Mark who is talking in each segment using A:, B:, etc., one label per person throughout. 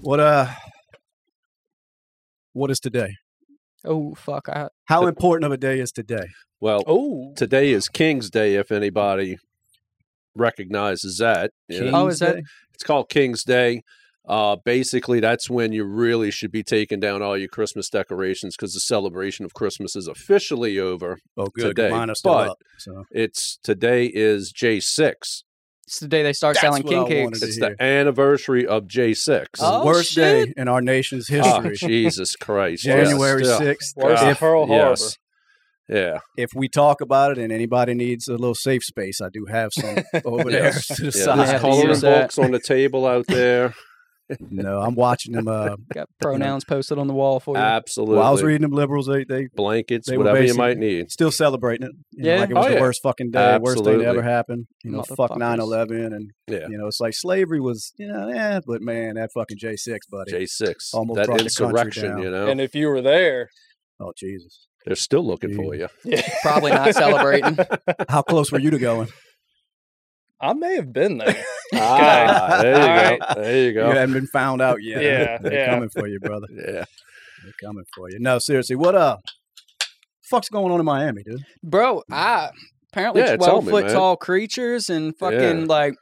A: What uh what is today?
B: Oh fuck! I,
A: How important of a day is today?
C: Well,
B: oh,
C: today is King's Day, if anybody recognizes that. you know.
B: Oh, is that-
A: Kingsday?
C: It's called King's Day. Uh, basically, that's when you really should be taking down all your Christmas decorations because the celebration of Christmas is officially over.
A: Oh good.
C: today,
A: Mine are still
C: but
A: up, so.
C: It's today is J6.
B: it's the day they start
A: That's
B: selling
A: what
B: king
A: I wanted
B: cakes.
A: to
C: It's
A: hear.
C: the anniversary of J6.
A: It's
B: Oh,
A: the worst day
B: shit.
A: in our nation's
C: Oh,
A: history.
C: Jesus Christ. yes,
A: January
C: yeah.
A: sixth.
D: Worse than
A: If,
D: Pearl Harbor.
C: Yes. Yeah.
A: if we talk about it and anybody needs a little safe space, I do have some over there
C: Yes.
A: to the
C: Yeah,
B: I have
C: there's
A: side.
B: to
C: coloring
B: use that.
C: books on the table out there.
A: No, I'm watching them. Uh,
B: Got pronouns posted on the wall for you.
C: Absolutely.
A: well, I was reading them liberals. They they
C: Blankets,
A: they were
C: whatever you
A: basically-
C: might need.
A: still celebrating it. you know,
B: Yeah.
A: like it was
C: Oh,
A: the
C: yeah.
A: worst fucking day, worst thing
C: Absolutely.
A: to ever happen. You know, fuck
B: Motherfuckers.
A: 9-11. and
C: Yeah.
A: you know, it's like slavery was, you know, eh, but man, that fucking J six, buddy.
C: J6.
A: Almost
C: that
A: brought the country
C: insurrection,
A: down.
C: you know.
D: And if you were there,
A: Oh Jesus,
C: They're still looking for you.
B: Probably not celebrating.
A: how close were you to going?
D: I may have been there.
C: Ah, there you
D: All
C: go. There you
A: You
C: go.
A: haven't been found out yet. huh?
D: Yeah,
A: they're
D: yeah.
A: coming for you, brother.
C: Yeah.
A: They're coming for you. No, seriously, what uh, fuck's going on in Miami, dude?
B: Bro, I apparently
C: Yeah, tell
B: twelve
C: me,
B: foot
C: man.
B: tall creatures and fucking
C: Yeah.
B: like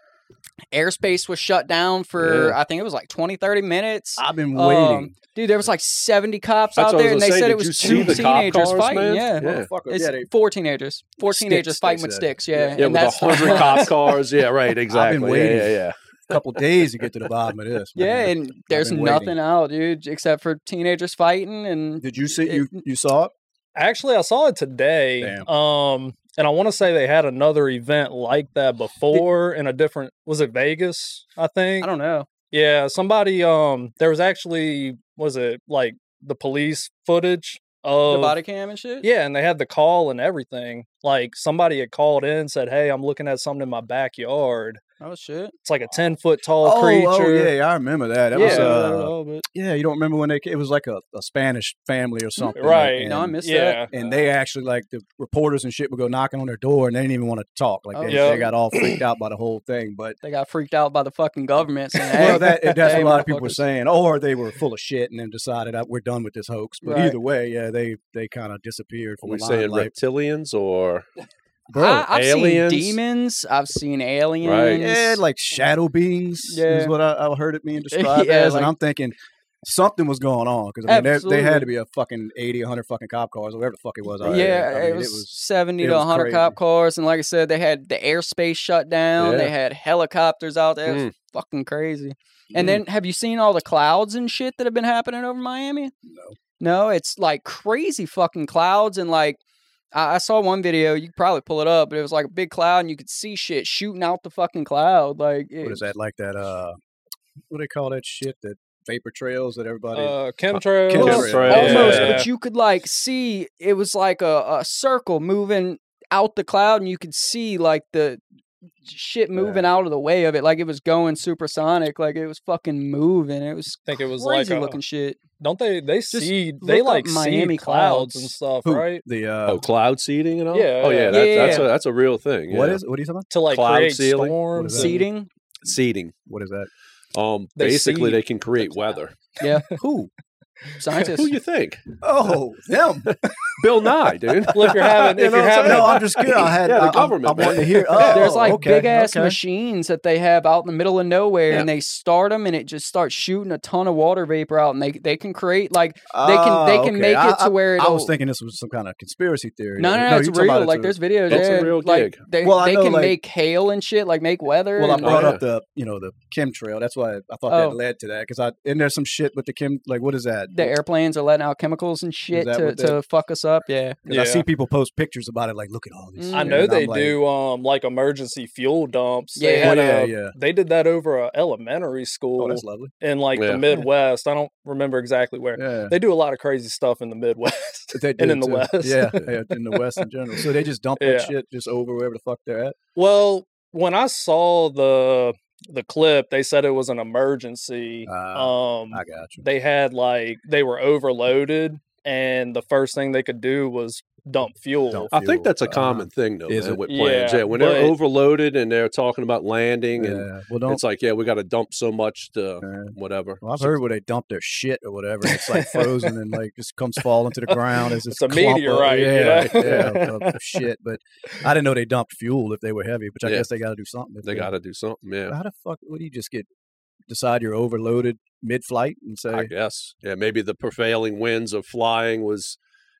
B: airspace was shut down for
C: Yeah.
B: I think it was like 20, 30 minutes.
A: I've been
B: Um,
A: waiting.
B: Dude, there was like seventy cops
C: That's
B: out
C: what I
B: there, and
C: was
B: they
C: gonna say.
B: said
C: Did
B: it was
C: you see
B: two
C: the cop
B: teenagers
C: cars,
B: fighting.
C: man?
B: Yeah,
C: Yeah.
A: Motherfucker,
B: it's
A: yeah, they-
B: four teenagers. Four
A: Sticks,
B: teenagers
A: they
B: fighting with
A: said.
B: sticks.
A: Yeah.
B: Yeah,
C: Yeah,
B: and
C: with a
B: that's
C: hundred cop cars. Yeah, right. Exactly.
A: waiting.
C: Yeah, yeah, yeah.
A: couple days to get to the bottom of this.
B: Yeah,
A: man.
B: and there's
A: been
B: nothing
A: waiting.
B: out, dude, except for teenagers fighting and
A: did you see
B: it-
A: you you saw it?
D: Actually, I saw it today.
A: Damn.
D: Um, and I want to say they had another event like that before in a different. Was it Vegas? I think.
B: I don't know.
D: Yeah, somebody. Um, there was actually was it like the police footage
B: The
D: of
B: body cam and shit.
D: Oh. Yeah, and they had the call and everything. Like somebody had called in, said, "Hey, I'm looking at something in my backyard.
B: Oh shit.
D: It's like a ten foot tall
A: oh,
D: creature."
A: oh, yeah, I remember that. That was
D: Yeah.
A: uh, Yeah, you don't remember when they? ca- It was like a, a Spanish family or something, like,
D: Right.
A: And,
B: No, I missed
D: yeah.
A: and they actually like the reporters and shit would go knocking on their door, and they didn't even want to talk. Like
B: Oh,
A: they,
D: yeah.
A: they got all freaked out by the whole thing. But
B: They got freaked out by the fucking government. Saying, hey,
A: well, that that's
B: hey,
A: what a lot of people were
B: motherfuckers.
A: saying, or they were full of shit and then decided "Uh, we're done with this hoax. But
B: Right.
A: either way, yeah, they they kind of disappeared
C: Are
A: from
C: we
A: the
C: saying
A: limelight.
C: reptilians or
B: I, I've
C: aliens.
B: seen demons. I've seen aliens.
A: Yeah, like shadow beings is
B: Yeah.
A: what I, I heard it being described
B: Yeah,
A: as,
B: like-
A: and I'm thinking something was going on because I mean they, they had to
B: Absolutely.
A: be a fucking 80, 100 fucking cop cars or whatever the fuck it was. out
B: yeah,
A: there. I mean,
B: it, was seventy
A: it
B: to
A: was
B: hundred
A: crazy.
B: cop cars, and like I said, they had the airspace shut down.
C: Yeah.
B: They had helicopters out there. It
C: Mm.
B: was fucking crazy.
A: Mm.
B: And then, have you seen all the clouds and shit that have been happening over Miami?
A: No.
B: No, it's like crazy fucking clouds and like. I I saw one video. You could probably pull it up, but it was like a big cloud, and you could see shit shooting out the fucking cloud. Like, it,
A: what is that like that uh what do they call that shit that vapor trails that everybody
D: Uh, chemtrails.
A: Chemtrails. Well,
C: Yeah.
B: almost,
C: Yeah.
B: but you could like see it was like a, a circle moving out the cloud, and you could see like the shit moving out of the way of it, like it was going supersonic, like it was fucking moving. It was
D: think it was like
B: crazy
D: a-
B: looking shit.
D: Don't they? They see. They
B: look up
D: like
B: Miami
D: see clouds and
B: clouds.
D: stuff,
A: Who?
D: right?
A: the uh
C: oh cloud seeding and all?
D: Yeah,
C: oh yeah,
D: yeah.
C: that,
B: Yeah,
C: that's
B: yeah.
C: a that's a real thing.
A: what
C: yeah.
A: is what are you talking about?
D: To like
C: Cloud
D: create
C: ceiling? What
D: storms.
A: is that?
D: and-
B: Seating,
C: seeding?
A: What is that?
C: Um,
D: They
C: basically
D: seed
C: they can create weather.
A: Who?
B: scientists.
C: Who you think?
A: Oh, them.
C: Bill Nye, dude.
D: Well, if you're having,
C: You
D: if
C: know
D: you're
C: what
D: having,
A: no,
D: a-
A: I'm just kidding. I had
C: Yeah, the
A: I- I'm-
C: government,
A: I'm, wanting to
C: man.
A: hear. Oh,
B: There's like
A: okay,
B: big ass
A: okay.
B: machines that they have out in the middle of nowhere, and they start them, and it just starts shooting a ton of water vapor out, and they they can create like they can they
A: Ah,
B: can
A: okay.
B: make
A: I-
B: it to where
A: I,
B: it'll,
A: I was thinking this was some kind of conspiracy theory.
B: No, no, no,
A: you
B: it's
A: talking about
B: real. Like,
A: a-
B: there's videos.
C: That's a
B: yeah.
C: real
B: like,
C: gig.
B: They,
A: Well, I
B: they
A: know,
B: can
A: like-
B: make hail and shit, like make weather.
A: Well, I
B: and,
A: brought
C: Oh,
A: up the you know the chemtrail. That's why I thought
B: Oh.
A: that led to that because I and there's some shit with the chem. Like, what is that?
B: the airplanes are letting out chemicals and shit
A: that
B: to,
A: what that-
B: to fuck us up. Yeah,
A: 'Cause I
D: Yeah.
A: see people post pictures about it. Like, look at all these.
B: Mm.
D: I
A: shit,"
D: know
A: and
D: they
A: I'm like,
D: do um like emergency fuel dumps. They
B: Yeah.
D: had
A: Well, yeah,
D: a-
A: yeah.
D: They did that over a elementary school
A: Oh, that's lovely.
D: in like
C: Yeah.
D: the
C: Yeah.
D: Midwest. I don't remember exactly where.
A: Yeah.
D: They do a lot of crazy stuff in the Midwest.
A: They
D: and
A: do,
D: in the
A: too.
D: West.
A: Yeah, yeah, in the West in general. So they just dump that
D: Yeah.
A: shit just over wherever the fuck they're at.
D: well, when I saw the the clip, they said it was an emergency.
A: Ah,
D: um,
A: I got you.
D: they had like they were overloaded, and the first thing they could do was dump fuel.
A: Dump
C: I think
A: fuel.
C: that's a
A: Uh,
C: common thing though
A: is
C: man,
A: it?
C: with planes.
D: Yeah,
C: Yeah, when they're
D: but-
C: overloaded and they're talking about landing, and
A: Yeah. Well, don't.
C: it's like, yeah, we got to dump so much to
A: Yeah.
C: whatever.
A: Well, I've heard where they dump their shit or whatever. and It's like frozen and like just comes falling to the ground. As this
D: It's a
A: clump of-
D: meteorite, you
A: Yeah,
D: know?
A: yeah, of- of shit. But I didn't know they dumped fuel if they were heavy. Which I
C: Yeah.
A: guess they got to do something. if
C: They got to do something. Yeah,
A: How the fuck would you just get decide you're overloaded mid-flight and say
C: I guess. Yeah, maybe the prevailing winds of flying was,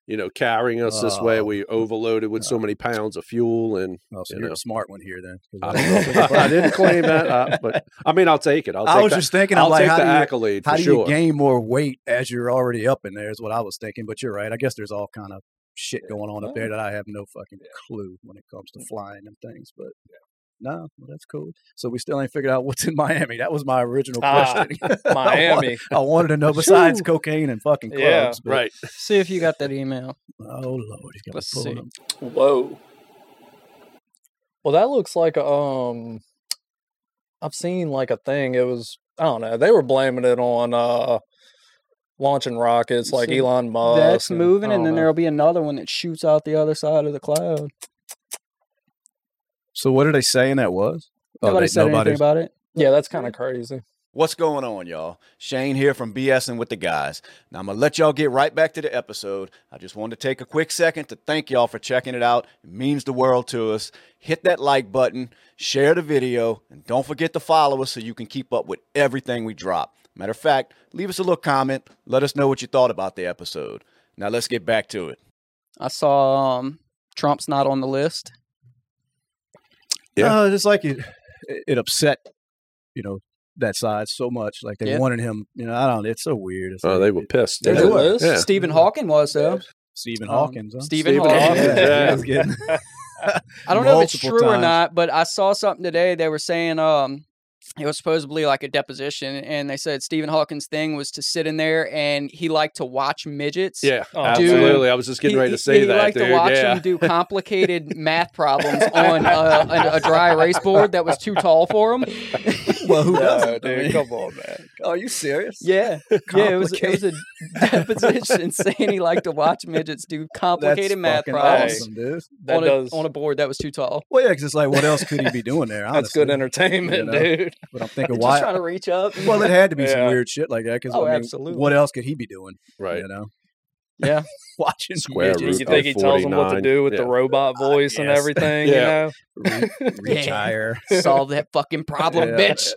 C: you know, carrying us this way.
A: Oh.
C: We overloaded with so many pounds of fuel, and
A: Oh, so
C: You
A: you are
C: know.
A: a smart one here then. 'cause
C: I,
A: I-
C: don't know. I didn't claim that, uh, but I mean, I'll take it. I'll take
A: I was
C: that.
A: just thinking, I'm
C: I'll
A: like,
C: take
A: how
C: the
A: do you,
C: accolade
A: how
C: for
A: do
C: sure.
A: you gain more weight as you're already up in there? Is what I was thinking. But you're right. I guess there's all kind of shit going on up there that I have no fucking clue when it comes to flying and things. But no, well, that's cool. So we still ain't figured out what's in Miami. That was my original
D: Ah,
A: question.
D: Miami.
A: I wanted to know besides cocaine and fucking clubs.
D: Yeah.
A: but-
C: right.
B: See if you got that email.
A: Oh lord, he's got
B: Let's
A: to pull
B: see.
A: them.
D: Whoa. Well, that looks like a, um, I've seen like a thing. It was I don't know. They were blaming it on uh launching rockets, like
B: See,
D: Elon Musk.
B: That's
D: and-
B: moving,
D: I
B: and
D: don't
A: Oh,
B: then
D: know.
B: there'll be another one that shoots out the other side of the cloud.
A: So what are they saying that was? Oh,
B: Nobody
A: they-
B: said anything
A: nobody's-
B: about it.
D: yeah, that's kind of crazy.
E: What's going on, y'all? Shane here from BSing with the guys. Now, I'm going to let y'all get right back to the episode. I just wanted to take a quick second to thank y'all for checking it out. It means the world to us. Hit that like button, share the video, and don't forget to follow us so you can keep up with everything we drop. Matter of fact, leave us a little comment. Let us know what you thought about the episode. Now, let's get back to it.
B: I saw um, Trump's not on the list.
C: Yeah.
A: No, it's just like it, it upset, you know, that side so much. Like they
B: Yeah.
A: wanted him. You know, I don't. It's so weird. It's
C: Oh,
A: like
C: they were pissed.
A: They
C: yeah.
A: were.
C: Yeah.
B: Stephen Hawking was though.
A: Stephen
B: Um,
A: Hawkins. Huh?
B: Stephen
C: Stephen
B: Hawking.
C: Hawking.
A: Yeah,
C: Yeah.
A: he was getting-
B: I don't know if it's
A: multiple
B: true or
A: times.
B: not, but I saw something today. They were saying um, it was supposedly like a deposition, and they said Stephen Hawking's thing was to sit in there and he liked to watch midgets.
C: Yeah,
D: Oh,
C: absolutely. I was just getting
B: He-
C: ready
B: he-
C: to say
B: he
C: that.
B: liked
C: dude.
B: to watch
C: yeah.
B: him do complicated math problems on uh, an- a, dry erase board that was too tall for him.
A: well, who
D: No,
A: doesn't?
D: dude, come on, man.
A: Are you serious?
B: Yeah, yeah, it was it was a deposition saying he liked to watch midgets do complicated math
A: fucking
B: problems
A: awesome, dude.
D: That
B: on, a,
D: does
B: on a board that was too tall.
A: Well, yeah, because it's like, what else could he be doing there? Honestly,
D: that's good entertainment,
A: you know?
D: dude.
A: But I'm thinking,
B: Just
A: why?
B: trying to reach up.
A: Well, it had to be some
D: Yeah.
A: weird shit like that. Because
B: Oh,
A: I mean,
B: absolutely.
A: what else could he be doing?
C: Right.
A: You know,
B: yeah,
A: watching
C: Square
A: midgets
C: root
D: You
C: of
D: think he tells them what to
C: 49.
D: do with
C: Yeah.
D: the robot voice and
A: yes.
D: everything? You
C: Yeah.
D: know,
A: reach
B: Yeah.
A: higher.
B: solve that fucking problem,
A: Yeah.
B: bitch.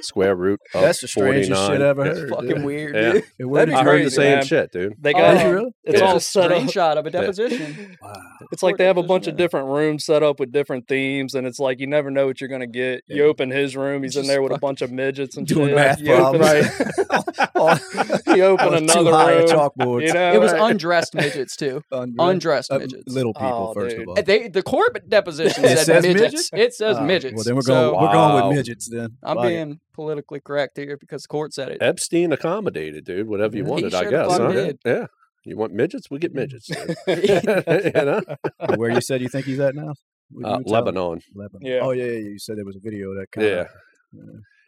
C: Square root
A: Oh
C: of
A: That's the strangest
C: 49.
A: shit I ever
C: Yeah.
A: heard.
B: Fucking
A: dude.
B: weird,
C: Yeah.
B: dude.
A: And where did
D: That'd be
A: you
C: I
A: heard
C: heard
A: it?
C: the
D: Crazy,
C: same
D: man.
C: shit, dude.
D: they
B: Oh,
D: got
A: Did you really?
D: it's
C: Yeah.
D: all
B: Just a
D: set up.
B: screenshot of a
C: Yeah.
B: deposition.
A: Wow.
D: It's like they have a
B: Portland,
D: bunch of
B: yeah.
D: different rooms set up with different themes, and it's like you never know what you're gonna get. You open his room, he's in
A: Just
D: there with a
A: fucking
D: bunch of midgets and
A: doing
D: shit.
A: math
D: you open,
A: problems.
D: you open
A: was
D: another
A: too high a
D: room.
A: chalkboard.
D: You know,
B: It was
D: right?
B: undressed midgets too. Undressed
A: Uh,
B: midgets.
A: little people
D: Oh,
A: first
D: dude.
A: of all.
B: Uh, They the corporate deposition
A: It
B: said
A: says
B: midgets.
A: midgets?
B: It says
A: Ah,
B: midgets.
A: Well, then we're going.
B: So
A: we're going
C: Wow.
A: with midgets then.
B: I'm
A: Fuck it.
B: being politically correct here because the court said it.
A: Eh,
C: Epstein accommodated, dude. Whatever you
A: He
C: wanted, I
B: sure the
C: guess.
B: fuck
C: huh?
B: did.
C: Yeah. You want midgets?
A: Mm.
C: We get midgets. dude. you know?
A: uh, where you said you think he's at now? What you
C: Uh,
A: were telling me.
C: Lebanon.
A: Lebanon.
D: Yeah.
A: Oh yeah, yeah. You said there was a video that kind
C: Yeah.
A: of.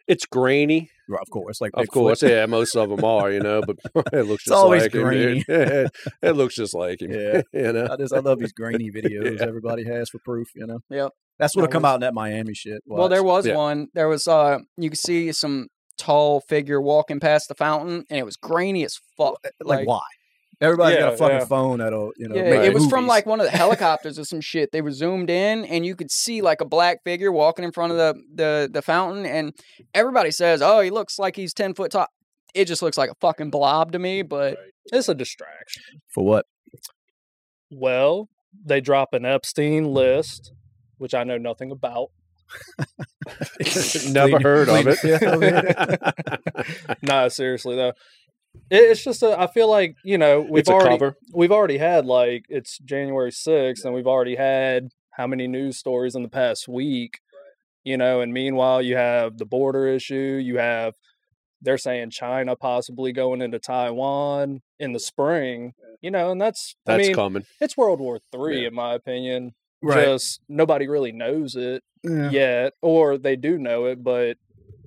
C: It's grainy,
A: Yeah. Of course, like
C: of
A: Bigfoot.
C: course. Yeah, most of them are, you know, but it looks
A: It's
C: just
A: always
C: like him, dude. it looks just like him.
A: Yeah. Uh,
C: you know,
A: I just I love these grainy videos everybody has for proof. You know.
B: Yep.
A: That's what'll come
B: Always.
A: out in that Miami shit.
B: Well, there
A: Watch.
B: was
C: Yeah.
B: one. There was uh, you could see some tall figure walking past the fountain, and it was grainy as fuck.
A: like, why? Everybody's got
D: Yeah,
A: a fucking
D: yeah.
A: phone that'll you know.
B: Yeah,
A: make
B: it was from
A: movies.
B: like one of the helicopters or some shit. They were zoomed in, and you could see like a black figure walking in front of the the, the fountain. And everybody says, "Oh, he looks like he's ten foot tall." It just looks like a fucking blob to me. But
D: it's a distraction.
A: for what?
D: Well, they drop an Epstein list, which I know nothing about.
C: never
A: Clean-
C: heard of
A: clean fifth of it.
C: it.
D: no, seriously though, it, it's just a, I feel like you know we've
C: it's a
D: already
C: cover.
D: we've already had like it's January 6th and we've already had how many news stories in the past week you know and meanwhile you have the border issue you have they're saying China possibly going into Taiwan in the spring you know and that's,
C: That's
D: I mean
C: coming.
D: it's World War 3
C: Yeah.
D: in my opinion
A: Right.
D: just nobody really knows it
A: Yeah.
D: yet or they do know it but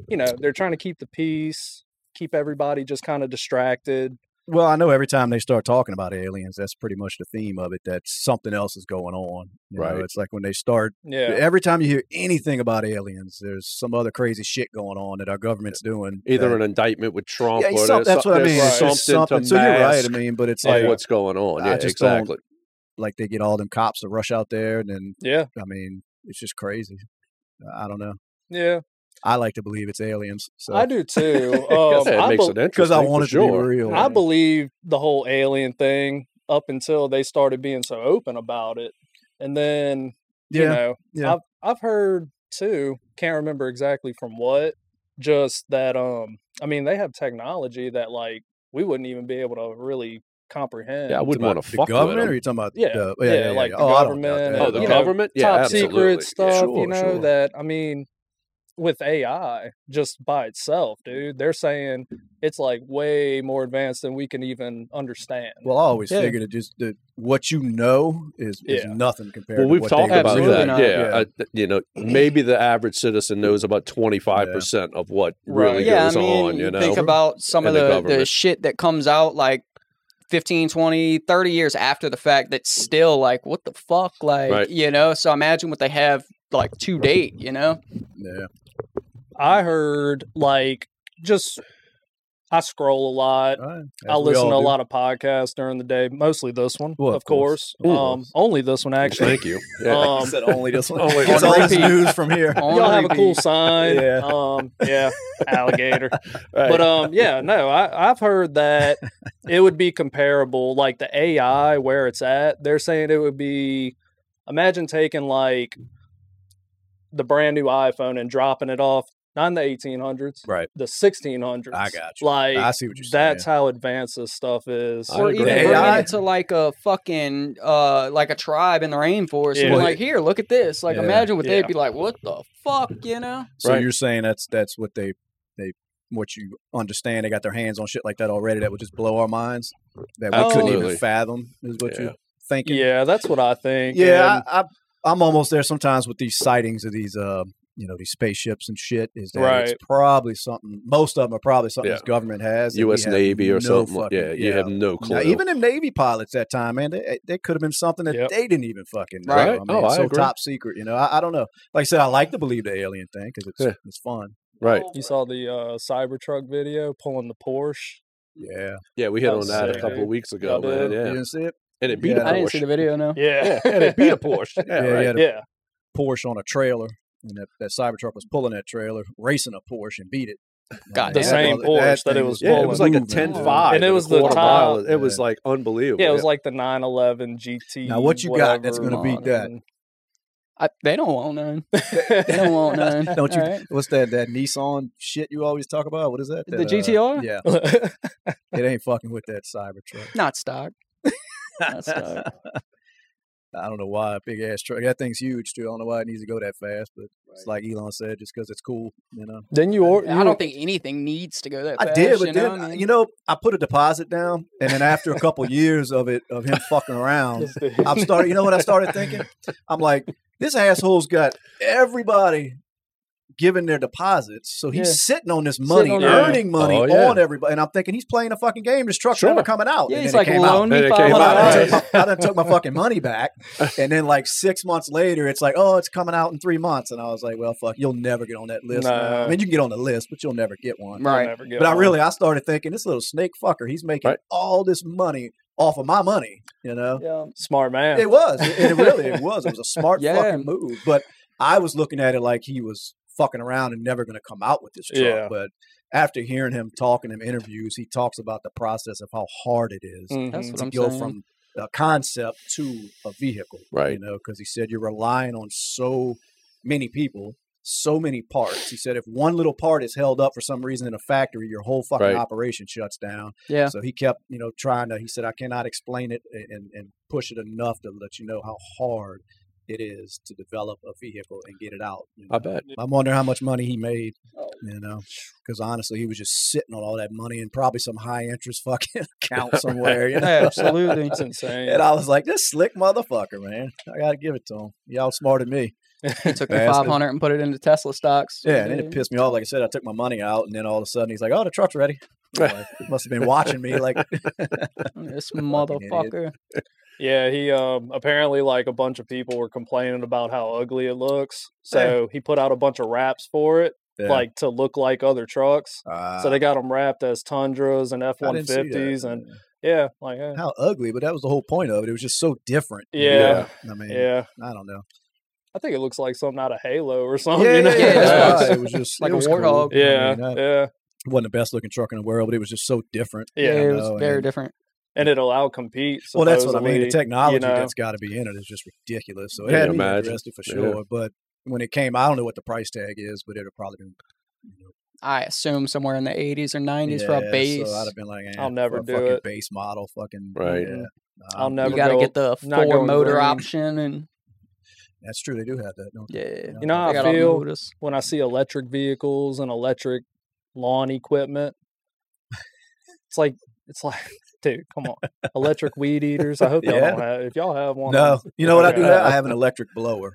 D: you know they're trying to keep the peace keep everybody just kind of distracted
A: Well, I know every time they start talking about aliens, that's pretty much the theme of it. That something else is going on. You know,
C: Right.
A: it's like when they start.
D: Yeah.
A: Every time you hear anything about aliens, there's some other crazy shit going on that our government's doing.
C: Either
A: that-
C: an indictment with Trump
A: yeah,
C: or
A: some-
C: there's
A: that's
C: so-
A: what I
C: there's
A: mean. It's
C: something,
A: just something.
C: to
A: So you're right. I
C: mask
A: mean, but it's
C: of
A: like
C: what's going on.
A: I
C: Yeah,
A: just don't-
C: exactly.
A: like they get all them cops to rush out there, and then
D: Yeah.
A: I mean, it's just crazy. I don't know.
D: Yeah.
A: I like to believe it's aliens. So
D: I do too.
A: Oh,
C: Yeah,
D: Um,
C: it
D: I,
C: makes
D: be-
C: it interesting
A: because I
C: for
A: want it
C: sure.
A: to be real.
D: I believe the whole alien thing up until they started being so open about it. And then,
A: yeah,
D: you know,
A: yeah.
D: I've I've heard too, can't remember exactly from what, just that um I mean, they have technology that like we wouldn't even be able to really comprehend.
C: Yeah, I wouldn't
A: About
C: want to
A: the
C: fuck
A: government,
C: with
A: or
C: them.
A: you talking about
D: Yeah,
A: the,
D: yeah, like
A: I don't
D: the
A: doubt
D: government
A: that.
D: and,
C: Oh, the
D: you know,
C: government? Yeah,
D: top
C: absolutely.
D: secret stuff,
A: Sure,
D: you know,
A: sure.
D: that I mean, with AI just by itself, dude, they're saying it's like way more advanced than we can even understand.
A: Well, I always
D: Yeah.
A: figured it just that what you know is, is
D: Yeah.
A: nothing compared.
C: Well,
A: to
C: we've
A: what
C: talked
A: they
C: about
A: really
C: that.
B: not.
A: know.
C: Yeah, I- th- you know, maybe the average citizen knows about twenty five percent of what really
D: Right.
B: yeah,
C: goes
B: I mean,
C: on. You
B: you
C: know,
B: think about some of
C: And the
B: the, the,
C: government.
B: shit that comes out like 15, 20, 30 years after the fact that's still like, what the fuck? Like,
C: Right.
B: you know? So imagine what they have like to date, you know?
A: yeah.
D: I heard like just I scroll a lot.
A: All right.
D: I
A: Uh, As we
D: listen
A: all
D: to a
A: do.
D: lot of podcasts during the day, mostly this one,
A: Well, of
D: of, course.
C: course.
D: Um, only this one actually.
C: thank you. Yeah.
D: Um,
A: said only this one.
C: Only
A: it's
B: one.
A: all this
B: Repeat.
A: news from here.
B: On
D: y'all have a
B: repeat.
D: cool sign.
A: Yeah.
D: Um, yeah, alligator.
C: Right.
D: But um, yeah, no, I, I've heard that it would be comparable, like the AI where it's at. They're saying it would be. Imagine taking like the brand new iPhone and dropping it off, not in the eighteen hundreds,
A: Right.
D: The sixteen hundreds.
A: I got you.
D: Like
A: I see what you're saying.
D: that's how advanced this stuff is.
C: I
B: or
C: agree.
B: even
A: Yeah,
B: bringing
A: I-
B: it to like a fucking uh like a tribe in the rainforest and
D: Yeah.
B: like here look at this like
A: Yeah.
B: imagine what
D: Yeah.
B: they'd be like what the fuck you know
A: So
C: Right.
A: you're saying that's that's what they they what you understand. They got their hands on shit like that already. That would just blow our minds. That we couldn't
C: Absolutely.
A: even fathom. Is what
C: Yeah.
A: you're thinking.
D: Yeah, that's what I think.
A: Yeah,
D: and-
A: I, I, I'm almost there sometimes with these sightings of these, uh, you know, these spaceships and shit. Is that
D: Right.
A: it's probably something. Most of them are probably something
C: Yeah.
A: this government has. that we
C: U.S.
A: have
C: Navy or
A: no
C: something.
A: fucking-
C: yeah, you have no clue.
A: Now, even them Navy pilots that time, man, they, they could have been something that
D: Yep.
A: they didn't even fucking know.
B: Right.
A: I mean,
C: Oh, I
A: so
C: agree.
A: top secret, you know. I, I don't know. Like I said, I like to believe the alien thing because it's
C: Yeah.
A: it's fun.
C: right?
D: You saw the uh, Cybertruck video pulling the Porsche.
A: Yeah.
C: Yeah, we hit
D: That
C: on
D: was
C: that a
D: sick,
C: couple
D: dude.
C: of weeks ago,
D: Y'all
C: man.
D: did?
A: You
C: Yeah,
A: didn't see it?
C: and it beat
A: Yeah.
C: a Porsche.
B: i didn't see the video no
D: Yeah,
C: Yeah, and it beat a Porsche. Yeah,
A: Yeah,
C: right.
A: yeah.
D: yeah,
A: Porsche on a trailer, and that, that Cybertruck was pulling that trailer, racing a Porsche, and beat it.
B: God
D: The
B: damn.
D: same
A: thing
D: Porsche that it
A: thing
D: was
C: Yeah, it was like a
A: moving.
C: 10
B: Oh.
C: 5.
D: And it was the
C: quarter mile.
D: top-
C: It was
A: Yeah.
C: like unbelievable.
D: yeah. It was like the 911 GT.
A: Now, what you got that's
D: whatever
A: gonna beat that?
D: model.
B: I, they don't want none they don't want none
A: Don't you?
B: All right.
A: What's that? That Nissan shit you always talk about? What is that?
B: The
A: That, uh,
B: GTR?
A: yeah, it ain't fucking with that Cybertruck.
B: not stock not stock
A: I don't know why a big ass truck. That thing's huge too. I don't know why it needs to go that fast, but it's like Elon said, just because it's cool, you know.
D: Then you or
B: i don't think anything needs to go that
A: I
B: fast,
A: did, but
B: you know
A: then
B: what I mean?
A: you know, I put a deposit down, and then after a couple years of it of him fucking around, I'm started. You know what I started thinking? I'm like, this asshole's got everybody giving their deposits, so he's
D: Yeah.
A: sitting on this
B: Sitting
A: money,
B: on
D: it.
A: earning money
C: Oh, yeah.
A: on everybody. And I'm thinking he's playing a fucking game. This truck's never
C: Sure.
A: coming out.
B: yeah
A: and
B: he's
A: then
B: like
A: it came out.
B: loan
C: Then
B: me
C: it came
B: five
A: Well,
C: out,
A: I, done
B: hundred
C: right.
A: took my, I done took my fucking money back, and then like six months later, it's like, oh, it's coming out in three months, and I was like, well, fuck, you'll never get on that list. man. I
D: Nah.
A: mean, you can get on the list, but you'll never get one.
B: right
A: But
D: uh,
A: I really, I started thinking this little snake fucker, he's making
C: Right.
A: all this money off of my money, you know.
B: yeah
D: smart man.
A: It was. It, it really it was. It was a smart
B: Yeah.
A: fucking move. But I was looking at it like he was fucking around and never going to come out with this truck.
D: Yeah.
A: But after hearing him talking in interviews, he talks about the process of how hard it is
D: Mhm.
B: that's what
A: to
B: i'm
A: go
B: saying
A: from a concept to a vehicle. You
C: Right.
A: know, because he said you're relying on so many people, so many parts. He said if one little part is held up for some reason in a factory, your whole fucking
C: Right.
A: operation shuts down.
B: yeah
A: So he kept, you know, trying to. He said, "I cannot explain it a- and and push it enough to let you know how hard it is to develop a vehicle and get it out." you
C: I
B: Uh,
A: know.
C: bet.
A: I wonder how much money he made,
B: Oh.
A: you know, because honestly, he was just sitting on all that money in probably some high interest fucking account somewhere. You know?
B: absolutely
D: It's insane.
A: And I was like, "This slick motherfucker, man! I gotta give it to him. He outsmarted me."
B: he took the
A: Bastard.
B: 500 and put it into tesla stocks
A: Yeah, and then
B: Yeah.
A: it pissed me off. Like I said, I took my money out, and then all of a sudden he's like, "Oh, the truck's ready." Anyway, he must have been watching me like
B: This
A: idiot.
B: motherfucker.
D: Yeah, he um, apparently like a bunch of people were complaining about how ugly it looks, so he put out a bunch of wraps for it,
A: Yeah.
D: like to look like other trucks.
A: Ah,
D: so they got them wrapped as Tundras and F
A: I
D: one
A: didn't see that.
D: fifties, and yeah, like eh,
A: how ugly, but that was the whole point of it. It was just so different. you
D: Yeah.
A: know? I mean,
D: yeah,
A: I don't know.
D: I think it looks like something out of Halo or something. Oh, you
B: yeah,
D: know?
B: yeah, that's
A: Yeah,
B: right.
A: it was just
B: Like
A: it
B: a
A: was
B: warthog.
A: cool. I
D: Yeah,
A: mean, that
D: yeah,
A: wasn't the best looking truck in the world, but it was just so different.
D: yeah,
B: it
A: I know,
B: was very
A: and-
B: different.
D: and it'll outcompete.
A: Well, that's what I mean. The
D: supposedly.
A: technology
D: know.
A: that's got to be in it is just ridiculous. So it
C: Yeah,
A: had to be
C: imagine.
A: interesting for
C: Yeah.
A: sure. But when it came, I don't know what the price tag is, but it'll probably been
B: I assume somewhere in the 80s or 90s for
A: Yeah,
B: a base.
A: So I'd have been like, eh,
D: I'll never
A: for a
D: do
A: fucking
D: it.
A: Base model, fucking
C: Right.
A: yeah.
D: I'll
A: Nah,
D: never
B: you got to
D: go-
B: get the
D: not
B: four
D: going
B: motor
D: green.
B: option and
A: That's true. They do have that. Don't they?
B: yeah.
D: You know how
B: They
D: I
B: got all the
D: feel?
B: motors.
D: when I see electric vehicles and electric lawn equipment. It's like it's like, dude, come on, electric weed eaters. I hope y'all
A: Yeah.
D: don't have. If y'all have one,
A: No, you know what I do
D: Okay.
A: have? I have an electric blower,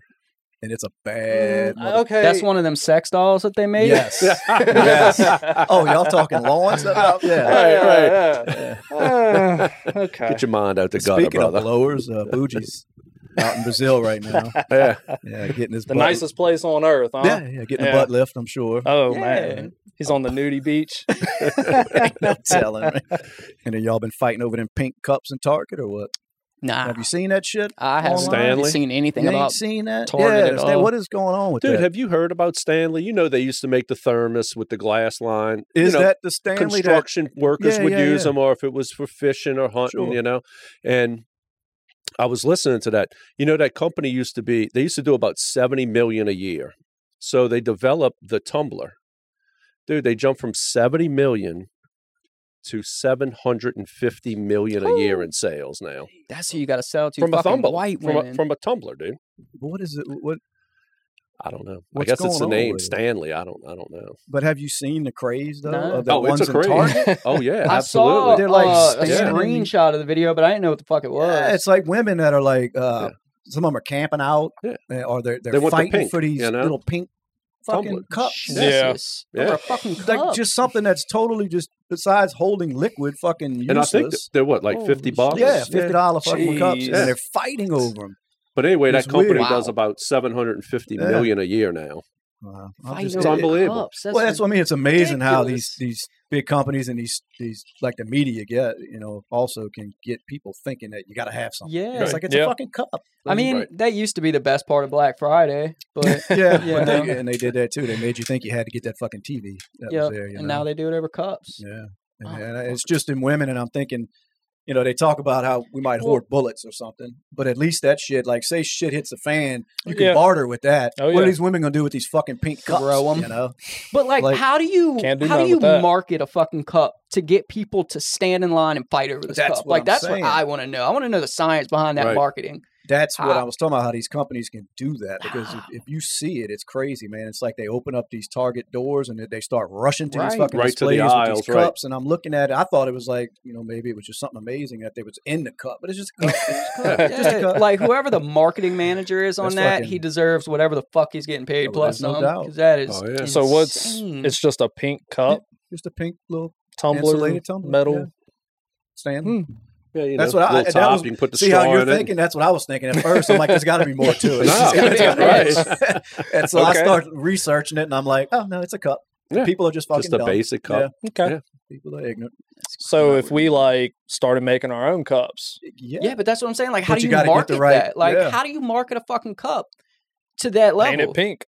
A: and it's a
B: Uh,
A: bad.
D: Mm,
A: mother-
D: okay,
B: That's one of them sex dolls that they made.
A: Yes.
C: yes.
A: oh, y'all talking lawn stuff? Yeah.
C: Right, right.
A: yeah.
D: right. okay.
C: Get your mind out the gutter,
A: Speaking of
C: brother.
A: blowers, uh, Bougies out in Brazil right now.
C: yeah.
A: Yeah, getting his
D: the
A: butt-
D: nicest place on earth, huh?
A: Yeah, yeah, getting
D: Yeah.
A: a butt lift. I'm sure.
D: Oh
B: Yeah.
D: man, he's on the nudie beach.
A: no telling. Right? And then y'all been fighting over them pink cups in Target or what?
B: Nah.
C: Ah.
A: Have you seen that shit?
B: I haven't
C: Stanley?
B: seen anything
A: You ain't
B: about
A: seen that?
B: Target
A: yeah,
B: at
A: understand-
B: all.
A: What is going on with
C: Dude,
A: that?
C: have you heard about Stanley? You know they used to make the thermos with the glass line. You
A: is
C: know,
A: that the Stanley that
C: construction workers
A: Yeah,
C: would
A: yeah,
C: use
A: yeah.
C: them, or if it was for fishing or hunting,
A: Sure.
C: you know. And I was listening to that. You know, that company used to be they used to do about seventy million a year. So they developed the tumbler. Dude, they jumped from seventy million to seven hundred and fifty million a year in sales now
B: That's who you got to sell to.
C: from a
B: fucking
C: tumbler,
B: White
C: from
B: women.
C: a, from a tumbler, dude.
A: What is it? What?
C: I don't know.
A: What's
C: I guess it's
A: going
C: the
A: on
C: name
A: with it?
C: Stanley. I don't. I don't know.
A: But have you seen the craze though?
B: No.
A: Of the
C: Oh,
A: ones
C: it's
A: in
C: a craze.
A: Target?
C: Oh yeah,
B: I saw
C: absolutely.
A: They're like
B: uh, a
C: standing-
B: screenshot of the video, but I didn't know what the fuck it was.
A: Yeah, it's like women that are like uh,
C: Yeah.
A: some of them are camping out,
C: Yeah.
A: uh, or they're they're
C: They want the
A: fighting
C: pink,
A: for these
C: you know?
A: little pink fucking
C: Tumbler.
A: cups.
B: Jesus.
C: Yeah.
B: Over
C: Yeah.
B: a fucking cup.
A: Like just something that's totally just besides holding liquid, fucking useless.
C: And I think th- they're what like
B: Holy
C: fifty bucks.
B: shit.
A: yeah, fifty dollar fucking cups,
D: Jeez.
A: and they're fighting over them.
C: But anyway,
A: It's
C: that company
A: weird.
C: does
B: Wow.
C: about seven hundred and fifty
A: Yeah.
C: million a year now.
A: Wow. I'm
B: Fight
A: just-
B: over
C: unbelievable.
B: cups.
A: well, that's what I mean. It's amazing how these
B: ridiculous.
A: these big companies and these these like the media get you know also can get people thinking that you got to have something.
B: Yeah.
A: It's like it's
D: Yeah.
A: a fucking cup.
B: I mean,
C: Right.
B: that used to be the best part of Black Friday, but
A: Yeah,
B: You
A: but they-
B: know?
A: and they did that too. They made you think you had to get that fucking TV that
B: yeah,
A: was there. You
B: and
A: know?
B: now they do it over cups.
A: yeah, and,
B: Oh,
A: and I- it's just in women, and I'm thinking, you know, they talk about how we might hoard bullets or something, but at least that shit, like, say shit hits the fan, you can
D: Yeah.
A: barter with that.
D: Oh,
A: What are
D: yeah.
A: these women gonna do with these fucking pink cups?
B: Throw 'em.
A: You know,
B: But like,
A: Like-
B: how do you
D: Can't do
B: how do
D: nothing
B: you
D: with that.
B: market a fucking cup to get people to stand in line and fight over this
A: That's
B: cup?
A: what
B: Like
A: I'm
B: that's
A: saying.
B: what I want to know. I want to know the science behind that
C: Right.
B: marketing.
A: that's what
B: Ah.
A: I was talking about. How these companies can do that because if, if you see it, it's crazy, man. It's like they open up these Target doors and they start rushing to these
B: Right.
A: fucking
C: Right to the
A: displays with
C: aisles,
A: these
C: right.
A: cups. And I'm looking at it. I thought it was like, you know, maybe it was just something amazing that they was in the cup, but it's just a cup. It's just a cup. Just a
B: Yeah,
A: cup.
B: like whoever the marketing manager is on
A: That's
B: that,
A: fucking-
B: he deserves whatever the fuck he's getting paid
A: Oh,
B: plus
A: there's no
B: some.
A: doubt.
B: 'cause that is
C: Oh, yeah.
D: So what's?
B: insane.
D: It's just a pink cup,
A: just a pink little
D: tumbler,
A: insulated tumbler,
D: metal.
A: yeah. stand.
B: Hmm.
C: Yeah, you
A: That's
C: know,
A: what I-
C: little
A: that
C: top,
A: was-
C: you can put the
A: See
C: straw
A: how you're
C: in
A: thinking? That's what I was thinking at first. I'm like, there's got to be more to it.
C: No.
A: Yeah,
C: Right.
A: and so I
D: Okay.
A: start researching it, and I'm like, oh no, it's a cup.
C: Yeah.
A: People are just
C: it.
A: fucking
C: Just a
A: dumb.
C: basic
A: Yeah.
C: cup.
D: Okay.
C: Yeah.
A: People are ignorant.
D: So if we like started making our own cups,
A: Yeah,
B: yeah, but that's what I'm saying. Like, how
A: But
B: do
A: you
B: you
A: gotta get the
B: market
A: right-
B: that? Like,
A: yeah.
B: how do you market a fucking cup to that level?
D: paint it pink.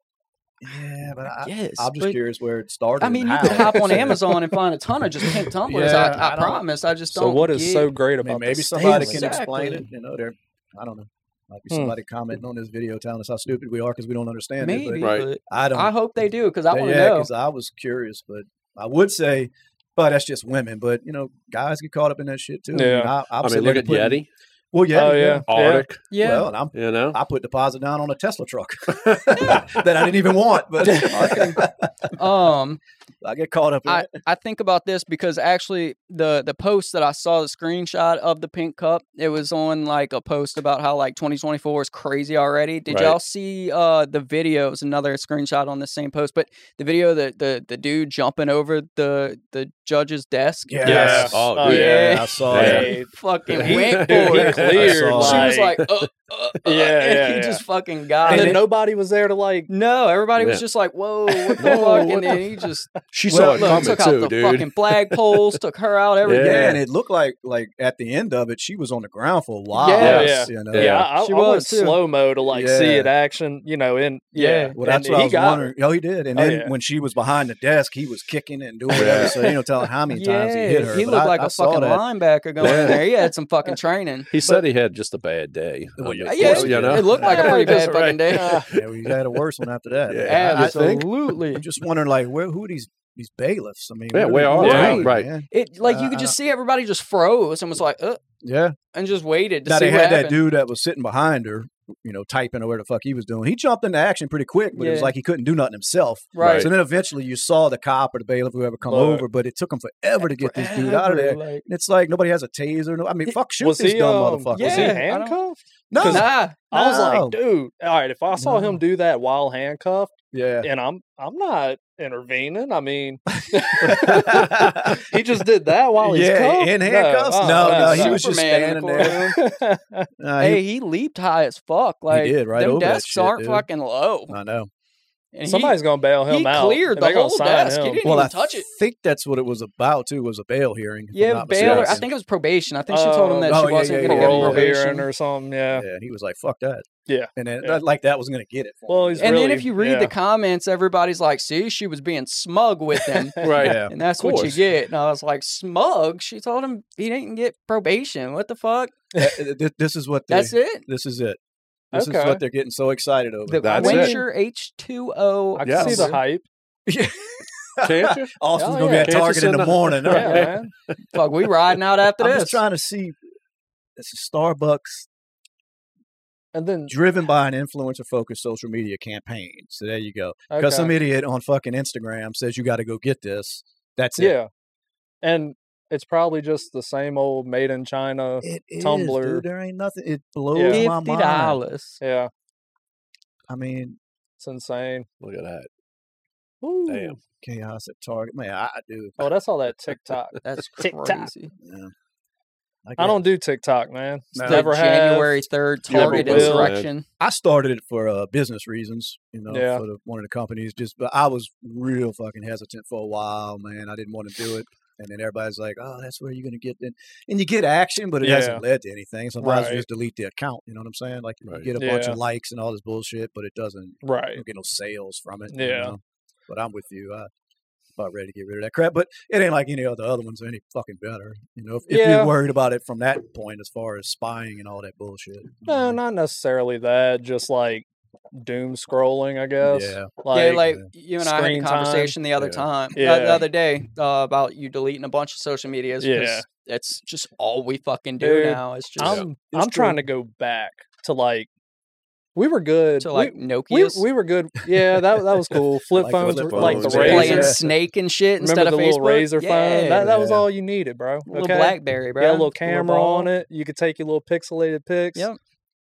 A: yeah, but I,
B: yes,
A: I'm just
B: but-
A: curious where it started.
B: I mean,
A: and
B: you could
A: how.
B: hop on Amazon and find a ton of just pink tumblers.
A: Yeah,
B: I, I,
A: I don't-
B: promise. I just don't.
D: So what is
B: get-
D: so great
A: I mean,
D: about
A: maybe
D: this Oh,
A: somebody
D: thing?
A: can explain it.
B: Exactly.
A: You know, there. I don't know. Might be
D: Hmm.
A: somebody commenting on this video telling us how stupid we are because we don't understand
B: Maybe,
A: it.
C: Right.
B: but
A: But I don't.
B: I hope they do because I
A: Yeah,
B: want to
A: yeah,
B: know.
A: because I was curious, but I would say, but that's just women. But you know, guys get caught up in that shit too. I mean,
D: Yeah.
A: I, I'm
C: I mean,
A: sitting
C: look
A: there
C: at
A: putting-
C: Yeti.
A: Well, yeah,
D: oh yeah, yeah.
C: Arctic,
B: Yeah.
A: Well, and I'm,
C: you know.
A: I put deposit down on a Tesla truck that I didn't even want, but
B: um
A: I get caught up in
B: I,
A: it.
B: I think about this because actually the the post that I saw the screenshot of the pink cup it was on like a post about how like 2024 is crazy already. Did
C: Right.
B: y'all see uh the video? It was another screenshot on the same post, but the video that the the dude jumping over the the judge's desk.
A: Yeah.
C: Yes.
A: Yes.
C: Oh,
D: Oh,
C: dude.
B: yeah.
A: I saw
C: Yeah.
A: that.
D: Hey,
B: Fucking
D: he-
B: went
D: dude,
B: for
D: he
B: it.
D: cleared.
A: I saw
B: She was like,
D: like-
B: uh, uh, uh,
D: Yeah,
B: and
D: yeah,
B: he
D: yeah.
B: just fucking
D: and
B: got
D: then
B: it.
D: nobody was there to like.
B: No, everybody was
C: Yeah.
B: just like, "Whoa, what the
C: Whoa,
B: fuck?"
C: what
B: And then he just
C: She
B: well,
C: saw
B: look,
C: it
B: took
C: coming too,
B: out the
C: dude.
B: fucking flag poles, took her out,
A: Yeah.
B: everything.
C: Yeah.
A: and it looked like like at the end of it, she was on the ground for a while.
B: Yeah.
A: Yes, You know?
D: Yeah,
C: Yeah.
D: I, I,
B: She
D: I
B: was,
D: went
B: too.
D: slow mo to like see
A: Yeah.
D: it action. You know, in yeah.
A: Well, that's
D: and
A: what I
D: he
A: was
D: got
A: wondering. Oh, he did. And
D: Oh,
A: then
D: yeah.
A: when she was behind the desk, he was kicking it and doing
C: Yeah.
A: whatever. So you don't tell how many times he hit her.
B: He
A: But
B: looked
A: I-
B: like
A: I
B: a
A: saw
B: fucking
A: that.
B: linebacker going
C: Yeah.
B: in there. He had some fucking training.
C: He said he had just a bad day.
A: Well,
C: on the
A: yeah,
C: course,
B: yeah,
A: course,
B: it,
C: you know?
B: it looked like a
D: Yeah,
B: pretty
C: that's
B: bad fucking
C: right.
B: day.
A: Yeah, we had a worse one after that.
C: Yeah.
A: I- I think-
B: Absolutely.
A: I'm just wondering, like, where who are these these bailiffs? I mean,
C: Yeah,
A: do
C: where
A: they-
C: are
B: they?
A: man?
C: Right.
B: It like you
A: Uh,
B: could just see everybody just froze and was like, uh,
A: Yeah.
B: and just waited to
A: Now
B: see
A: they
B: what
A: had that
B: happened.
A: dude that was sitting behind her, you know, typing or where the fuck he was doing. He jumped into action pretty quick, but it was
B: Yeah.
A: like he couldn't do nothing himself.
B: Right.
A: So then eventually you saw the cop or the bailiff, whoever come
D: Right.
A: over, but it took him forever to get this dude out of there. And
D: Like,
A: it's like nobody has a taser. No, I mean, fuck, shoot
D: was
A: this
D: he,
A: dumb
D: um,
A: motherfucker.
D: Was he
B: Yeah, I don't-
D: handcuffed?
A: No,
B: Nah,
D: I was
A: No.
D: like, dude, all right. If I saw
A: No.
D: him do that while handcuffed,
A: yeah,
D: and I'm I'm not intervening. I mean,
A: yeah,
D: he just did that while he's cuffed.
A: in handcuffs. No,
D: uh,
A: no,
D: uh,
A: he was just
B: Oh, Superman in
A: standing
B: the
A: there. Nah, he-
B: hey, he leaped high as fuck. Like
A: did, right
B: them
A: over that
B: desks
A: shit,
B: aren't
A: dude.
B: fucking low.
A: I know.
B: And he-
D: Somebody's gonna bail him
B: he
D: out.
B: cleared
D: and
B: the
D: they gonna
B: whole
D: sign
B: desk. He
D: him.
B: didn't
A: Well, I
B: even touch it.
A: think that's what it was about too. Was a bail hearing. if I'm
B: Yeah,
A: not
B: Baylor. I
A: mistaken.
B: think it was probation. I think she told him that
A: Oh,
B: she
A: yeah,
B: wasn't
A: yeah,
B: going to
A: yeah.
B: get
D: parole
A: Parole
B: probation.
D: hearing or something. Yeah.
A: Yeah, he was like, "Fuck that."
D: Yeah.
A: and then,
D: Yeah.
A: like that wasn't gonna get it. for
D: Well,
A: me.
D: he's
B: And
D: really,
B: then if you read
D: yeah.
B: the comments, everybody's like, "See, she was being smug with him."
C: Right.
A: yeah,
B: And that's what you
C: course.
B: get. And I was like, smug. She told him he didn't get probation. What the fuck?
A: Uh, th- th- this is what they,
B: That's it.
A: This is it. This is
D: Okay.
A: what they're getting so excited over.
B: The
C: That's it.
B: Winsher H two O.
D: I can
C: Yeah.
D: see the hype.
C: Can't you?
A: Austin's
D: Oh,
A: gonna
D: yeah.
A: be
C: Kansas
A: at Target in
C: in
A: the
C: the-
A: morning.
D: Yeah,
A: huh?
C: Right.
D: man.
B: Fuck, we riding out after
A: I'm
B: this.
A: just trying to see. This is Starbucks
D: And then
A: driven by an influencer-focused social media campaign. So there you go. Because
D: okay.
A: some idiot on fucking Instagram says you got to go get this. That's it.
D: yeah, and it's probably just the same old made in China.
A: It is,
D: Tumblr.
A: dude. There ain't nothing. It blows
D: Yeah.
A: my
B: Fifty
A: mind.
B: dollars.
D: Yeah,
A: I mean,
D: it's insane.
C: Look at that.
D: Woo.
C: Damn.
A: chaos at Target. Man, I I do.
D: Oh, that's all that TikTok.
B: That's
D: TikTok.
B: crazy.
A: Yeah.
D: I
A: get-
D: don't do TikTok, man.
A: No.
D: Never
B: the
D: have.
B: January third
D: Never
B: target
D: will.
B: insurrection.
A: I started it for uh, business reasons, you know,
D: Yeah.
A: for the, one of the companies. Just, but I was real fucking hesitant for a while, man. I didn't want to do it, and then everybody's like, "Oh, that's where you're gonna get," in. and you get action, but it
D: Yeah.
A: hasn't led to anything. So I might as well
D: Right.
A: just delete the account. You know what I'm saying? Like, you
C: Right.
A: get a bunch
D: Yeah.
A: of likes and all this bullshit, but it doesn't. You
D: Right.
A: don't get no sales from it. you
D: Yeah.
A: know? But I'm with you. I, about ready to get rid of that crap, but it ain't like any of the other ones any fucking better. You know, if, if
D: Yeah.
A: you're worried about it from that point, as far as spying and all that bullshit. you
D: No,
A: know?
D: not necessarily that. Just like doom scrolling, I guess.
A: Yeah.
D: Like,
B: yeah, like you and I had a
D: screen time.
B: conversation the other
C: Yeah.
B: time, uh, the
D: Yeah.
B: other day, uh, about you deleting a bunch of social medias. 'cause
D: Yeah.
B: that's just all we fucking do
D: Dude,
B: now. It's just
D: I'm I'm trying to go back to like we were good.
B: to
D: We-
B: like
D: we,
B: Nokia's
D: we, were good. Yeah, that that was cool. Flip
A: Like the
D: phones,
A: flip
D: were like the
C: phones,
D: razor.
C: yeah.
B: playing
A: razors.
B: Snake and shit
D: Remember
B: instead
D: the
B: of
D: little
B: Facebook.
D: razor phone?
B: Yeah.
D: That, that was
A: Yeah.
D: all you needed, bro.
B: Little
D: okay?
B: BlackBerry, bro.
D: You had a little camera
B: ball.
D: on it. You could take your little pixelated pics.
B: Yep.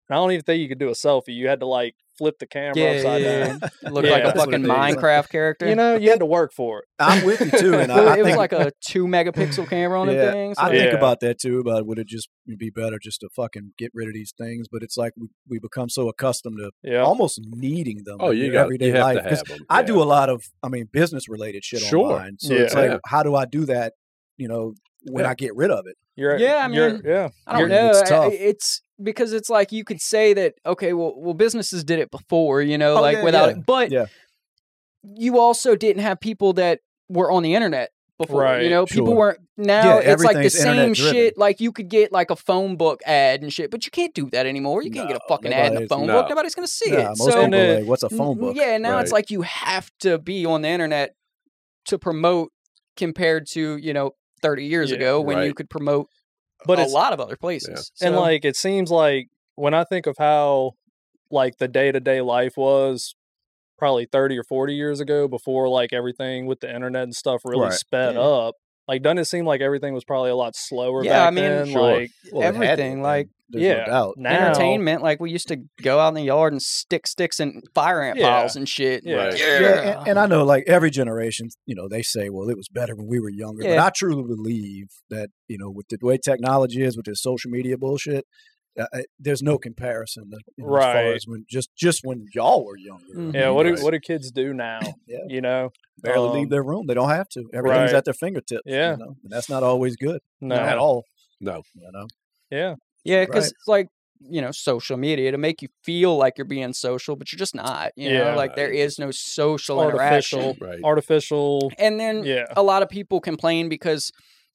D: And I don't even think you could do a selfie. You had to like flip the camera
B: Yeah,
D: upside
B: yeah,
D: down.
B: yeah. It looked like a
D: Yeah. That's
A: what
B: fucking
A: it is.
B: Minecraft character.
D: You know, you had to work for it.
A: I'm with you too, and
B: It
A: I, I
B: was
A: think
B: like a two megapixel camera on
A: Yeah,
B: the thing. So
A: I think
D: Yeah.
A: about that too. About would it just be better just to fucking get rid of these things? But it's like we, we become so accustomed to
D: Yeah.
A: almost needing them.
C: Oh,
A: in
C: you
A: your
C: got
A: everyday
C: you have
A: life.
C: to
A: 'Cause
C: have them.
A: I
C: yeah.
A: do a lot of, I mean, business related shit
C: Sure.
A: online. So it's
D: Yeah.
A: like,
C: Yeah.
A: how do I do that? You know, when
C: Yeah.
A: I get rid of it,
D: You're,
B: Yeah, I
D: you're-
B: mean-
D: yeah.
B: I don't
A: You're-
B: know.
A: it's
B: It's,
A: tough.
B: it's because it's like you could say that okay, well, well, businesses did it before, you know,
A: Oh,
B: like
A: yeah,
B: without
A: yeah,
B: it, but
A: yeah.
B: you also didn't have people that were on the internet before, you
D: Right,
B: know, people
A: sure.
B: weren't.
A: Yeah,
B: Now it's like the
A: everything's
B: same
A: internet-driven.
B: shit. Like you could get like a phone book ad and shit, but you can't do that anymore. You can't get a
A: No,
B: fucking ad in a
A: nobody's-
B: phone
C: no.
B: book. Nobody's gonna see
A: yeah,
B: it.
A: most
B: So
A: people
D: And, uh,
A: are like, what's a phone
B: Mm,
A: book?
B: Yeah, now it's
C: Right.
B: like you have to be on the internet to promote compared to, you know, 30 years
D: Yeah,
B: ago when you
C: right.
B: could promote but
D: But
B: a
D: it's-
B: lot of other places.
D: And
B: So-
D: like it seems like when I think of how like the day to day life was probably 30 or 40 years ago before like everything with the internet and stuff really
E: Right.
D: sped
B: Yeah.
D: up. Like doesn't it seem like everything was probably a lot slower
B: Yeah, I
D: back
B: mean,
D: then?
C: Sure.
D: Like
E: Well, it had to have
B: Everything,
E: been.
B: like,
E: There's
D: yeah.
E: no doubt.
D: now
B: entertainment, like we used to go out in the yard and stick sticks and fire ant
D: Yeah.
B: piles and shit.
D: Yeah. uh-huh. Right.
B: Yeah.
A: Yeah, and, and I know like every generation, you know, they say, well, it was better when we were younger. But
B: Yeah.
A: I truly believe that, you know, with the way technology is, with the social media bullshit, uh, uh, there's no comparison to, you know, as far
D: Right.
A: as when just just when y'all were younger. I
B: Mhm.
D: Yeah,
A: mean,
D: what do
A: like,
D: what do kids do now?
A: mm-hmm. Yeah.
D: You know?
A: barely
D: um,
A: leave their room? They don't have to. Everything's
D: right.
A: at their fingertips. you
D: Yeah.
A: know? and that's not always good
D: No.
A: at all.
C: No.
A: You know,
D: Yeah.
B: Yeah,
A: Right.
B: because it's like you know social media to make you feel like you're being social, but you're just not. You know,
D: Yeah.
B: like there is no social
D: Artificial
B: interaction.
C: Right.
D: artificial
B: And then
A: Mm,
D: Yeah.
A: oh,
B: a lot of people complain because,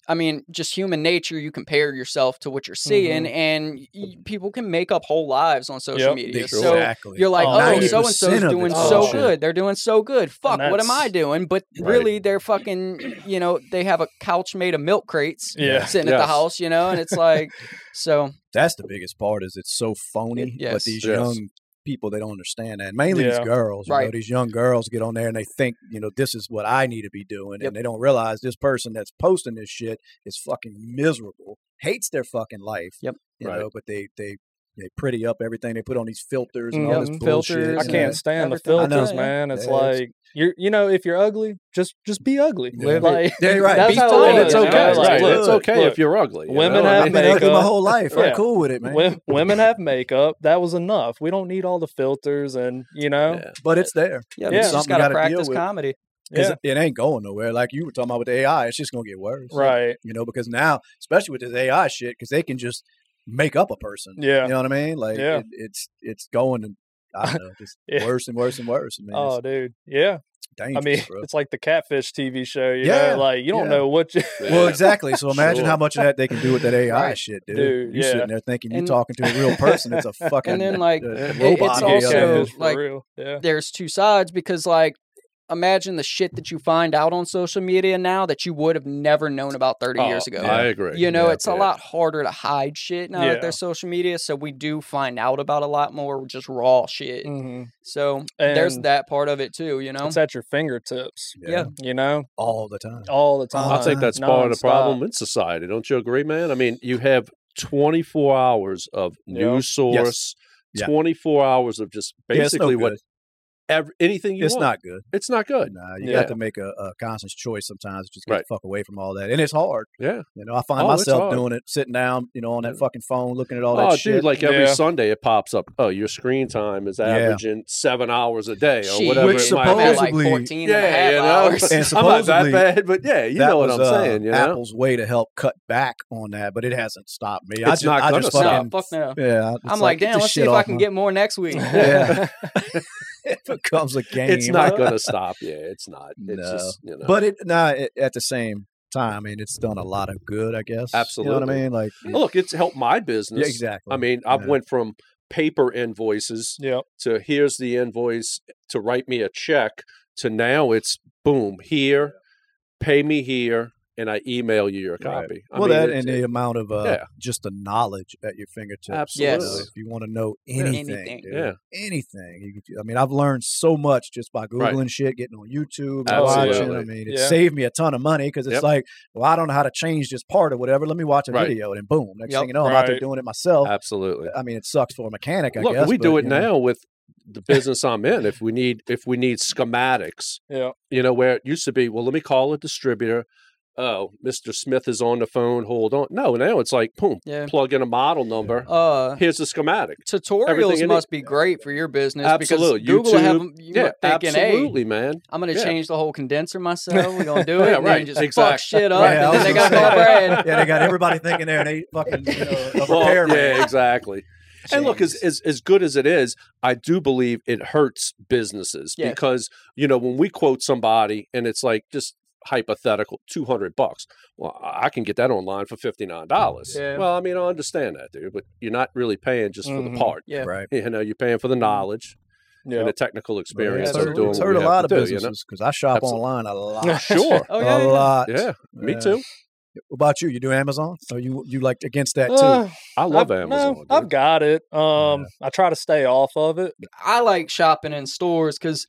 B: I mean, just human nature. You compare yourself to what you're seeing, and y- people can make up whole lives on social
D: Yep.
B: media.
C: Sure.
B: So
A: exactly.
B: you're like,
D: Oh,
B: oh, so and
A: 90%
B: so's
A: of Oh,
B: doing
A: it's
B: so
D: bullshit.
B: good. They're doing so good. Fuck, what am I
D: that's-
B: doing? But
C: Right.
B: really, they're fucking. You know, they have a couch made of milk crates
D: Yeah.
B: sitting at the
C: Yes.
B: house. You know, and it's like, so
A: that's the biggest part is it's so phony
B: yes.
A: but these
C: Yes.
A: young people they don't understand that mainly these
D: Yeah.
A: girls you know
B: Right.
A: these young girls get on there and they think you know this is what i need to be doing
B: Yep.
A: and they don't realize this person that's posting this shit is fucking miserable hates their fucking life
B: Yep.
A: you
C: Right.
A: know but they they they pretty up everything they put on these filters and all this
B: Mhm.
A: bullshit
B: Filters.
A: you
D: Mm-hmm. I
A: know?
D: can't stand the
B: Everything.
A: I know.
D: filters, man. It's
A: Yeah, it's-
D: like you're you know, if you're ugly, just just be ugly.
A: Yeah. Live it.
D: like
A: Yeah, you're right.
D: That's
A: Be
D: how
A: fine.
D: it
C: and
D: is,
C: it's
D: you know?
C: okay.
A: It's
D: Like,
C: right.
A: look,
C: it's okay
D: look,
C: if you're ugly. you know?
D: women have
C: I
A: I've
C: mean,
A: been ugly my
D: makeup.
A: whole life. I'm
D: Yeah.
A: cool with it, man.
D: Women, women have makeup. That was enough. We don't need all the filters and you know.
C: Yeah.
A: but it's there.
B: yeah,
D: Yeah.
B: you just
A: Something
B: gotta,
A: gotta deal
B: practice
A: with.
B: comedy.
A: 'Cause
D: Yeah.
A: It ain't going nowhere. Like you were talking about with the AI, it's just gonna get worse.
D: Right.
A: you know, because now, especially with this AI shit, because they can just make up a person.
D: Yeah.
A: You know what I mean? Like,
D: Yeah.
A: it, it's it's going and I don't know, just
D: Yeah.
A: worse and worse and worse. I mean,
D: Oh, dude. Yeah.
A: it's
D: I
A: dangerous,
D: mean,
A: bro.
D: it's like the catfish TV show. You
A: Yeah,
D: know, like you don't
A: yeah.
D: know what you.
A: Well,
C: Yeah.
A: exactly. So imagine
C: Sure.
A: how much of that they can do with that AI
B: Right.
A: shit, dude.
D: Dude,
A: you
D: yeah.
A: sitting there thinking you're
B: And-
A: talking to a real person. It's a fucking
B: then, like,
A: uh,
C: it-
A: robot.
B: it's
A: on the other
B: also-
A: end.
D: catfish for
B: like-
D: real. Yeah.
B: There's two sides because like imagine the shit that you find out on social media now that you would have never known about 30
D: Oh,
B: years ago.
A: yeah.
C: I agree.
B: You know,
C: Yeah.
B: it's a
C: Yeah.
B: lot harder to hide shit now that
D: Yeah.
B: there's social media, so we do find out about a lot more just raw shit.
D: hmm
B: So
D: And
B: there's that part of it too, you know.
D: It's at your fingertips.
B: yeah.
D: You know,
A: all the time.
D: all the time.
A: Uh,
C: I think that's part of the
D: nonstop.
C: problem in society. Don't you agree, man? I mean, you have 24 hours of
D: Yeah.
C: news source,
A: Yeah.
C: 24 hours of just
A: Yeah, it's no
C: basically what
A: good.
C: ev- anything you
A: it's
C: want.
A: not good.
C: It's not good.
A: Nah, you
C: Yeah.
A: got to make a, a conscious choice sometimes. Just get
C: Right.
A: the fuck away from all that, and it's hard.
C: Yeah.
A: You know, I find
C: Oh, it's
A: myself
C: hard.
A: doing it, sitting down, you know, on that fucking phone, looking at all
C: oh,
A: that
C: dude,
A: shit.
C: like every
D: Yeah.
C: Sunday it pops up. Oh, your screen time is
A: Yeah.
C: averaging seven hours a day or
B: Shit,
C: whatever
A: Which
C: it
B: I'm
C: might
B: at
C: be.
A: supposed-
B: like
A: supposedly-
B: 14 and a
C: yeah,
B: half
C: you know,
B: hours.
A: And
C: I'm not that
A: supposedly
C: bad, but yeah, you
A: That
C: know what
A: was,
C: I'm
A: uh,
C: saying. You know,
A: Apple's way to help cut back on that, but it hasn't stopped me. I
C: It's
A: just,
C: not
A: I
C: gonna
A: just
C: stop.
B: no,
A: fucking,
B: fuck no.
A: yeah. it's
B: I'm like,
A: get
B: damn,
A: this
B: let's see
A: shit
B: if I
A: off
B: can
A: my-"
B: get more next week.
A: Yeah. it becomes a game.
C: it's not going to stop. Yeah, it's not. It's
A: No.
C: just you know,
A: but it nah. It, at the same time, I mean, it's done a lot of good. I guess. You know what I
C: Absolutely.
A: mean? Like,
C: look, it's helped my business.
A: yeah, exactly.
C: I mean, I
A: Yeah.
C: went from paper invoices
D: Yeah.
C: to here's the invoice to write me a check to now it's boom here, pay me here, and I email you your
A: Right.
C: copy. I
A: well,
C: mean,
A: that
C: it-
A: and
C: it-
A: the amount of uh,
C: yeah.
A: just the knowledge at your fingertips. you know,
C: Absolutely.
A: if you want to know
C: Yeah.
A: anything,
B: Anything.
A: dude,
C: Yeah.
A: anything. You could, I mean, I've learned so much just by
C: Right.
A: googling shit, getting on YouTube, and watching. I
C: Absolutely.
A: mean, it
D: Yeah.
A: saved me a ton of money because it's
C: Yep.
A: like, well, I don't know how to change this part or whatever. Let me watch a
C: Right.
A: video, and boom, next
B: Yep.
A: thing you know, I'm out there
D: Right.
A: doing it myself.
C: absolutely.
A: I mean, it sucks for a mechanic. I
C: Look,
A: guess
C: we
A: but,
C: do it
A: you know,
C: now with the business I'm in. If we need if we need schematics,
D: Yeah.
C: you know, where it used to be, well, let me call a distributor. Oh, Mr. Smith is on the phone. Hold on. No, now it's like boom,
B: Yeah.
C: plug in a model number.
B: Uh
C: Here's the schematic. Everything
B: tutorials
C: in it.
B: must be great for your business
C: Absolutely.
B: because Google have
C: YouTube.
B: you
C: Yeah,
B: were thinking, hey,
C: absolutely, man.
B: I'm going to
C: Yeah.
B: change the whole condenser myself. We're going to do it.
C: Yeah,
B: and
C: right.
B: Then just fuck
C: Exact-
B: shit up.
A: Right, I
B: and
A: was
B: then they got
A: gonna
B: to call
A: say.
B: Brad.
A: yeah, they got everybody thinking they're an eight fucking you know, a
C: Well,
A: repairman.
C: yeah, exactly. And look, as, as as good as it is, I do believe it hurts businesses
B: Yeah.
C: because you know when we quote somebody and it's like just hypothetical two hundred bucks. Well, I I can get that online for fifty nine dollars.
B: Yeah.
C: Well, I mean, I understand that, dude, but you're not really paying just for the
A: Mm-hmm.
D: Mhm.
C: part.
B: Yeah.
A: Right.
C: You know, you're paying for
B: Mm-hmm.
C: the knowledge
D: Yeah.
C: and the technical
A: But
C: experience
A: It's
B: Yeah,
C: of
A: hurt,
C: doing
A: it's
C: what
A: hurt
C: we
A: a
C: have
A: lot of
C: to do, you know?
A: businesses because I shop
C: Absolutely.
A: online a lot.
C: Sure.
B: Oh, yeah.
A: a
B: yeah.
A: lot.
C: Yeah, me
A: Yeah.
C: too.
A: Uh, What about you? You do Amazon? Are you you like against that too?
D: Uh,
C: I love
D: I've- no,
C: Amazon.
D: I've
C: dude.
D: got it. Um, I try to stay off of it.
B: I like shopping in stores because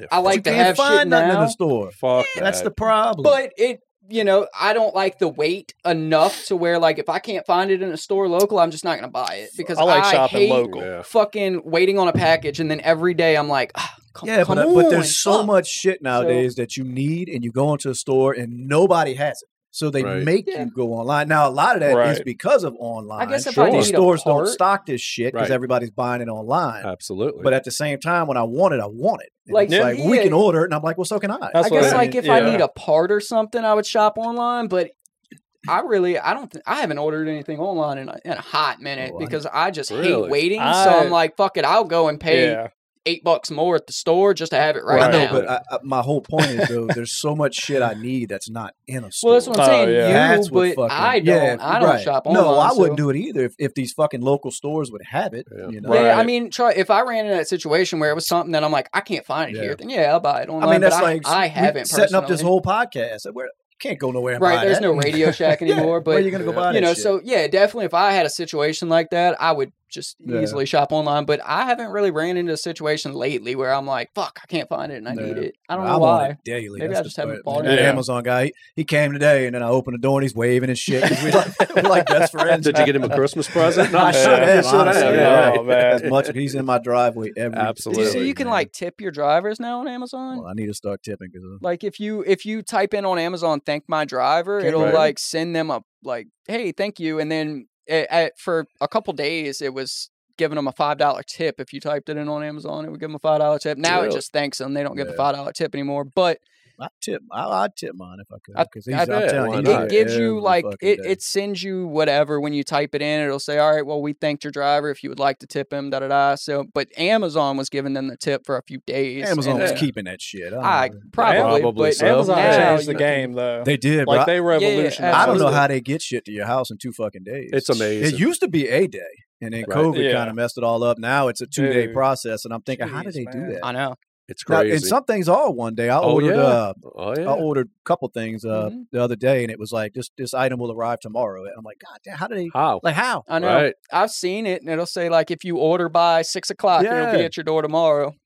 B: I
C: fuck-
A: But you
B: like to
A: can't
B: have
A: find
B: shit
A: nothing in
B: now.
A: the store.
C: fuck
A: That's the
C: that.
A: problem.
B: But it, you know, I don't like the weight enough to where like if I can't find it in a store local, I'm just not gonna buy it because
D: I like shopping
B: hate
D: local.
C: Yeah.
B: Fucking waiting on a package and then every day I'm like, ah, come,
A: yeah,
B: come
A: but, uh,
B: on,
A: but there's so
B: fuck."
A: much shit nowadays that you need, and you go into a store and nobody has it. So they
C: Right.
A: make
B: Yeah.
A: you go online. Now a lot of that is
D: Right.
A: because of online.
B: I guess if
C: I
A: These
C: need a
A: stores don't
B: part-
A: stock this shit because
C: Right.
A: everybody's buying it online.
C: Absolutely.
A: But at the same time, when I want it, I want it. And
B: Like,
A: it's like we
B: yeah.
A: can order it, and I'm like, well, so can I.
D: That's
B: I
D: what
B: guess
D: I
B: like
D: mean.
B: if I
D: Yeah.
B: need a part or something, I would shop online, but. I really, I don't, th- I haven't ordered anything online in a, in a hot minute
A: Oh, I-
B: because I just hate
C: Really?
B: waiting. so
D: I-
B: I'm like, fuck it, I'll go and pay
D: Yeah,
B: eight bucks more at the store just to have it right
D: Well,
A: I know,
B: now.
A: but I, I, my whole point is though, there's so much shit I need that's not in a store.
B: Well, that's what I'm
D: Oh,
B: saying.
D: yeah.
B: You,
A: That's
B: but
A: what fucking,
B: I
A: yeah,
B: don't. I don't
A: right.
B: shop online.
A: No, I wouldn't
B: so-
A: do it either if, if these fucking local stores would have it.
C: Yeah.
A: You know?
D: Right.
B: Yeah, I mean, try if I ran into that situation where it was something that I'm like, I can't find it
A: Yeah.
B: here, then yeah, I'll buy it online.
A: I mean, that's
B: but
A: like
B: I, I
A: we
B: haven't
A: setting up this
B: personally.
A: whole podcast. We're, can't go nowhere. And
B: right.
A: buy
B: There's
A: that.
B: no Radio Shack
A: Yeah, where
B: anymore, but
A: you gonna go buy
B: you
A: that
B: know,
A: shit?
B: so yeah, definitely. If I had a situation like that, I would just
A: Yeah.
B: easily shop online. But I haven't really ran into a situation lately where I'm like, fuck, I can't find it and I
A: No.
B: need it. I don't
A: I'm
B: know
A: on
B: why.
A: it daily.
B: Maybe
A: That's
B: I
A: the
B: just haven't
A: threat,
B: bought
A: man.
D: it.
A: That
D: Yeah.
A: Amazon guy, he, he came today, and then I opened the door, and he's waving and shit. 'cause We like, we're like best friends.
C: Did you get him a Christmas present? No,
A: uh, I
C: you
A: should
C: should've,
A: have.
C: you should've,
A: honestly,
C: yeah,
A: yeah.
C: right.
D: Oh, man.
A: As much he's in my driveway every
B: Did you see
C: Absolutely,
B: you can
A: man.
B: like tip your drivers now on Amazon?
A: Well, I need to start tipping uh, because
B: Like if you if you type in on Amazon "thank my driver,"
A: Okay.
B: it'll
C: Right.
B: like send them a like, "Hey, thank you," and then a at, for a couple days it was giving them a five dollar tip if you typed it in on Amazon. It would give them a five dollar tip. Now it
C: Really?
B: just thanks them; they don't give a
A: Yeah.
B: five dollar tip anymore. But
A: I tip. I, I'd tip mine if I could
B: I-
A: because
B: I-
A: I'm
C: yeah,
A: telling
C: why
A: you, he's
C: Why not?
B: it
A: there
B: gives you
A: every
B: like
A: fucking
B: it
A: day.
B: it sends you whatever when you type it in. It'll say, "All right, well we thanked your driver if you would like to tip him." Da da da. So, but Amazon was giving them the tip for a few days.
A: Amazon
B: and
A: was
B: then-
A: keeping that shit. don't
B: I
A: know.
B: probably,
C: Probably
B: but
C: so.
B: Amazon
D: Amazon
B: now
D: changed the
B: you can-
D: game though.
A: They did,
D: like
A: bro.
D: they revolutionized.
A: I don't know
B: absolutely.
A: how they get shit to your house in two fucking days.
C: It's amazing.
A: It used to be a day, and then
C: Right.
A: COVID
D: Yeah.
A: kind of messed it all up. Now it's a two day
D: Dude.
A: process, and I'm thinking, how did
D: Jeez,
A: they
D: man.
A: do that?
B: I know.
C: It's
A: Now,
C: crazy.
A: and some things are one day. I
C: Oh,
A: ordered,
C: yeah.
A: uh,
C: oh
A: I
C: yeah.
A: ordered a couple things uh,
B: Mhm.
A: the other day, and it was like this this item will arrive tomorrow. And I'm like, God damn, how do they?
C: How?
A: Like how?
B: I know.
C: Right.
B: I've seen it, and it'll say like, if you order by six o'clock, it'll be
A: Yeah.
B: at your door tomorrow.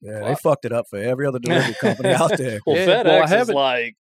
A: Yeah, they fucked it up for every other delivery company out there.
D: Well,
C: Yeah,
D: FedEx
C: well, I
D: is
C: haven't-
D: like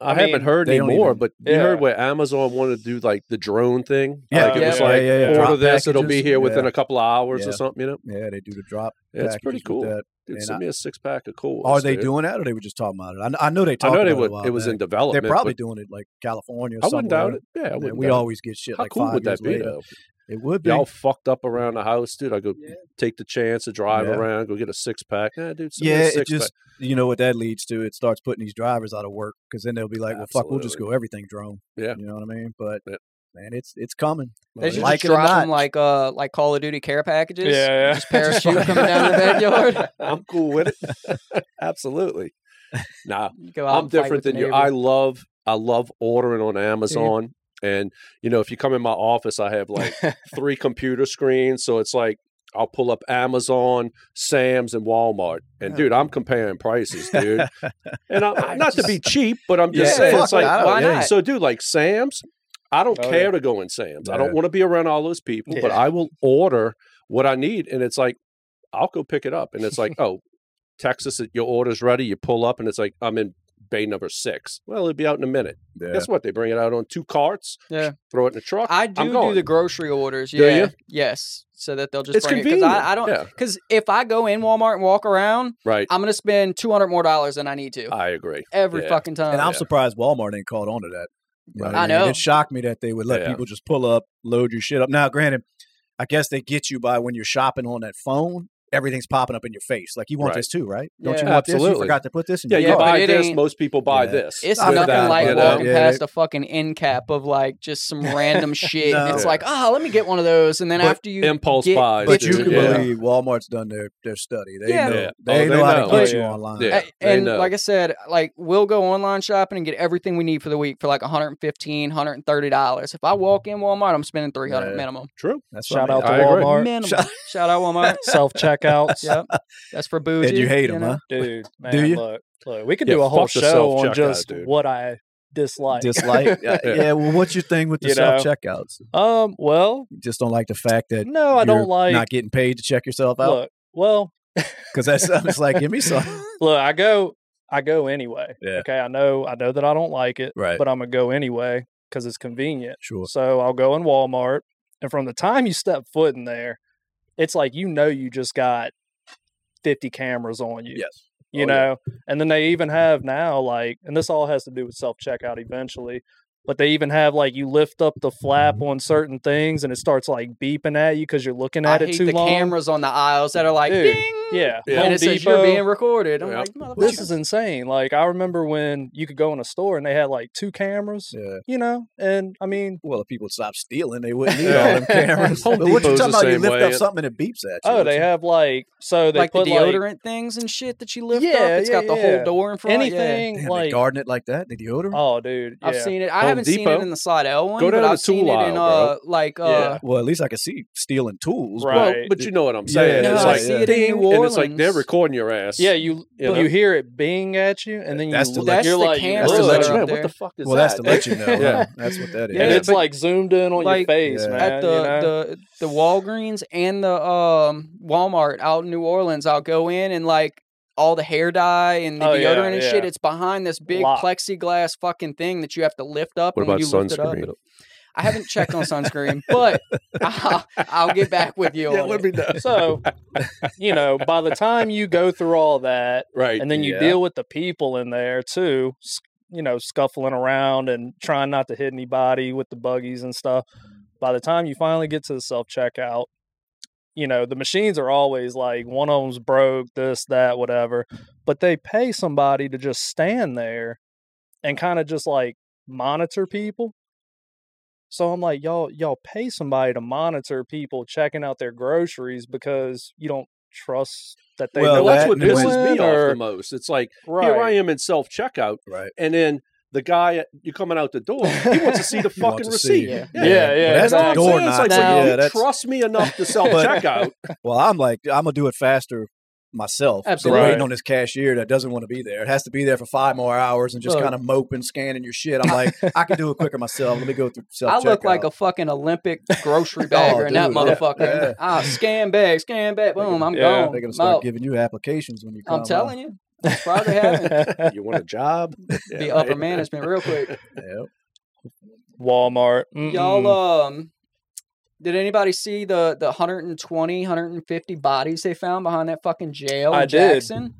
C: I,
D: I mean,
C: haven't heard
A: they don't
C: anymore,
A: even-
C: but you
D: Yeah.
C: heard where Amazon wanted to do like the drone thing.
A: Yeah,
C: like, it
D: yeah,
C: was
D: yeah,
C: like
A: yeah, yeah.
C: order
A: Drop
C: this, it'll be
A: packages.
C: here within
A: Yeah.
C: a couple of hours
A: Yeah.
C: or something. You know,
A: Yeah, they do the drop.
C: yeah, it's pretty
A: packages with
C: cool.
A: that.
C: Dude,
A: And
C: send
A: I-
C: me a six pack of cool.
A: Are they doing that, or they were just talking about it? I, kn- I know they
C: I
A: talked.
C: know they
A: about
C: would.
A: It, a while
C: it was
A: back.
C: in development.
A: They're probably doing it like California. Or
C: but I wouldn't doubt
A: somewhere.
C: it. Yeah, I
A: Man,
C: wouldn't.
A: we
C: doubt it.
A: always get shit
C: How
A: like
C: cool
A: five
C: would
A: years
C: that be?
A: later.
C: Though?
A: It would be.
C: Y'all fucked up around the house, dude. I go take the chance to drive
A: Yeah.
C: around, go get a six pack. Nah, dude, send me a
A: yeah, it
C: six
A: just you know what that leads to. It starts putting these drivers out of work because then they'll be like, "Well, fuck, we'll just
C: Absolutely.
A: go everything drone."
C: Yeah.
A: you know what I mean. But
C: Yeah.
A: man, it's it's coming.
B: They
A: Whether
B: should
A: you like
B: just
A: it or
B: drop
A: not.
B: them like uh like Call of Duty care packages.
D: yeah, yeah.
B: Just parachute coming down the backyard.
C: I'm cool with it. Absolutely. Nah,
B: You go out
C: I'm
B: and fight with
C: different
B: the
C: than you.
B: neighbor.
C: I love I love ordering on Amazon. And you know, if you come in my office, I have like three computer screens. So it's like I'll pull up Amazon, Sam's, and Walmart. And
A: Yeah.
B: Oh.
C: dude, I'm comparing prices, dude. and I'm not to be cheap, but I'm just
A: Yeah,
C: saying
A: fuck
C: it's like
A: that.
B: Why
A: Yeah.
B: not?
C: So, dude, like Sam's, I don't
D: Oh,
C: care
D: yeah.
C: to go in Sam's. I
A: Yeah.
C: don't want to be around all those people, but
D: Yeah.
C: I will order what I need. And it's like, I'll go pick it up. And it's like, oh, Texas, your order's ready. You pull up, and it's like, I'm in bay number six. Well, it'll be out in a minute.
A: Yeah.
C: Guess what? They bring it out on two carts,
B: Yeah.
C: throw it in the truck.
B: I do
C: I'm
B: do
C: going.
B: the grocery orders.
C: Do
B: Yeah.
C: you?
B: Yes. So that they'll just
C: It's
B: bring
C: convenient.
B: it because I, I don't
C: Yeah,
B: because if I go in Walmart and walk around,
C: right.
B: I'm gonna spend two hundred more dollars than I need to
C: I agree.
B: every
C: Uh, yeah.
B: fucking
D: Oh,
B: time.
A: and I'm
C: yeah.
A: surprised Walmart ain't caught on to that. You
C: Right.
A: what
B: I know.
A: mean? It shocked me that they would let
C: Yeah.
A: people just pull up, load your shit up. Now, granted, I guess they get you by when you're shopping on that phone. Everything's popping up in your face. Like you want
C: Right.
A: this too, right? Don't you
B: Yeah.
A: want this? You
C: Absolutely.
A: forgot to put this in.
C: Yeah,
A: your
B: Yeah,
C: you
A: cart.
B: but
C: buy
B: it
C: this.
B: ain't-
C: most people buy
A: Yeah.
C: this.
B: It's
A: Without
B: nothing
A: it,
B: like
A: you know?
B: walking
A: Yeah,
B: past
A: it-
B: a fucking end cap of like just some random shit. And it's
A: No.
B: like, oh, let me get one of those. And then
A: But
B: after you
C: impulse
B: get,
C: buys,
A: But
C: dude.
A: you can
C: yeah.
A: believe Walmart's done their, their study. They
B: Yeah.
A: know
C: Yeah.
A: they,
C: Oh,
A: know
C: they
A: how
C: know.
A: to get
D: Oh,
A: you
D: yeah.
A: online.
C: Yeah.
B: A-
C: they
B: and
C: know.
B: like I said, like we'll go online shopping and get everything we need for the week for like 115 $130. If I walk in Walmart, I'm spending 300
A: Yeah.
B: minimum.
C: True.
A: That's what
D: Shout
A: I mean.
D: out to
C: I agree.
D: Walmart.
B: Minimum. Shout out Walmart.
D: Self checkouts.
B: yep. That's for bougie.
A: And you hate them,
B: know?
A: huh?
D: Dude, man,
A: you?
D: look, look, we could
C: Yeah,
D: do a whole
C: fuck the
D: show on
C: self-checkout,
D: just
C: dude.
D: what I dislike.
A: dislike. yeah, yeah, well, what's your thing with the
D: You know.
A: self checkouts?
D: um, well,
A: You just don't like the fact that
D: no, I
A: you're
D: don't like.
A: not getting paid to check yourself out
D: look, well,
A: because that sounds like give me some.
D: look, I go, I go anyway.
A: Yeah.
D: Okay, I know, I know that I don't like it,
A: Right.
D: but I'm gonna go anyway because it's convenient.
A: Sure.
D: So I'll go in Walmart, and from the time you step foot in there, it's like you know you just got fifty cameras on you.
A: Yes. Oh,
D: You
A: yeah.
D: know, and then they even have now like, and this all has to do with self checkout eventually. But they even have like you lift up the flap on certain things and it starts like beeping at you because you're looking
B: I
D: at it
B: hate
D: too
B: the
D: long.
B: cameras on the aisles that are like,
D: Dude,
B: ding,
D: Yeah,
C: Yeah.
D: Home
B: and it says you're
D: Depot.
B: being recorded. I'm
C: Yep.
B: like,
D: This
B: motherfucker.
D: is insane. Like I remember when you could go in a store and they had like two cameras,
A: Yeah.
D: you know, and I mean,
A: Well, if people stopped stealing, they wouldn't need
C: Yeah.
A: all them cameras.
C: Home
A: but what you talking
C: Depot's the
A: about? You
C: same
A: lift
C: way.
A: up something and it beeps at you.
D: oh,
A: What
D: they
A: you-
D: have like so they
B: like the
D: put
B: deodorant
D: like
B: things and shit that you lift
D: Yeah,
B: up. It's
D: yeah,
B: got the
D: yeah.
B: whole door in front. yeah.
D: anything
A: Damn, they
D: like
A: guarding it like that. The deodorant.
D: oh dude, yeah.
B: I've seen it. I
C: Home
B: haven't seen
C: Depot.
B: it in the slide L one,
C: Go
B: but
C: down to
B: I've seen
C: Tool
B: it
C: aisle,
B: in
C: bro.
B: uh like uh
A: Well, at least I can see stealing tools. but-
C: Well,
D: Right.
C: but you know what I'm
A: Yeah,
C: saying.
A: yeah,
C: it's
A: I
C: like
A: see it
B: in
C: ding,
B: New
C: and it's like they're
B: Orleans.
C: recording your ass.
D: yeah, you
C: You
D: you,
C: know?
D: hear it bing at you, and then you
A: That's to
D: look-
A: let-
D: you're
B: That's the
D: like
B: cameras
A: That's
C: That's
A: to
D: "Ugh."
A: let
B: that
A: you
B: are
C: man,
B: up
C: what
B: there.
C: the fuck is
A: well,
C: that?
A: that's to let you know. huh?
C: Yeah.
A: That's what that is.
B: Yeah,
D: and it's
B: but-
D: like zoomed in on your
B: like,
D: face,
A: Yeah.
D: man.
B: at the
D: you know?
B: the the Walgreens and the um Walmart out in New Orleans. I'll go in and like all the hair dye and the
D: Oh,
B: deodorant
D: yeah,
B: and shit.
D: yeah.
B: It's behind this big
D: Lock.
B: plexiglass fucking thing that you have to lift up.
C: What
B: and when
C: about
B: you lift it up,
C: sunscreen?
B: it'll- I haven't checked on sunscreen, but I'll, I'll get back with you
C: Yeah,
B: on
C: let
B: it.
C: me know.
D: so, you know, by the time you go through all that,
C: Right.
D: and then you
A: Yeah.
D: deal with the people in there too s- you know scuffling around and trying not to hit anybody with the buggies and stuff by the time you finally get to the self-checkout you know the machines are always like one of them's broke this that whatever but they pay somebody to just stand there and kind of just like monitor people so i'm like y'all y'all pay somebody to monitor people checking out their groceries because you don't trust that they
A: Well,
D: know
C: well, that's
A: that
C: what
A: and when-
C: pisses me off
D: or-
C: the most. It's like
D: right
C: here I am in self checkout,
A: Right.
C: and then the guy you coming out the door, he wants to see the
A: He wants
C: fucking
A: to see
C: receipt.
A: it.
B: Yeah.
C: Yeah,
D: Yeah, yeah,
A: But that's
C: That's
A: a
C: what I'm
A: door
C: saying. It's like,
A: knock.
B: Now-
C: well,
A: yeah,
C: you
A: that's,
C: trust me enough to self checkout.
A: well, I'm like, I'm gonna do it faster myself. than
B: Absolutely.
A: waiting on this cashier that doesn't want to be there. It has to be there for five more hours and just
B: Look.
A: kind of moping, scanning your shit. I'm like, I can do it quicker myself. Let me go through self.
B: I look like a fucking Olympic grocery bagger in that
A: dude, yeah,
B: motherfucker.
A: yeah.
B: Ah, scan bag, scan bag. Boom, I'm
D: Yeah.
A: They're
B: gone.
A: gonna
B: I'm,
A: start uh,
B: out.
A: giving you applications when you come.
B: I'm telling you, it's probably happening.
C: you want a job? Yeah,
B: Be
C: right.
B: upper management real quick.
A: you.
D: Walmart.
B: Y'all,
D: mm-mm.
B: um, did anybody see the the 120, 150 bodies they found behind that fucking jail
D: I
B: in
D: did.
B: Jackson?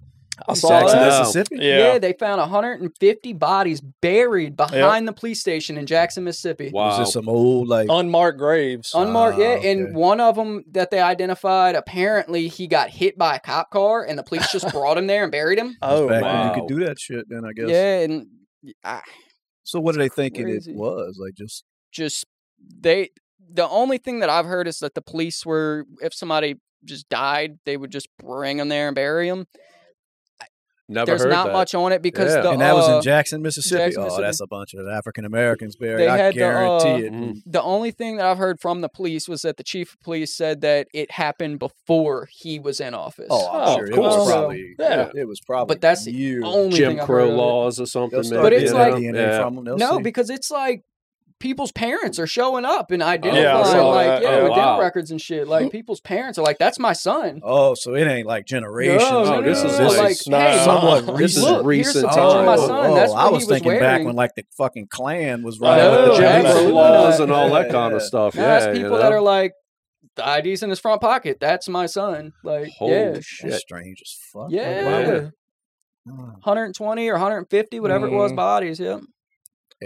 D: I saw
A: Jackson,
D: that.
C: No.
A: Mississippi.
D: Yeah.
B: they found 150 bodies buried behind the police station in Jackson, Mississippi.
C: Wow.
A: Was this some old like?
D: Unmarked graves.
B: Unmarked,
A: Ah,
B: yeah,
C: Oh,
A: okay.
B: and one of them that they identified apparently he got hit by a cop car, and the police just brought him there and buried him.
A: was
D: oh,
A: back
D: man.
A: when you
C: wow.
A: could do that shit. Then I guess.
B: Yeah, and I,
A: So what do they thinking
B: Crazy.
A: it was? Like just
B: just they the only thing that I've heard is that the police were if somebody just died, they would just bring them there and bury them.
C: Never
B: There's
C: heard
B: not
C: that.
B: much on it because
C: Yeah.
B: the
A: and that was
B: uh,
A: in Jackson, Mississippi.
B: Jackson,
A: oh,
B: Mississippi.
A: that's a bunch of African Americans buried.
B: They
A: I
B: had the, uh,
A: guarantee it.
C: Mm.
B: the only thing that I've heard from the police was that the chief of police said that it happened before he was in office.
A: Oh, I'm
D: Oh,
A: sure
D: of
A: it was
D: course.
A: probably.
D: Yeah.
A: it was probably.
B: But that's the
A: years.
B: only
C: Jim
B: thing I've
C: Crow
B: heard of it.
C: laws or something.
A: They'll start
B: But it's
A: getting
B: like-
A: DNA
C: yeah.
A: from them. They'll
B: No,
A: see.
B: because it's like people's parents are showing up and identifying,
D: Yeah, I saw
B: like
D: that.
B: yeah,
D: Oh,
B: with dental
C: wow.
B: records and shit. Like people's parents are like, "That's my son."
A: oh, so it ain't like generations.
B: No,
C: no,
A: ago.
C: this is
A: This
B: like,
A: is
B: hey,
A: somewhat
C: This is
A: recent.
B: look,
C: recent
B: here's a picture
C: time.
B: of my
A: Oh,
B: son. That's
A: oh,
B: what
A: I was
B: he was
A: thinking back
B: wearing.
A: when like the fucking Klan was
D: I
A: right.
D: know,
A: with the
C: Jim
A: Jim
C: Crow
A: Crow
B: absolutely
C: Oh, laws
B: not.
C: and all that kind of stuff.
B: Now
C: yeah,
B: that's
C: you
B: people
C: know?
B: that are like, the ID's in his front pocket. That's my son. Like,
C: Holy
B: yeah,
C: shit!
A: That's strange as fuck. Oh,
B: yeah.
C: wow.
B: 120 or 150, whatever it
C: Mm-hmm.
B: was,
D: Mhm.
B: bodies. Yeah,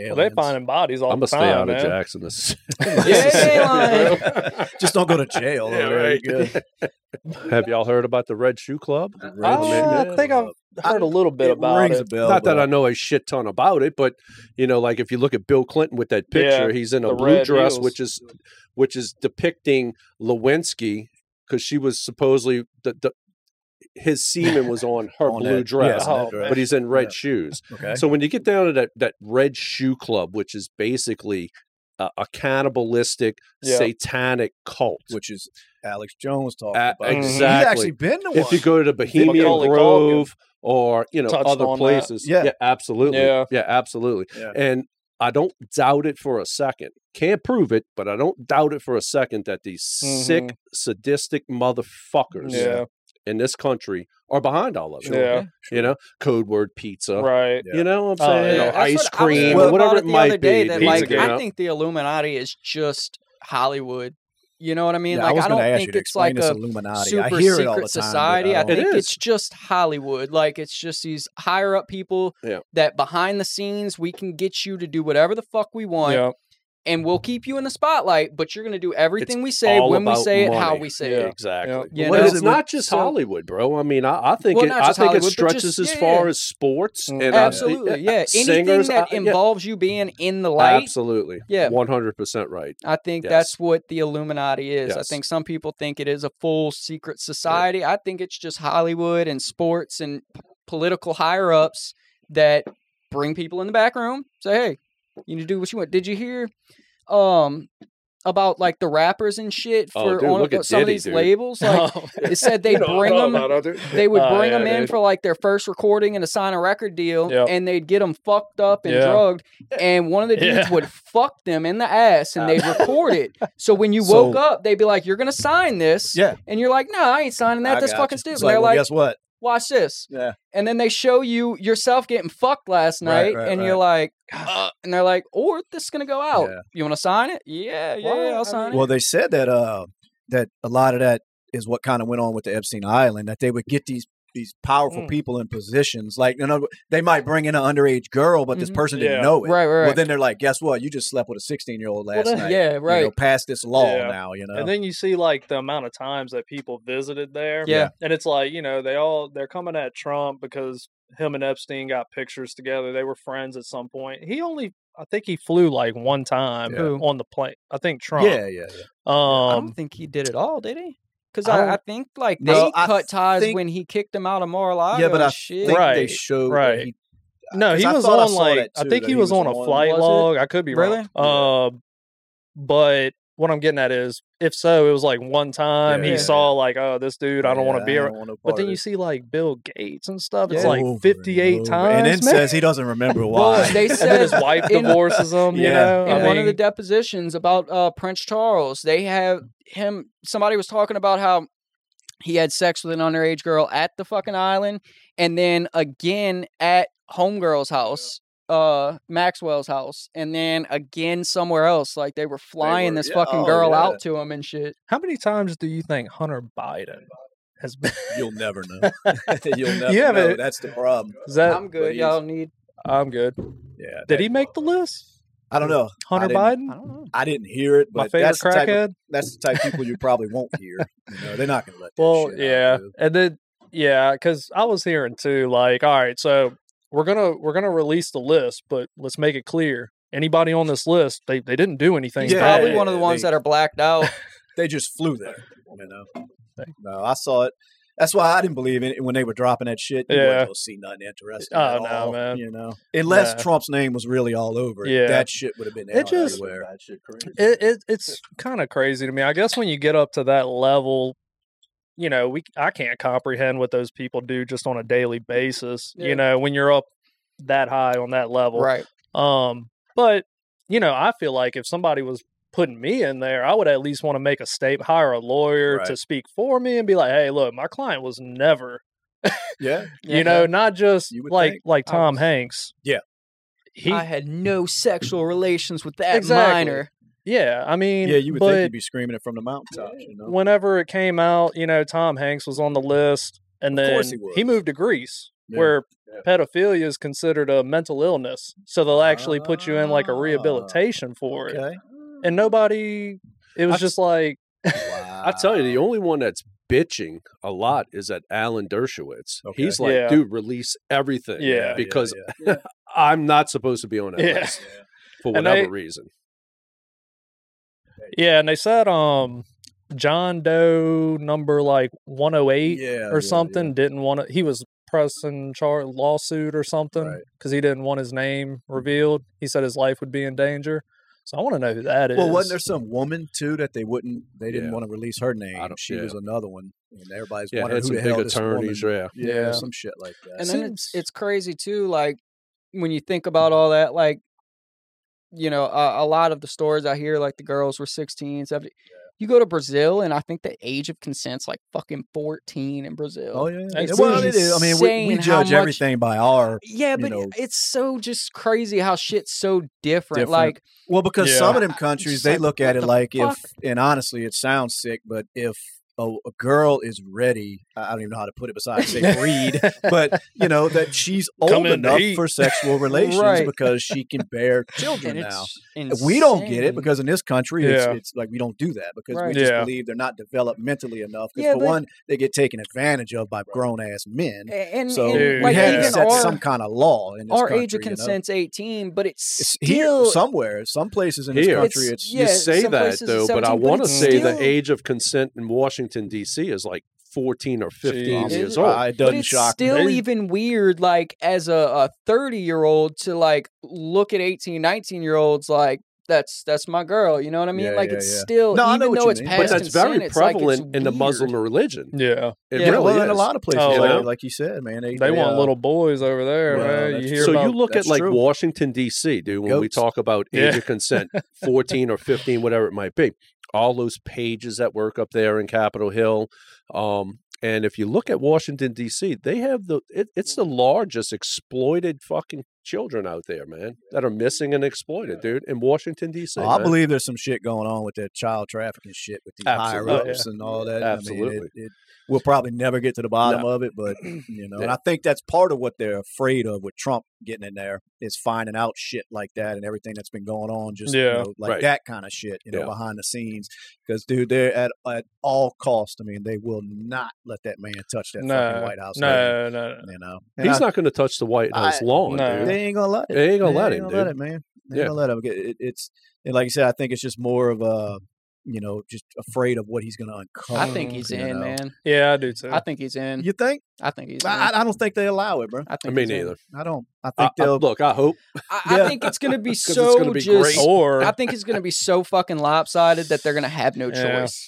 D: Well, they finding bodies all
C: I'm
D: the
C: gonna
D: time.
C: stay out of
D: man.
C: Jackson. This
B: Yeah,
A: Just don't go to jail.
C: Yeah,
A: over there.
C: right.
A: You're good.
C: Have y'all heard about the Red Shoe Club?
D: Uh, I think I've heard a little bit
A: it
D: about
A: rings
D: it.
A: a bell.
C: Not that
A: but-
C: I know a shit ton about it, but you know, like if you look at Bill Clinton with that picture,
D: Yeah,
C: he's in a
D: the
C: blue
D: red
C: dress,
D: heels.
C: which is which is depicting Lewinsky because she was supposedly the, the his semen was on her
A: on
C: blue
A: that-
C: dress,
A: yes, on
D: Oh,
A: that dress.
C: but he's in red
A: Yeah.
C: shoes.
A: Okay.
C: So when you get down to that that red shoe club, which is basically a, a cannibalistic,
D: Yeah.
C: satanic cult.
A: which is Alex Jones talking
C: Uh,
A: about.
D: Mhm.
B: Mm-hmm.
A: He's actually
C: exactly.
A: been to one.
C: If you go to the Bohemian
D: Macaulay Culkin.
C: Grove, or you know
D: Touched
C: other
D: on that.
C: places.
A: Yeah.
C: absolutely.
D: Yeah.
C: yeah, absolutely.
A: Yeah.
C: And I don't doubt it for a second. Can't prove it, but I don't doubt it for a second that these sick, sadistic motherfuckers
D: Mm-hmm. Yeah.
C: in this country are behind all of it.
D: Yeah.
C: You know, code word pizza.
D: Right.
A: Yeah.
C: You know what I'm
D: Oh,
C: saying?
D: yeah.
C: Or ice
D: That's
B: what I was
C: cream,
B: thinking
C: or whatever
B: about
C: it
B: the
C: might
B: other day
C: be.
B: That,
C: pizza,
B: like,
C: you
B: I
C: know?
B: think the Illuminati is just Hollywood. You know what I mean?
A: Yeah,
B: like
A: I was
B: don't
A: going to ask
B: think
A: you to
B: it's like
A: explain this
B: a
A: Illuminati. I
B: super
A: hear
B: secret
A: it all the time. but
B: society. I,
A: don't-
C: It
B: think
C: is.
B: it's just Hollywood. Like it's just these higher up people
C: Yeah.
B: that behind the scenes we can get you to do whatever the fuck we want,
D: Yeah.
B: and we'll keep you in the spotlight. But you're going to do everything we say,
C: all
B: when we
C: about
B: say it, how
C: money.
B: we say
D: Yeah.
B: it.
C: Exactly.
D: Yeah.
B: You
C: But
B: know?
C: it's not just
B: So-
C: Hollywood, bro. I mean, I, I think
B: Well,
C: it,
B: not
C: I
B: just
C: think it
B: Hollywood, but
C: stretches
B: just-
C: as
B: yeah,
C: far
B: yeah.
C: as sports
D: Mm.
C: and uh,
B: Absolutely, yeah. Anything
C: Singers,
B: that
C: I- yeah.
B: involves you being in the light,
C: Absolutely.
B: Yeah.
C: 100% right.
B: I think
C: Yes.
B: that's what the Illuminati is. I
C: Yes.
B: think some people think it is a full secret society. I think it's just Hollywood and sports and p- political higher ups that bring people in the back room, say, hey, you need to do what you want. Did you hear um, about like the rappers and shit
C: Oh,
B: for
C: dude,
B: on,
C: look at
B: some
C: Diddy,
B: of these
C: dude.
B: labels? Like, it said they
C: You know what
B: bring
C: I'm
B: them.
C: talking about, dude.
B: They would
D: Oh,
B: bring
D: yeah,
B: them in
D: dude.
B: for like their first recording and to sign a record deal,
D: Yep.
B: and they'd get them fucked up and
D: Yeah.
B: drugged. And one of the dudes
D: Yeah.
B: would fuck them in the ass, and they'd record it. So when you
A: So-
B: woke up, they'd be like, "You're gonna sign this,"
A: Yeah.
B: and you're like, "No, I ain't signing that.
A: I
B: That's
A: got
B: fucking
A: you.
B: stupid."
A: It's
B: And they're
A: well,
B: like,
A: guess what?
B: "Watch this,"
A: Yeah.
B: and then they show you yourself getting fucked last
A: Right,
B: night,
A: right,
B: and
A: right.
B: you're like, "Uh," and they're like, "Or this is gonna go out.
A: Yeah.
B: You want to sign it? Yeah, yeah,
D: Well,
B: yeah,
D: I
B: I'll sign
A: Well, they said that uh, that a lot of that is what kind of went on with the Epstein Island. That they would get these these powerful
D: Mm.
A: people in positions. Like, you know, they might bring in an underage girl, but this
B: Mhm.
A: person
D: Mm-hmm. Yeah.
A: didn't know
B: it."
A: it.
B: Right, right,
A: Well,
B: right.
A: then they're like, guess what? You just slept with a 16 year old last
D: then-
A: night.
B: yeah, right.
A: You know, pass this law
D: Yeah.
A: now. You know.
D: And then you see like the amount of times that people visited there.
B: Yeah.
D: And it's like, you know, they all they're coming at Trump because him and Epstein got pictures together. They were friends at some point. He only I think he flew like one time
B: Yeah. Who?
D: on the plane. I think Trump.
A: yeah, yeah, yeah.
B: I don't
D: Um
B: think he did it all, did he? Because
D: I
B: I,
D: don't-
B: I, think like they
A: No, I
B: cut ties
A: think-
B: when he kicked him out of Mar-a-Lago.
A: Yeah, but
B: and
A: I
B: shit.
A: think they
D: Right,
A: showed that
D: right.
A: he-
D: no,
A: 'cause
D: he
A: I
D: was
A: thought I
D: on
A: saw
D: like
A: that
D: I
A: too,
D: think
A: that
D: he was on a flight
B: Was it?
D: log. I could be
B: Really?
D: wrong. Uh but what I'm getting at is if so, it was like one time
A: Yeah,
D: he
A: yeah,
D: saw like, oh, this dude, I don't want
A: Yeah,
D: to be around.
A: don't want no
D: But
A: part
D: then
A: of
D: you
A: it.
D: see like Bill Gates and stuff. It's
B: Yeah.
D: like
A: Over and
D: 58
A: over.
D: times.
A: and then
D: man.
A: says he doesn't remember
B: Well,
A: why.
B: they
D: and then his
B: said
D: wife
B: in-
D: divorces him. You
A: Yeah.
D: know,
B: in
D: I
B: one of the
D: mean,
B: depositions about uh, Prince Charles, they have him. Somebody was talking about how he had sex with an underage girl at the fucking island, and then again at homegirl's house, uh, Maxwell's house, and then again somewhere else. Like they were flying
A: were-
B: this
A: yeah,
B: fucking
A: oh,
B: girl
A: yeah.
B: out to him and shit.
D: how many times do you think Hunter Biden has been?
A: You'll never know. You'll never
D: Yeah,
A: know.
D: but-
A: That's the problem.
D: Is that
B: I'm good.
A: he's-
B: Y'all need.
D: I'm good.
A: Yeah.
D: Did
A: that-
D: he make the list?
A: I don't know.
D: Hunter
A: didn't-
B: I
D: Biden,
B: don't know.
A: I didn't hear it,
D: my
A: but
D: favorite
A: that's the, type of,
D: crackhead.
A: that's the type of people you probably won't hear. You know, they're not going to let. that
D: Well,
A: shit out,
D: yeah,
A: dude.
D: and then yeah, because I was hearing too. Like, all right, so we're gonna we're gonna release the list, but let's make it clear. Anybody on this list, they, they didn't do anything.
B: He's
A: Yeah,
D: bad.
B: probably one of the
A: they-
B: ones that are blacked out.
A: They just flew there. You know. No, I saw it. That's why I didn't believe in it when they were dropping that shit. You
D: Yeah.
A: weren't going to see nothing interesting.
D: Oh,
A: at
D: no,
A: all,
D: man.
A: You know, unless
D: Nah.
A: Trump's name was really all over it,
D: Yeah.
A: that shit would have been
D: It
A: out
D: just-
A: everywhere.
D: it, it it's kind of crazy to me. I guess when you get up to that level, you know, we I can't comprehend what those people do just on a daily basis.
B: Yeah.
D: You know, when you're up that high on that level,
B: right.
D: um, but you know, I feel like if somebody was putting me in there, I would at least want to make a statement, hire a lawyer
A: Right.
D: to speak for me, and be like, "Hey, look, my client was never,
A: Yeah,
B: Yeah.
D: you know, not just
A: You would
D: like
A: think.
D: like
B: I
D: Tom
B: was-
D: Hanks."
A: Yeah.
D: he,
B: I had no sexual relations with that
D: Exactly.
B: minor.
D: yeah. I mean,
A: yeah. You would
D: but,
A: think he'd be screaming it from the mountaintops. You know,
D: whenever it came out, you know, Tom Hanks was on the list, and
A: Of
D: then
A: course
D: he,
A: he was.
D: moved to Greece,
A: Yeah.
D: where
A: Yeah.
D: pedophilia is considered a mental illness. So they'll actually put you in like a
A: Ah,
D: rehabilitation for it.
A: okay.
D: And nobody, it was
C: I've-
D: just like,
A: Wow.
C: I tell you, the only one that's bitching a lot is that Alan Dershowitz.
A: Okay.
C: He's like,
D: Yeah.
C: dude, release everything.
D: Yeah. Yeah, yeah,
C: Because
A: yeah.
C: I'm not supposed to be on that
D: Yeah.
C: list for
D: And
C: whatever
D: they-
C: reason.
D: yeah. And they said, um, John Doe number like 108
A: Yeah,
D: or
A: yeah,
D: something didn't want to, he was pressing char- lawsuit or something
A: Right.
D: because he didn't want his name revealed. He said his life would be in danger. So I want to know who that is.
A: Well, wasn't there some woman too that they wouldn't? They didn't
C: Yeah.
A: want to release her name.
C: I don't-
A: She
C: yeah.
A: was another one, and everybody's
C: Yeah,
A: wondering
C: had
A: who
C: some
A: the
C: big
A: hell this woman.
C: attorneys. Yeah.
A: Yeah,
D: Yeah.
A: some shit like that.
B: and then it's it's crazy too like when you think about all that like you know a, a lot of the stories i hear like the girls were 16 17 you go to brazil and i think the age of consent's like fucking 14 in brazil
A: oh yeah,
D: It's
A: well, it is. I mean, we, we
B: insane how
A: judge
B: much-
A: everything by our
B: yeah
A: you
B: but
A: know.
B: it's so just crazy how shit's so different,
A: Different.
B: like
A: Well, because
D: Yeah.
A: some of them
B: I- I'm
A: countries
B: just
A: they
B: like,
A: look
B: what
A: at it
B: the
A: like
B: fuck?
A: if, and honestly, it sounds sick, but if a, a girl is ready, I I don't even know how to put it besides say read, but you know that she's
D: Come
A: old
D: in to
A: enough
D: eat.
A: for sexual relations
B: Right.
A: because she can bear
B: and
A: children now.
B: it's
A: We don't get it
B: insane.
A: because in this country,
D: Yeah.
A: it's, it's like we don't do that because we
B: Right.
A: just
D: Yeah.
A: believe they're not developed mentally enough. 'Cause
B: Yeah,
A: for
B: but-
A: one, they get taken advantage of by grown ass men.
B: A- and,
A: So
B: and,
D: Dude,
A: we
B: like
A: had
B: even
A: to
D: yeah.
A: set
B: our,
A: some kind of law in this
B: our
A: country,
B: age of
A: you know?
B: consent's 18 but it's,
A: It's
B: still
A: here somewhere, some places in this
C: Here.
A: country.
B: It's-
A: It's,
B: Yeah,
C: you say
B: some
C: that
B: places
C: though,
B: it's
C: but I
B: 17, but
C: want to
B: it's
C: say the
B: still-
C: age of consent in Washington D.C. is like 14 or 15
D: Jeez.
C: years
B: Is
C: old.
A: Uh, it doesn't
B: but it's
A: shock me.
B: still
D: me.
B: even weird like as a, a 30 year old to like look at 18 19 year olds like that's that's my girl you know what i mean
A: Yeah,
B: like
A: yeah,
B: it's
A: yeah.
B: still
A: No, I know
B: even
A: what
B: though
A: you
B: it's
A: mean.
C: but
B: past
C: that's very
B: consent, it's, like, it's
C: prevalent in the
B: weird.
C: Muslim religion.
D: yeah,
C: It
B: Yeah,
C: really
A: well,
C: is.
A: in a lot of places,
D: Oh,
A: like,
D: yeah.
A: like you said, man, they,
D: they want
A: uh,
D: little boys over there,
A: well,
D: man.
A: that's
D: You hear
A: true.
C: so
D: about
C: you look at
A: that's
C: like
A: true.
C: Washington D.C., dude. When we
A: Goats.
C: talk about age
D: Yeah.
C: of consent, fourteen or fifteen, whatever it might be, all those pages that work up there in Capitol Hill, um, and if you look at Washington D.C., they have the it, it's the largest exploited fucking children out there, man, that are missing and exploited, dude, in Washington D.C.
A: Oh, I
C: man.
A: believe there's some shit going on with that child trafficking shit with these higher
C: Absolutely.
A: ups and all that. I mean,
C: Absolutely.
A: it, it, we'll probably never get to the bottom of it, but you know, and I think that's part of what they're afraid of with Trump getting in there is finding out shit like that and everything that's been going on, just you
D: Yeah.
A: know, like
C: Right.
A: that kind of shit, you know,
C: Yeah.
A: behind the scenes. Because dude, they're at at all costs. I mean, they will not let that man touch that fucking
D: no,
A: White House. lady,
D: no, no, no.
A: you know, And
C: he's
A: I-
C: not going to touch the White House
A: I-
C: lawn,
D: no.
C: dude.
A: They ain't gonna let it.
C: They ain't gonna let him,
A: They ain't gonna let
C: dude.
A: it, man. They
C: Yeah.
A: ain't gonna let him. It- it- it's and like you said, I think it's just more of a, you know, just afraid of what he's gonna uncover.
B: i think he's
A: you
B: in
A: know.
B: man
D: Yeah, I do too.
B: i think he's in
A: You think?
B: i think he's in.
A: I, I- I don't think they allow it, bro.
B: I think
C: me
B: he's in.
C: neither.
A: I don't. I
C: I,
A: think
C: I-
A: they'll.
C: look, I hope
B: I, I
A: Yeah.
B: think it's gonna be
C: 'Cause it's
B: so
C: gonna be
B: just.
C: great.
D: or
B: I think it's gonna be so fucking lopsided that they're gonna have no
D: Yeah.
B: choice.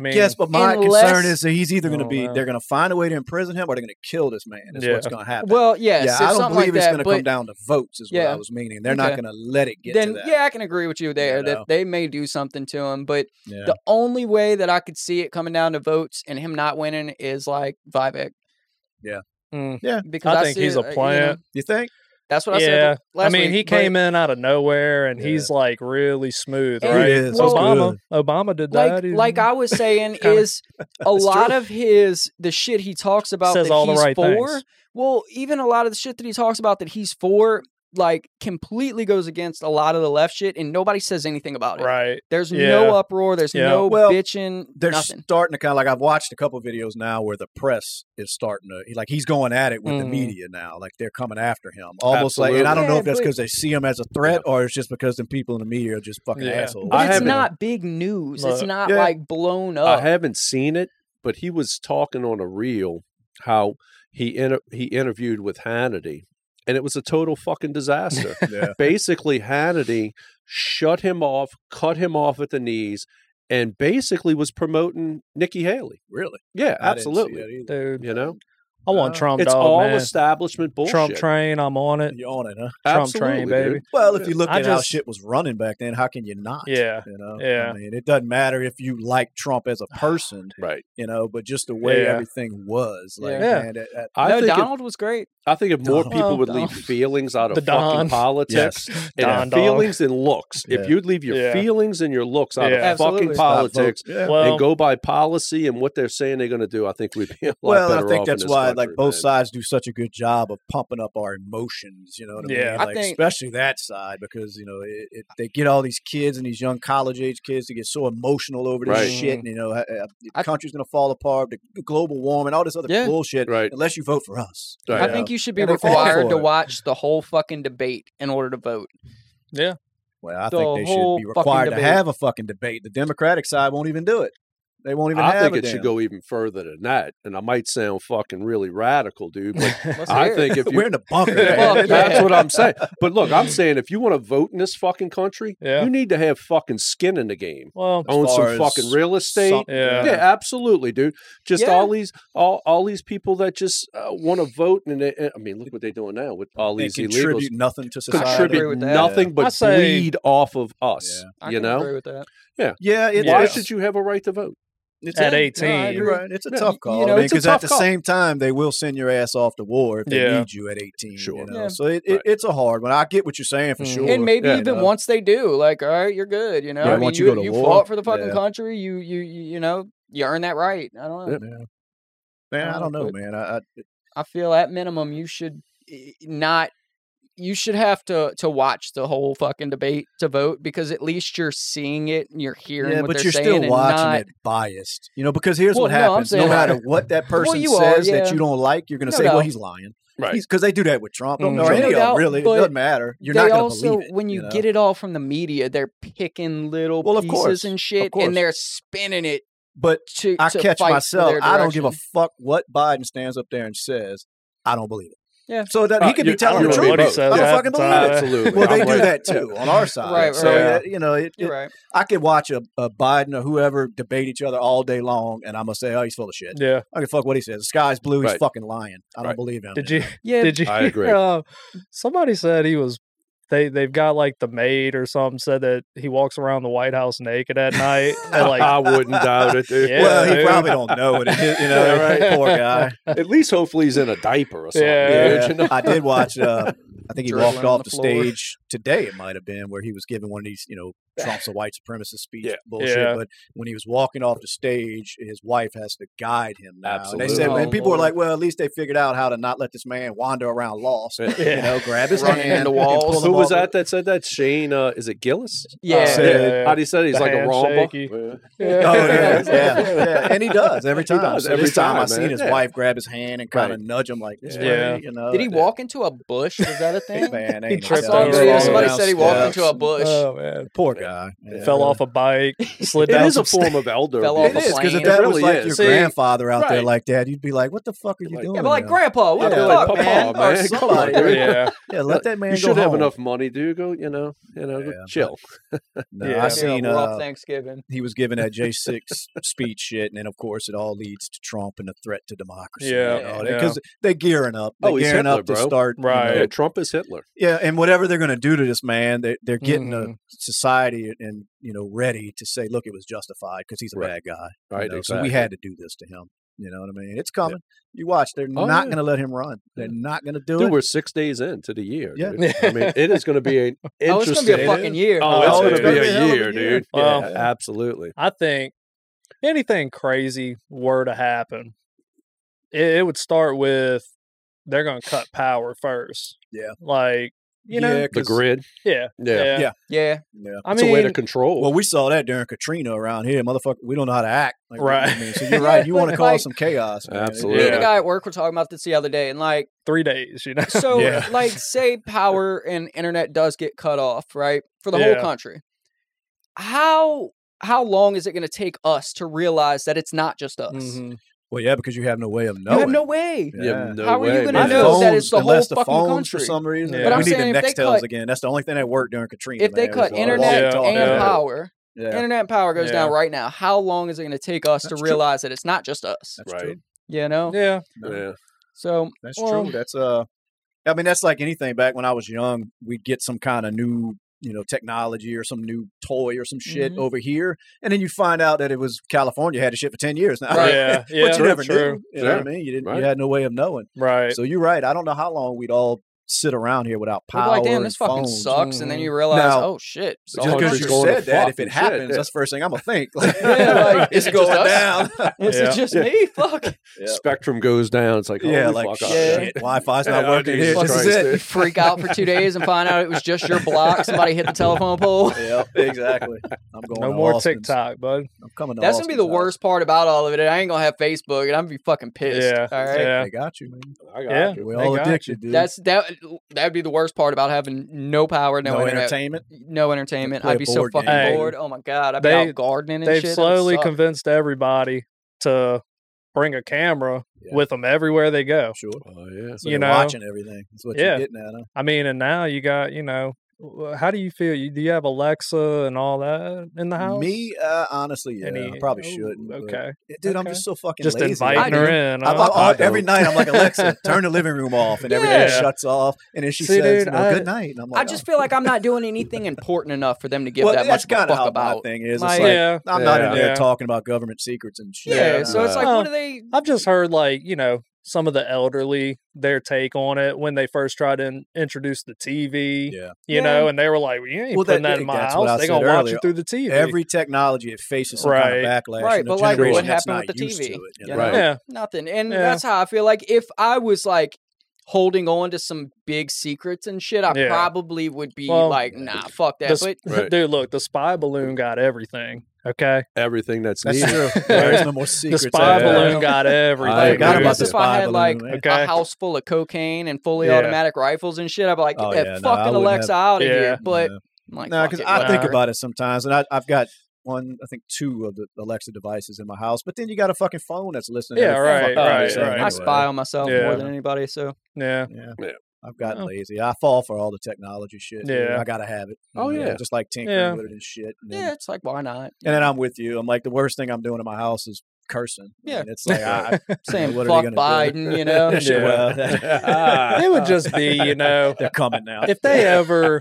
A: I
D: mean,
A: guess, but my
B: unless-
A: concern is that he's either going to
D: Oh,
A: be,
D: wow.
A: they're going to find a way to imprison him, or they're going to kill this man. Is what's
D: Yeah.
A: going to happen.
B: Well, yes,
A: yeah,
B: it's
A: I don't
B: something like
A: believe it's
B: that,
A: going to
B: but
A: come down to votes. Is what
B: Yeah.
A: I was meaning. They're not
B: Okay.
A: going to let it get
B: then
A: to that.
B: yeah, I can agree with you there
A: You
B: that
A: know?
B: they may do something to him, but
A: Yeah.
B: The only way that I could see it coming down to votes and him not winning is like Vivek
D: mm,
B: because
D: I
B: I,
D: think
B: see
D: he's
B: it,
D: a
B: uh, you know,
D: plant.
A: You think?
B: that's what I
D: Yeah,
B: said.
D: I mean, he came in out of nowhere, and
A: Yeah.
D: he's like really smooth,
B: He
D: right?
A: is,
B: that's
D: Obama, Obama did that.
B: Like,
D: he
B: like I was saying,
D: Kinda.
B: is a lot of his the shit he talks about
D: Says
B: that
D: all the
B: he's
D: right
B: for.
D: things.
B: Well, even a lot of the shit that he talks about that he's for, like completely goes against a lot of the left shit, and nobody says anything about it.
D: right.
B: There's
D: Yeah.
B: no uproar. There's
D: Yeah.
B: no
A: Well,
B: bitching.
A: they're
B: nothing.
A: starting to kind of like I've watched a couple videos now where the press is starting to like he's going at it with
D: Mhm.
B: Mm-hmm.
A: the media now, like they're coming after him almost like. And I don't know
B: Absolutely.
A: if that's
B: Yeah,
A: because they see him as a threat or it's just because the people in the media are just fucking
D: Yeah.
A: assholes.
C: I
B: But it's
C: haven't-
B: not big news. it's
D: Look,
B: not
A: yeah.
B: like blown
C: I
D: Oh.
B: up.
C: haven't seen it, but he was talking on a reel how he inter- he interviewed with Hannity, and it was a total fucking disaster.
A: Yeah.
C: basically, Hannity shut him off, cut him off at the knees, and basically was promoting Nikki Haley.
A: really,
C: Yeah,
A: I didn't see
C: absolutely.
A: that either.
D: Dude,
C: You know,
D: I want
A: Uh,
D: Trump.
C: it's
D: dog,
C: all
D: man.
C: establishment bullshit.
D: Trump train. I'm on it.
A: You on it, huh?
D: Trump train,
C: Absolutely,
D: baby.
C: dude.
A: Well, if you look
D: I
A: at how
D: just-
A: shit was running back then, how can you not?
D: Yeah.
A: You know,
D: Yeah.
A: I mean, it doesn't matter if you like Trump as a person,
C: Right.
A: you know, but just the way
D: Yeah.
A: everything was, like,
D: Yeah.
A: man, that- that-
C: I
B: no,
C: think
B: Donald was great.
C: if, I think if more
A: Donald.
C: people would
B: Well,
C: leave
B: Donald.
C: feelings out of
D: The Don.
C: fucking politics
A: Yes.
C: and
D: Don dog.
C: feelings and looks, if
A: Yeah.
C: you'd leave your
D: Yeah.
C: feelings and your looks out
D: Yeah. Um,
C: of fucking
B: Absolutely.
A: Stop vote.
C: politics,
A: Yeah.
D: Well,
C: and go by policy and what they're saying they're going to do, I think we'd be a lot
A: Well, and
C: better
A: I
C: off
A: think
C: in
A: that's
C: this
A: why like
C: country,
A: both
C: man.
A: sides do such a good job of pumping up our emotions. You know what I
D: Yeah.
A: mean?
B: I
A: Like,
B: think-
A: especially that side because you know it, it, they get all these kids and these young college age kids to get so emotional over this
C: Right.
B: Mm-hmm.
A: shit, and you know uh, uh, the
B: I-
A: country's going to fall apart, the global warming, all this other
B: Yeah.
A: bullshit.
C: Right.
A: Unless you vote for us,
C: Right.
B: I
A: know?
B: think you should be
A: And they fought
B: required
A: for
B: to
A: it.
B: watch the whole fucking debate in order to vote.
A: Well, I
B: the
A: think they should
B: whole
A: be
B: fucking
A: required to
B: debate.
A: have a fucking debate. The Democratic side won't even do it. They won't even.
C: I
A: have
C: think
A: a
C: it should
A: damn.
C: go even further than that. And I might sound fucking really radical, dude, but
B: Let's
C: I
B: hear it.
C: think if you
A: We're in the bunker.
B: Fuck
A: man.
C: That's what I'm saying. But look, I'm saying if you want to vote in this fucking country,
D: Yeah.
C: you need to have fucking skin in the game.
D: Well,
C: Own
A: far
C: some
A: as
C: fucking real estate.
A: Some-
D: Yeah.
C: yeah. absolutely, dude. Just
B: Yeah.
C: all these, all, all these people that just uh, want to vote, and they, I mean, look what they're doing now with all
A: They
C: these
A: contribute
C: illegals.
A: nothing to society.
B: agree
C: Contribute
B: with that.
C: nothing
D: I
C: but
D: say-
C: bleed off of us.
B: I
C: you
B: can
C: know,
B: agree with that.
A: Yeah, it's,
C: why
D: Yeah.
C: should you have a right to vote?
A: it's
D: At
A: a-
D: 18.
A: no, you're right. It's a
C: Yeah,
A: tough
C: you
A: call.
C: know,
A: I mean,
C: it's a
A: because at
C: tough
A: the
C: call.
A: same time, they will send your ass off to war if they
D: Yeah.
A: need you at 18.
C: Sure.
A: You know?
B: Yeah.
A: So it, it,
C: Right. Mm-hmm.
A: it's a hard one. I get what you're saying for
D: Mhm.
A: sure.
B: and maybe
C: yeah,
B: even
A: you know.
B: once they do, like, all right, you're good. You know,
A: Yeah,
B: I mean,
A: once
B: you
A: you go to
B: you
A: war,
B: fought for the fucking
A: yeah.
B: country. You you you you know, you earn that right. I don't know.
C: Yep.
A: Yeah. Man, I
B: Uh,
A: don't know,
B: but-
A: man. I, I,
B: I feel at minimum you should eh, not. You should have to to watch the whole fucking debate to vote because at least you're seeing it and you're hearing
A: yeah,
B: what
A: but
B: they're
A: you're
B: saying
A: still
B: and
A: watching
B: not.
A: it biased. You know, because here's
B: Well,
A: what
B: no, I'm
A: happens. No,
B: saying-
A: matter what that
B: Well,
A: person
B: you are,
A: says
B: yeah.
A: that you don't like, you're going to
B: No
A: say, well,
B: doubt.
A: he's lying.
C: Right.
A: Because they do that with Trump.
D: Mm.
A: Don't
C: Mm-hmm.
A: know
D: Sure.
A: any
B: No
A: of them,
B: doubt,
A: really. It
B: but
A: doesn't matter. You're
B: they
A: not going to
B: also,
A: believe it.
B: when you,
A: know?
B: get it all from the media, they're picking little
A: Well, of
B: pieces
A: course,
B: and
A: of
B: shit,
A: course.
B: and they're spinning it
A: But
B: to.
A: I
B: to
A: catch
B: fight for
A: myself.
B: their
A: I don't give a
B: direction.
A: fuck what Biden stands up there and says. I don't believe it.
B: Yeah.
A: So that
C: Uh,
A: he could be
C: you- I don't
A: telling the
C: know
A: truth.
C: what he says
A: I don't
D: half
A: fucking
D: the
A: believe
D: time.
A: it.
C: Absolutely.
A: Well, they
C: I'm
A: do
C: like-
A: that too on our side.
B: Right,
A: so
D: right.
A: uh, you know, it,
B: You're
A: it-
B: right.
A: I could watch a, a Biden or whoever debate each other all day long, and I'm gonna say, "Oh, he's full of shit."
D: yeah.
A: I don't give a fuck what he says. The sky's blue. He's
C: Right.
A: fucking lying. I don't
C: Right.
A: believe him.
D: Did you?
B: Yeah,
D: Did you?
C: I agree.
D: hear, uh, somebody said he was. They they've got like the maid or something said that he walks around the White House naked at night. and, like
C: I wouldn't doubt it. Dude.
D: Yeah,
A: well, he
D: dude.
A: probably don't know it. is, You know,
D: Yeah, right.
A: poor guy.
C: At least hopefully he's in a diaper or something.
D: Yeah.
C: dude,
A: Yeah.
C: you know?
A: I did watch. Uh, I think he
B: Dribbling
A: walked
B: on
A: off
B: the
A: the,
B: floor.
A: stage today. It might have been where he was giving one of these, you know, Trump's a white supremacist speech
C: Yeah.
A: bullshit.
D: Yeah.
A: But when he was walking off the stage, his wife has to guide him now. And they said,
B: Absolutely.
A: and people were
B: Oh,
A: like, "Well, at least they figured out how to not let this man wander around lost.
C: Yeah.
A: You know, grab his
B: Running
A: hand
B: into
A: and
B: walls.
A: pull him
C: Who was
A: off
C: that that said that? Shane? Uh, is it Gillis?
B: Yeah.
D: said- yeah.
C: How do you say it? He's
D: The
C: like a romper.
D: handshake,
A: the-
D: yeah.
A: Oh yeah, yeah, yeah. and he does every
C: He
A: time.
C: does
A: So
C: every
A: this time,
C: time,
A: I seen
C: man.
A: his
C: Yeah.
A: wife grab his hand and kind of
C: Right.
A: nudge him like this.
D: Yeah.
A: way, you know.
B: Did he
A: uh, that-
B: walk into a bush? Was that a
A: Hey, man,
B: thing?
D: He
A: ain't no
B: I
D: tripped
A: telling.
B: saw a
D: over
B: video.
D: his
B: Somebody
D: own
B: said he walked
A: Steps.
B: into a bush.
D: Oh man.
A: Poor guy. Yeah.
D: Fell off a bike, slid
C: It
D: down
C: is
D: some
C: a form of elder.
B: Fell off
A: It
B: a
C: abuse.
A: is because if
B: plane.
A: that
C: It
A: was
C: really
A: like
C: is.
A: your
D: See-
A: grandfather out there
C: Right.
A: like that, you'd be like, "What the fuck are you
C: Like-
A: doing?"
B: Yeah, but like,
A: now?"
B: Grandpa, what
A: Yeah,
B: the
A: like,
B: fuck,
C: Papa,
B: man? Or
C: man, come
B: somebody.
C: on, dude.
D: yeah.
A: Yeah, let that man
C: You
A: go
C: should have
A: home.
C: enough money, dude. Go, you know, you know,
A: Yeah,
C: chill.
A: No,
D: Yeah.
A: I
B: It's been a
A: seen
B: rough
A: uh,
B: Thanksgiving.
A: he was giving that J six speech shit, and then of course it all leads to Trump and the threat to democracy.
D: Yeah, yeah.
A: because they're gearing up. They're
C: Oh, he's
A: gearing
C: Hitler,
A: up to
C: bro.
A: start. you
D: Right.
A: know,
C: Yeah, Trump is Hitler.
A: Yeah, and whatever they're going to do to this man, they, they're getting
D: Mhm.
A: a society and you know ready to say, look, it was justified because he's a
C: Right.
A: bad guy. you
C: Right,
A: know, So we
C: exactly.
A: had to do this to him. You know what I mean? It's coming. You watch. They're
C: Oh,
A: not
C: yeah.
A: going to let him run. They're
C: Yeah.
A: not going to do
C: Dude,
A: it.
C: we're six days into the year.
A: Yeah.
C: Dude. I mean, it is going to be an
B: Oh, it's gonna be a
C: interesting.
B: fucking year.
C: Oh, it's
D: Oh,
C: going
D: it's
C: to be
D: gonna
A: be a hell
C: a
A: of a
C: year,
A: year.
C: dude.
D: Wow.
C: Yeah, absolutely.
D: I think anything crazy were to happen, it, it would start with they're going to cut power first.
A: Yeah.
D: Like, you know,
A: Yeah,
C: The
A: 'cause-
C: grid.
D: yeah.
C: Yeah.
D: Yeah.
A: Yeah.
B: Yeah,
A: Yeah.
D: I
C: It's
D: mean,
C: a way to control.
A: Well, we saw that during Katrina around here, motherfucker. We don't know how to act. Like, you know what I
D: Right.
A: mean? So you're right. You want
B: But,
A: to cause
B: like-
A: some chaos. man.
C: Absolutely.
B: me
D: Yeah.
B: and a guy at work were talking about this the other day, and like,
D: three days, you know?
B: so
A: Yeah.
B: like, say power and internet does get cut off, right, for the whole
D: Yeah.
B: country. How how long is it going to take us to realize that it's not just us?
D: Mhm.
A: Well, yeah, because you have Mm-hmm. no way of
B: You
A: knowing.
B: have no way.
A: Yeah.
C: You have no
B: How are you
C: way,
B: gonna
A: My
C: man.
B: know that
A: phones,
B: it's the whole
A: unless the
B: fucking
A: phones
B: country.
A: for some reason.
D: Yeah. But I'm
A: we need
B: saying
A: the
B: if they
A: next tells
B: cut-
A: again. That's the only thing that worked during Katrina.
B: If they
A: man, was
B: cut
A: the
B: internet
A: walkie-talkie.
B: and
D: Yeah.
B: power,
A: Yeah.
B: internet and power goes down
D: Yeah.
B: right now. How long is it going to take us
A: That's
B: to
A: true.
B: realize that it's not just us?
A: That's
C: Right.
A: true.
B: You know,
D: Yeah.
C: Yeah.
B: so
A: That's
B: Well-
A: true. That's uh I mean that's like anything back when I was young, we'd get some kind of new, you know, technology or some new toy or some shit
B: Mhm.
A: over here. And then you find out that it was California had the shit for ten years now.
B: Right.
D: Yeah. Yeah.
A: but you never
D: true.
A: knew. You know what I mean? You didn't
C: Right.
A: you had no way of knowing.
D: Right.
A: So you're right. I don't know how long we'd all sit around here without
B: People
A: power.
B: are like, damn,
A: and
B: this fucking
A: phones. Mm-hmm.
B: sucks, and then you realize,
A: Now-
B: oh shit, so
A: Just
C: country's
A: because you
C: going to
A: said that, if
C: fucking
A: it
C: shit,
A: happens,
C: yeah.
A: that's the first thing I'm gonna think. Like,
B: Yeah, like,
A: it's
B: is it just
A: going
B: us?
A: down.
B: is
D: Yeah.
B: it just me? Fuck,
A: Yeah.
C: Spectrum goes down. It's like,
A: yeah,
C: holy
A: like
C: fuck,
B: oh, yeah.
A: shit, Wi-Fi's
C: Yeah,
A: not
C: oh,
A: working here.
C: Jesus
A: This is
C: Christ,
A: it.
B: you freak out for two days and find out it was just your block. Somebody hit the telephone pole.
A: Yep, exactly. I'm going
D: No
A: to
D: more
A: Austin's.
D: TikTok, bud.
A: I'm coming. To
B: That's gonna be the
A: Austin's house.
B: worst part about all of it. I ain't gonna have Facebook, and I'm gonna be fucking pissed.
D: Yeah.
B: All right.
D: Yeah.
A: They got you, man.
C: I got
D: Yeah.
C: you.
A: We're
D: They
A: all
D: got you.
A: addicted, dude.
B: That's that. that'd be the worst part about having no power, no,
E: no
B: internet,
E: entertainment.
B: no entertainment.
A: Play
B: I'd
A: a
B: be so
A: board
B: fucking
D: game. Hey,
B: bored. Oh my god, I'd
D: they-
B: be out gardening and
D: They've
B: shit. That would
D: slowly
B: suck.
D: convinced everybody to bring a camera
A: Yeah.
D: with them everywhere they go.
A: Sure.
C: Oh yeah.
A: So
D: You
A: you are
D: know-
A: watching everything. That's what
D: Yeah.
A: you're getting at. Huh?
D: I mean, and now you got you know. w- How do you feel? You- Do you have Alexa and all that in the house?
A: Me, uh, honestly, yeah,
D: Any-
A: I probably
D: oh,
A: shouldn't. but-
D: Okay,
A: Yeah, dude, I'm
D: Okay.
A: just so fucking
D: just
A: lazy.
D: inviting
B: I
D: her
B: do.
D: in.
A: I'm,
D: huh?
A: I'm-
C: I
A: every
C: don't.
A: night I'm like Alexa, turn the living room off, and everything
B: Yeah.
A: shuts off. And then she
D: See,
A: says,
D: dude,
A: "No,
D: I-
A: good night." And I'm like, "Oh."
B: I just feel like I'm not doing anything important enough for them to give
A: well,
B: that
A: that's
B: much of a
A: kinda
B: fuck
A: how
B: about.
A: my thing is. It's
B: Like,
A: like,
D: yeah,
A: I'm not in
C: Yeah.
A: there
D: Yeah.
A: talking about government secrets and shit.
B: Yeah,
D: Yeah.
B: so it's like,
D: Uh,
B: what are they?
D: I've just heard like you know some of the elderly their take on it when they first tried to in- introduce the TV.
A: Yeah.
D: You
B: Yeah.
D: know, and they were like, well, "You ain't
A: Well,
D: putting
A: that-
D: that in
A: yeah,
D: my
A: that's what I
D: house. They
A: said
D: gonna watch
A: earlier.
D: it through the TV."
A: Every technology it faces some kind of backlash.
B: Right,
A: and a
B: but like,
A: generation
B: what
A: that's
B: happened
A: not
B: with the
A: used
B: TV?
A: to it, you
B: You
A: know?
B: know?
C: Right.
D: yeah,
B: Nothing. And
D: Yeah.
B: that's how I feel like if I was like holding on to some big secrets and shit, I
D: Yeah.
B: probably would be
D: Well,
B: like, nah, fuck that.
D: the s-
B: but
C: Right.
D: dude, look, the spy balloon got everything. Okay,
C: Everything that's,
A: That's
C: needed.
A: true. There is no more secrets.
D: the spy
A: out there.
D: balloon got everything.
C: I
A: forgot
D: dude.
A: about
B: Whereas
A: the
B: if I
A: spy
B: had, like,
A: balloon, man.
D: Okay,
B: a house full of cocaine and fully
D: Yeah.
B: automatic rifles and shit, I'd be like, get
A: Oh,
B: that
A: yeah, no, I
B: fucking
A: wouldn't have-
B: Alexa out of
D: Yeah.
B: here. But
A: No.
B: I'm like,
A: No,
B: fuck
A: because
B: it,
A: I think
D: whatever.
A: about it sometimes, and I, I've got one, I think two of the Alexa devices in my house, but then you got a fucking phone that's listening.
D: Yeah,
A: to
D: right,
A: every fucking thing
D: right,
A: you're saying
D: right.
B: I
A: anyway.
B: spy on myself more
D: Yeah.
B: than anybody. So,
D: yeah,
A: Yeah.
C: Yeah.
A: I've gotten
D: Oh.
A: lazy. I fall for all the technology shit. dude.
D: Yeah.
A: I gotta have it. you
C: Oh,
A: know,
C: yeah.
A: just like tinkering
D: Yeah.
A: with it and shit. And then,
B: yeah, it's like, why not?
A: and then I'm with you. I'm like the worst thing I'm doing in my house is cursing. I
B: Yeah.
A: mean, it's like I,
B: Saying
A: what are
B: fuck
A: they gonna do?
B: Biden, you know?
A: Yeah, sure, well,
D: it would just be you know
A: they're coming now.
D: if they ever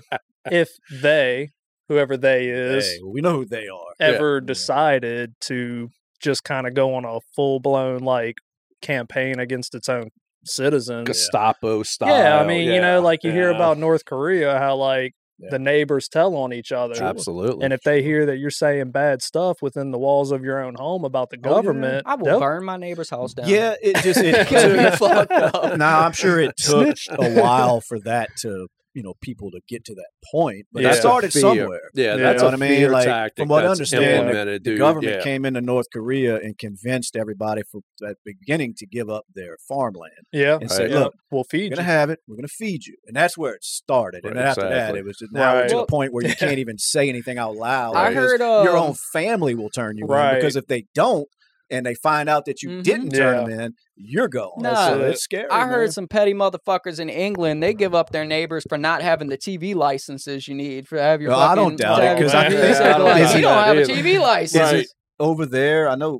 D: if they whoever they is
A: Hey, we know who they are.
C: Yeah.
D: ever
A: Yeah.
D: decided to just kind of go on a full blown like campaign against its own citizens.
C: Gestapo style.
D: Yeah, I mean, you know,
C: yeah,
D: like you hear
C: yeah.
D: about North Korea, how like
A: Yeah.
D: the neighbors tell on each other.
C: Absolutely.
D: And if they hear that you're saying bad stuff within the walls of your own home about the
A: Oh, yeah.
D: government,
B: I will
D: they'll-
B: burn my neighbor's house down.
A: Yeah, it just it
B: Get me
A: took,
B: fucked up.
A: No, I'm sure it took
C: Snitch.
A: a while for that to you know people to get to that point, but
D: Yeah.
A: it started
C: Fear.
A: somewhere.
C: Yeah,
D: You
C: that's
A: know
C: a
A: what I mean?
C: fear
A: Like,
C: tactic
A: from what I
C: that's
A: understand, the-
C: implemented,
A: The
C: dude,
A: government
C: yeah.
A: came into North Korea and convinced everybody from that beginning to give up their farmland
D: yeah,
A: and said,
C: Right.
A: "Look,
D: we'll
A: we're
D: feed you.
A: gonna have it. We're gonna feed you," and that's where it started. And
C: Right,
A: then after that,
C: exactly.
A: it was just now we're to
B: Well-
A: the point where you can't even say anything out loud.
B: I
A: because
B: heard
A: your
B: um,
A: own family will turn you
D: Right.
A: in because if they don't and they find out that you
B: Mhm.
A: didn't turn them in, you're gone.
B: Nah,
A: so it's scary.
B: I
A: man.
B: heard some petty motherfuckers in England. They give up their neighbors for not having the TV licenses you need for to have your.
A: Well,
B: fucking,
A: I don't doubt
B: to
A: it,
B: have your
D: 'cause I
B: TV.
D: think-
B: They said,
D: I don't
B: like,
D: doubt
B: you don't
C: that
B: have a
C: either.
B: TV license.
A: Is it over there? I know.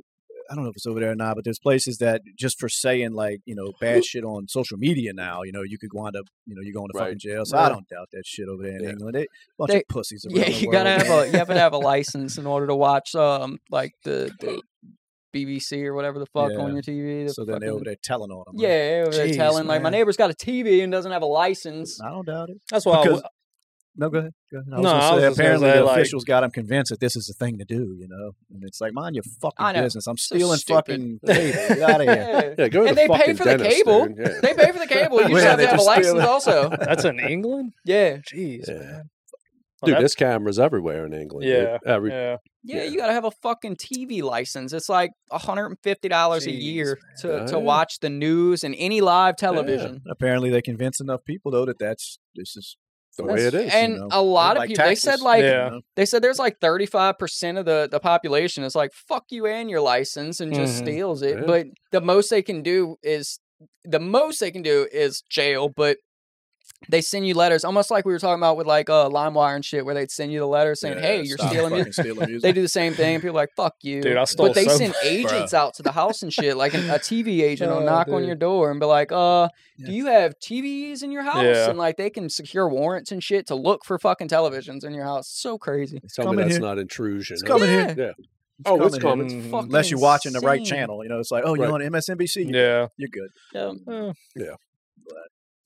A: I don't know if it's over there or not, but there's places that just for saying like you know bad shit on social media now, you know you could wind up you know you're going to
C: Right.
A: fucking jail. So I
B: Right.
A: don't doubt that shit over there in
C: Yeah.
A: England. They bunch
B: They-
A: of pussies. Around
B: Yeah,
A: the
B: you
A: world,
B: gotta have
A: man.
B: a you have to have a license in order to watch um like the, the BBC or whatever the fuck
A: Yeah.
B: on your TV. the
A: So then they
B: fucking-
A: over there telling on them.
B: Yeah, over there
D: Jeez,
B: telling like my
D: man.
B: neighbor's got a TV and doesn't have a license.
A: I don't doubt it.
D: That's why I
A: Because-
D: w-
A: No, go ahead. Go ahead. I
D: No,
A: was gonna
D: I was
A: say,
D: just gonna
A: apparently
D: say,
A: the
D: like-
A: officials got them convinced that this is the thing to do, you know. And it's like, mind your
B: I
A: fucking
B: know.
A: business. I'm
B: So
A: stealing
B: stupid.
A: fucking cable. Get out of here.
B: Yeah.
C: Yeah, go
B: And
C: to the
B: they pay
C: fucking
B: for the
C: dentist,
B: cable.
C: dude, yeah.
B: They pay for the cable. You just
A: Yeah,
B: have to
A: they
B: have a
A: just
B: license
A: steal it.
B: also.
D: that's in England.
B: Yeah.
D: Jeez,
C: Yeah.
D: man. Well,
C: Dude,
D: that-
C: there's cameras everywhere in England. dude.
D: Yeah,
C: Every,
D: yeah,
B: Yeah,
C: Yeah.
B: you got to have a fucking TV license. It's like $150 a
D: Jeez,
B: year to,
C: Oh,
B: to
C: yeah.
B: watch the news and any live television.
A: Apparently they convinced enough people though that that's this is
C: the way it is.
B: And
A: you know.
B: a lot of
A: Like
B: people, they said
A: taxes.
B: like,
D: Yeah.
B: they said there's like 35% of the, the population is like, fuck you and your license and just
D: Mhm.
A: Mm-hmm.
B: steals it.
C: Yeah.
B: But the most they can do is, the most they can do is jail. But they send you letters, almost like we were talking about with like uh, LimeWire and shit, where they'd send you the letter saying,
A: Yeah,
B: hey, you're
A: stop
B: stealing
A: fucking
B: music.
A: stealing music.
B: They do the same thing. and People are like, fuck you.
D: dude, I stole.
B: but they
D: so
B: send agents out to the house and shit. Like an, a TV agent will
D: Oh,
B: knock on
D: dude.
B: your door and be like, "Uh, do
A: Yeah.
B: you have TVs in your house?"
D: Yeah.
B: And like they can secure warrants and shit to look for fucking televisions in your house. So crazy.
A: It's
C: Tell me
A: coming
C: that's
A: here.
C: not intrusion.
A: It's
C: huh?
A: coming
B: Yeah.
A: here. It's
C: Oh, it's
A: here.
C: coming.
D: Mhm.
B: fucking
A: Unless you're watching the right
B: insane.
A: channel, you know, it's like, oh, you're
C: Right.
A: on MSNBC.
D: Yeah,
A: You're good.
B: Yeah,
D: Uh, yeah,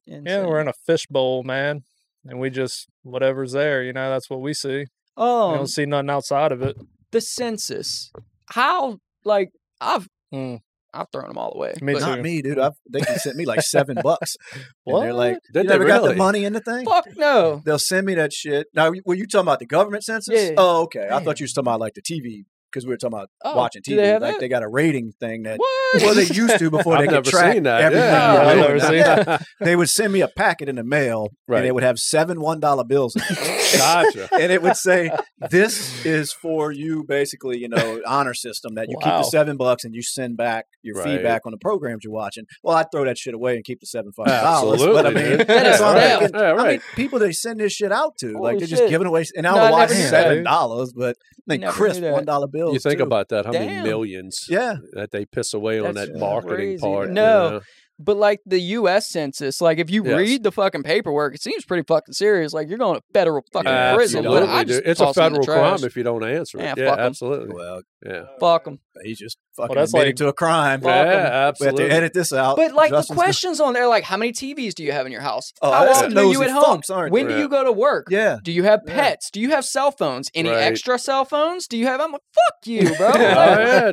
B: insane.
D: we're in a fishbowl, man, and we just whatever's there, you know, that's what we see. we
B: um
D: don't see nothing outside of it.
B: the census. How like I've
D: Mm.
B: I've thrown them all away.
D: Me
B: but
D: too.
A: Not me, dude. I've, they can send me like seven bucks. And they're like,
C: Did
A: you
C: they
A: never got the
C: really?
A: money in the thing?
B: Fuck no.
A: They'll send me that shit. Now, were you talking about the government census?
B: Yeah.
A: Oh, okay. I
B: Damn.
A: thought you was talking about like the TV because we were talking about
B: Oh,
A: watching
B: do
A: TV.
B: they have
A: like
B: that?
A: they got a rating thing that
B: What?
A: well they used to before
C: I've
A: they could
C: never
A: track
C: seen that.
A: everything.
C: Yeah.
A: you
B: I've
A: do.
D: never seen
A: Yeah.
D: that.
A: They would send me a packet in the mail,
C: Right.
A: and it would have seven one dollar bills, in it.
C: Gotcha.
A: and it would say, "This is for you." Basically, you know, honor system that you keep
D: Wow.
A: the seven bucks and you send back your
C: Right.
A: feedback on the programs you're watching. Well, I'd throw that shit away and keep the seven fucking dollars.
C: Absolutely.
A: But I mean,
C: dude.
B: That is
C: Yeah,
B: theft.
C: right. Yeah,
A: I mean,
C: right.
A: people they send this shit out to,
B: Holy
A: like they're just
B: shit.
A: giving away. And I
B: No,
A: don't
B: I
A: know why
B: never knew
A: seven
B: that.
A: dollars, but they
B: Never knew
A: crisp
B: that.
A: one dollar bills.
C: You think
A: too.
C: about that, how many
B: Damn.
C: millions
A: yeah,
C: that they piss away on
B: That's
C: that marketing
B: crazy.
C: part. you
B: No.
C: know?
B: But like the U.S. Census, like if you
C: Yes.
B: read the fucking paperwork, it seems pretty fucking serious. Like you're going to federal fucking
A: Uh,
B: prison.
C: Absolutely,
B: What, I
C: dude.
B: just
C: It's a
B: toss 'em in the
C: federal crime
B: trash.
C: if you don't answer it.
B: Yeah,
C: Yeah,
B: fuck 'em.
C: absolutely.
A: well,
C: Yeah.
B: Fuck 'em.
A: he just fucking
D: that's
A: admitted
D: like-
A: to a crime.
C: Yeah,
A: We have
C: absolutely.
A: to edit this out.
B: But like
A: Uh,
B: the
A: Justin's-
B: questions on there, like how many TVs do you have in your house?
A: Oh,
B: how
A: that's
B: often
A: the
B: are you
A: nosy
B: at home?
A: fucks, aren't
B: when
C: they?
B: do you go to work?
A: Yeah.
B: Do you have
A: Yeah.
B: pets? Do you have cell phones? Any
C: Right.
B: extra cell phones? Do you have? I'm like, fuck you, bro.
C: Oh,
B: Like,
C: yeah,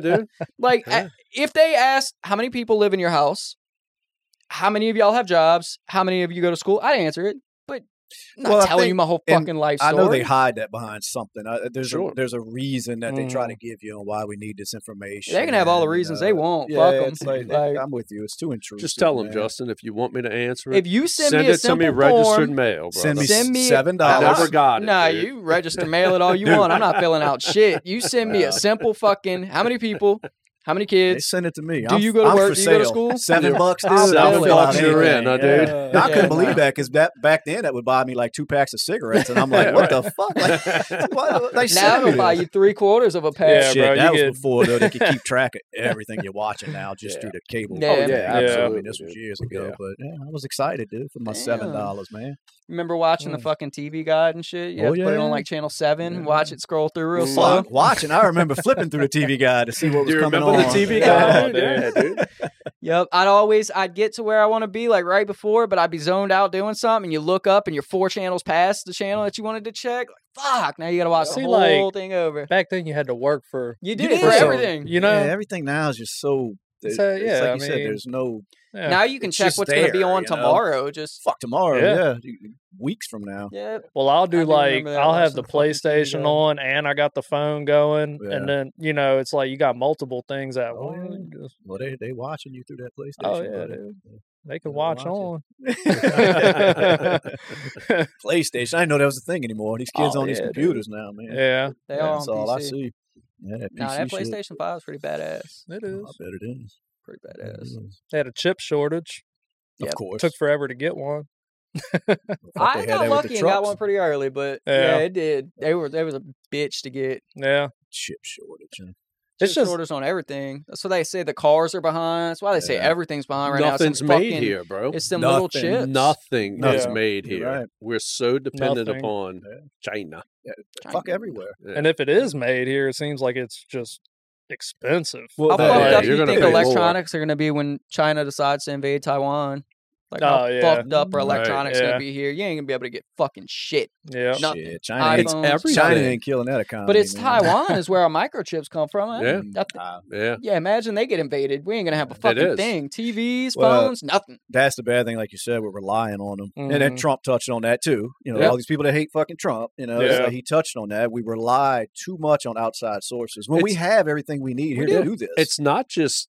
C: dude.
B: Like,
C: Yeah.
B: a- if they asked how many people live in your house, how many of y'all have jobs, how many of you go to school, I'd answer it, but I'm not
A: Well, I
B: telling
A: think-
B: you my whole
A: and
B: fucking life
A: I
B: story.
A: know they hide that behind something. I, there's
C: Sure. Mm.
A: a, there's a reason that they try to give you on why we need this information. uh,
B: They can have all the reasons they want. Fuck 'em.
A: it's Like,
B: Like-
A: I'm with you. It's too intrusive.
C: Just tell them,
A: man.
C: Justin, if you want me to answer it,
B: if you send, me a
C: it to
B: simple
C: me registered
B: form,
C: mail, brother.
A: Send me
B: Send me a-
A: seven
C: I
A: dollars.
C: never got it.
B: nah,
C: dude.
B: you register mail it all you want. I'm not filling out shit. You send me
A: Nah.
B: a simple fucking how many people, how many
A: They
B: kids.
A: send it to me.
B: Do
A: I'm,
B: you go to
A: I'm
B: work?
A: For
B: Do you go to
A: sale.
B: school?
A: Seven
B: Yeah.
A: bucks. Dude,
B: I'll
A: I'll
B: fill
A: fill out
B: it.
C: Seven bucks you're
A: anything.
C: in, huh,
A: Yeah.
C: dude?
A: And I
B: Yeah,
A: couldn't
B: nah.
A: believe that because that back then that would buy me like two packs of cigarettes, and I'm like,
C: Yeah,
A: what the fuck? Like, why, do they
B: Now
A: send me
B: they'll buy
A: this?
B: you three quarters of a pack.
D: Yeah,
A: Shit,
D: bro,
A: that
D: you
A: was
D: get-
A: before though. They could keep track of everything you're watching now just
C: Yeah.
A: through the cable.
B: Yeah. Oh, yeah,
A: thing. I mean,
C: absolutely,
A: this was
C: dude.
A: years ago,
C: Yeah.
A: but yeah, I was excited, dude, for my seven dollars, man.
B: Remember watching the
A: Mm.
B: fucking TV guide and shit? You
A: Oh,
B: have to put it
A: yeah.
B: on like channel seven,
A: Yeah.
B: watch it scroll through real
C: Mm.
B: slow.
A: Fuck, watching. I remember flipping through the TV guide to see what
C: Do
A: was
C: you
A: coming
C: remember
A: on. uh,
C: the TV
A: Yeah.
C: guy?
D: Yeah.
C: dude? Yeah, dude.
B: Yep. I'd always I'd get to where I want to be like right before, but I'd be zoned out doing something. And you look up and you're four channels past the channel that you wanted to check. Like, fuck! Now you got to watch the
D: See,
B: whole
D: like-
B: thing over.
D: Back then, you had to work for
B: You
A: you
B: did it for
A: did.
B: everything.
D: You know,
A: Yeah, everything now is just so. It's,
D: So,
A: it's
D: yeah,
A: like
D: I
A: you said,
D: mean-
A: there's no
D: Yeah.
B: Now you can
A: It's
B: check
A: just
B: what's going to be
A: there,
B: on
A: you know?
B: tomorrow. Just
A: fuck tomorrow. Yeah,
D: Yeah.
A: dude, weeks from now.
B: yeah.
D: Well, I'll
B: I
D: do
B: do
D: like
B: remember that
D: I'll have
B: watching
D: the
B: the fucking TV
D: PlayStation
B: guide.
D: on, and I got the phone going,
A: Yeah.
D: and then you know it's like you got multiple things at
A: Oh, yeah.
D: once. Just-
A: Well, they they watching you through that PlayStation.
D: Oh, yeah,
A: buddy.
D: dude. They can
A: Gotta
D: watch
A: watch it.
D: on.
A: PlayStation. I didn't know that was a thing anymore. These kids
D: Oh,
A: on these
D: yeah, dude.
A: computers now, man.
D: Yeah,
B: They
D: Yeah,
B: are on
A: That's all I
B: PC.
A: see. Yeah, that PC
B: Nah, that
A: shit.
B: PlayStation Five is pretty badass.
D: it
A: Oh,
D: is.
A: I bet it is.
B: Pretty
A: I bet it
B: badass.
A: is.
D: They had a chip shortage.
A: Of
B: Yep.
A: course.
D: Took forever to get one.
A: thought
B: I
A: they had that with
B: got
A: the
B: lucky and got
A: trucks.
B: one pretty early, but yeah.
D: Yeah.
B: it did. They were they was a bitch to get.
D: Yeah,
A: chip shortage. huh?
D: It's
B: chip
D: just-
B: shortage on everything. That's what they say. The cars are behind. That's why they say
A: Yeah.
B: everything's behind right now. It's
C: Nothing's
B: some
C: made
B: fucking-
C: here, bro.
B: It's them little
A: Nothing.
B: chips.
C: Nothing is
D: Yeah.
C: made
A: You're
C: here.
A: right.
C: We're so dependent
D: Nothing.
C: upon
A: Yeah.
C: China.
A: Fuck everywhere.
C: Yeah.
D: and if it is made here, it seems like it's just expensive.
A: Well,
B: How
A: that-
B: fucked
A: yeah,
B: up do
C: you're
B: you
C: gonna
B: think
C: pay more.
B: electronics are going to be when China decides to invade Taiwan? Like how
D: Oh, yeah.
B: fucked up are
C: Mm, right,
B: electronics going
D: yeah.
B: to be here? You ain't going to be able to get fucking shit.
D: Yeah,
B: No- Nothing.
A: Shit, China, ain't-
B: iPhones.
C: every-
A: China
C: Everything.
A: ain't killing that economy.
B: But it's
A: man.
B: Taiwan is where our microchips come from. huh?
C: Yeah.
B: That-
A: Uh,
C: Yeah.
B: yeah, imagine they get invaded. We ain't going to have a
C: It
B: fucking
C: is.
B: thing. TVs,
A: Well,
B: phones, nothing.
A: that's the bad thing, like you said, we're relying on them. And
C: Mm-hmm.
A: then
D: Mhm.
A: Trump touched on that too. You know,
C: Yeah.
A: all these people that hate fucking Trump, you know, it's
D: Yeah.
A: like he touched on that. We rely too much on outside sources when we
C: It's-
A: have everything we need here
C: We
A: to
C: do.
A: do this.
C: It's not just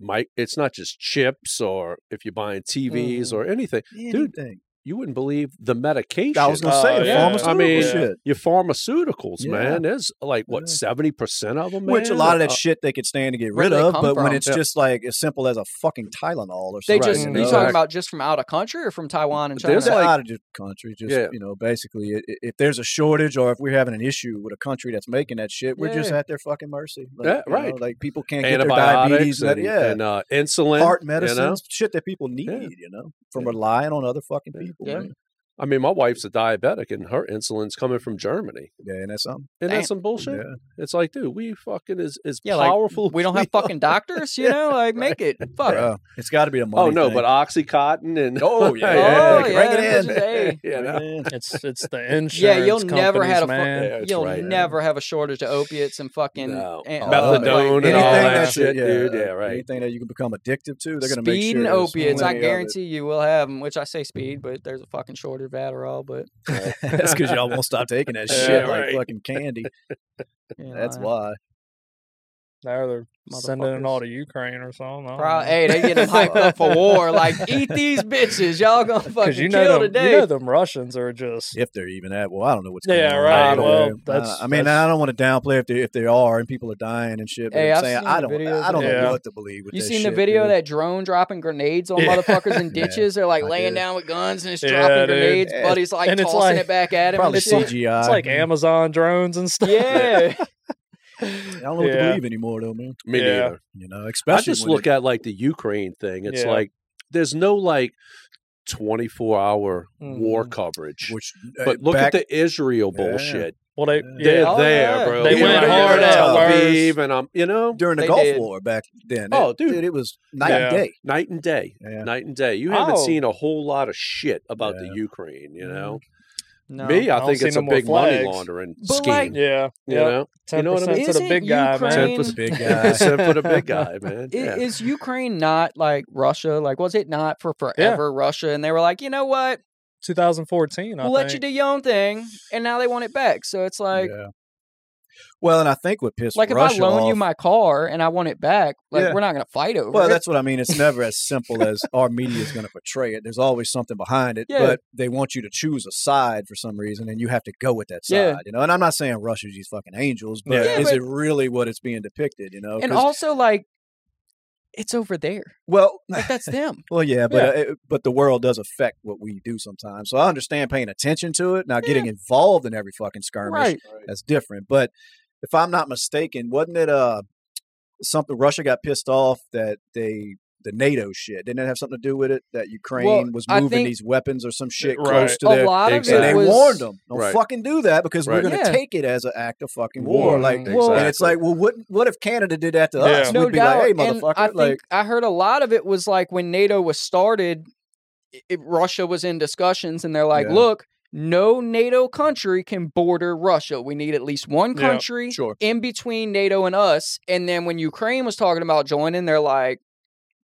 C: mic it's not just chips or if you're buying TVs
D: Mhm.
C: or anything.
A: anything.
C: You wouldn't believe the medication.
A: I Mm-hmm. was gonna
D: Oh,
A: say the
D: yeah.
A: pharmaceutical
C: Uh, I mean,
A: shit.
C: your pharmaceuticals,
A: Yeah.
C: man. There's like what
A: Yeah.
C: seventy percent of them, man?
A: Which a lot of that
C: Uh,
A: shit they could stand to get
B: where
A: rid
B: do they
A: of,
B: come
A: but when
B: from?
A: it's
C: Yeah.
A: just like as simple as a fucking Tylenol or
B: They
A: something,
B: just,
A: you
B: you
A: know?
B: talking about just from out of country or from Taiwan and China?
C: There's
A: There's
C: like-
A: out of the country, just
C: Yeah.
A: you know, basically, i- i- if there's a shortage or if we're having an issue with a country that's making that shit, we're just
C: Yeah.
A: at their fucking mercy. Like,
C: Yeah,
A: you know,
C: right.
A: like people can't get their
C: antibiotics
A: diabetes, and,
C: and,
A: that- yeah,
C: and, uh, insulin,
A: heart
C: you
A: medicines,
C: know?
A: shit that people need, you know, from relying on other fucking people.
B: Yeah.
A: man.
C: I mean, my wife's a diabetic, and her insulin's coming from Germany.
A: Yeah, and that's something.
C: And
B: Damn.
C: that's some bullshit.
A: Yeah.
C: It's like, dude, we fucking is is
B: Yeah, like,
C: powerful. as
B: we don't have
C: are.
B: fucking doctors, you know? Like, make it. Fuck.
A: Bruh, it's got to be a money.
C: Oh no,
A: thing.
C: but OxyContin and
A: Oh, yeah.
B: Oh,
A: Yeah,
B: yeah.
A: bring it
B: that's
A: in.
B: just- hey.
C: you know?
A: Man,
D: it's it's the insurance.
B: Yeah, you'll never
D: companies,
B: have a fu-
D: man.
C: Yeah, that's
B: you'll
C: right.
B: never have a shortage of opiates and fucking
C: No.
B: and-
A: Oh,
B: uh, like,
C: Methadone and
A: anything
C: all that
A: that's-
C: shit, dude. Yeah, right.
A: Anything that you can become addictive to, they're going to make
B: speed
A: sure.
B: and
A: there's
B: opiates. I
A: plenty of it.
B: guarantee you will have them. Which I say speed, but there's a fucking shortage of Adderall. But
A: that's because y'all won't stop taking that
D: Yeah,
A: shit like
C: right. Uh,
A: fucking candy.
B: you know,
A: That's
B: I-
A: why.
D: Now they're sending it
B: Motherfuckers.
D: all to Ukraine or something. I don't
B: Bro,
D: know.
B: hey, they get them hyped up for war. Like, eat these bitches. Y'all gonna fucking
D: you know
B: kill
D: them,
B: today.
D: you know them Russians are just
A: if they're even at. Well, I don't know what's
D: Yeah,
A: going on.
D: right,
A: I don't
D: well,
A: know.
D: that's-
A: I, I mean,
D: that's-
A: I don't want to downplay if they if they are and people are dying and shit. But
B: Hey,
A: I'm
B: I've
A: saying
B: seen
A: I
B: the
A: don't
B: videos
A: I don't
D: of
A: know
D: that.
A: what to believe with
B: You
A: that
B: seen the
A: shit,
B: video of
A: dude.
B: that drone dropping grenades on
D: Yeah.
B: motherfuckers in
A: Yeah,
B: ditches? They're like
A: I did.
B: laying down with guns and it's
D: Yeah,
B: dropping
D: dude.
B: grenades.
A: Yeah.
B: Buddy's like
D: And it's
B: tossing
D: like-
B: it back at him.
A: probably
B: and shit.
A: CGI.
D: it's like
A: man.
D: Amazon drones and stuff.
B: Yeah,
A: I don't know what to
D: Yeah.
A: believe anymore, though, man.
C: Me
D: Yeah.
C: neither.
A: You know,
C: I
A: especially
C: just
A: when
C: look at like the Ukraine thing. It's
D: Yeah.
C: like there's no like 24 hour war
D: Mhm.
C: coverage.
A: which uh,
C: But look
A: back,
C: at the Israel
A: Yeah.
C: bullshit.
D: Well, they
A: Yeah.
C: They're
D: yeah,
B: Oh,
C: there,
B: yeah.
C: bro.
D: They
C: Even
D: went
C: in
D: hard
C: Tel
D: out.
C: Aviv, and I'm, you know,
A: during the
B: they
A: Gulf
B: did.
A: War back then.
C: Oh,
A: it-
C: dude.
A: it was night and
D: Yeah.
A: day.
C: night and day,
A: Yeah.
C: night and day. You haven't
D: Oh.
C: seen a whole lot of shit about
A: Yeah.
C: the Ukraine, you know.
B: no.
C: Me, I,
D: I don't
C: think
D: see
C: it's
D: no
C: a
D: more
C: big money
D: flags.
C: laundering
B: But,
C: scheme.
B: like,
C: you
D: yeah, yeah.
C: know, You
D: Ten
C: know what I
D: percent to
B: Is
D: the
B: it
D: big guy, man.
B: Ukraine?
C: ten percent
A: Big guy.
C: for the big guy, man.
B: I-
C: Yeah.
B: Is Ukraine not like Russia? Like, was it not for forever Russia? And they were like, you know what?
D: 2014. I
B: We'll let you
D: think.
B: do your own thing. And now they want it back. So it's like,
A: yeah. Well, and I think what pissed
B: like if
A: Russia
B: I loan
A: off,
B: you my car and I want it back, like
A: Yeah.
B: we're not gonna fight over
A: Well,
B: it.
A: that's what I mean. It's never as simple as our media is going to portray it. There's always something behind it,
B: Yeah.
A: but they want you to choose a side for some reason, and you have to go with that side.
B: Yeah.
A: You know, and I'm not saying Russia's these fucking angels, but
B: Yeah,
A: is
B: but-
A: it really what it's being depicted? You know,
B: and
A: 'Cause-
B: also like, it's over there.
A: well,
B: Like that's them.
A: well, yeah, but Uh, it, but the world does affect what we do sometimes. So I understand paying attention to it. Now, getting involved in every fucking skirmish,
B: right.
A: that's different. But if I'm not mistaken, wasn't it uh something Russia got pissed off that they the NATO shit didn't it have something to do with it that Ukraine was
B: I
A: moving
B: think- Uh,
A: these weapons or some shit
D: Right.
A: close to
B: A
A: their
B: lot of
A: and
C: Exactly.
A: they
B: it was
A: warned them don't
C: Right.
A: fucking do that because
C: Right.
A: we're gonna
B: Yeah.
A: take it as an act of fucking war,
C: War.
A: like.
B: Mhm.
A: And it's like, well, what what if Canada did that to us?
D: Yeah.
B: no
A: We'd be
B: doubt.
A: like, hey,
B: and I
A: motherfucker!
B: think
A: Like,
B: I heard a lot of it was like when NATO was started, i i- Russia was in discussions, and they're like,
A: Yeah.
B: "Look, no NATO country can border Russia. We need at least one
D: Yeah.
B: country
A: sure,
B: in between NATO and us." And then when Ukraine was talking about joining, they're like,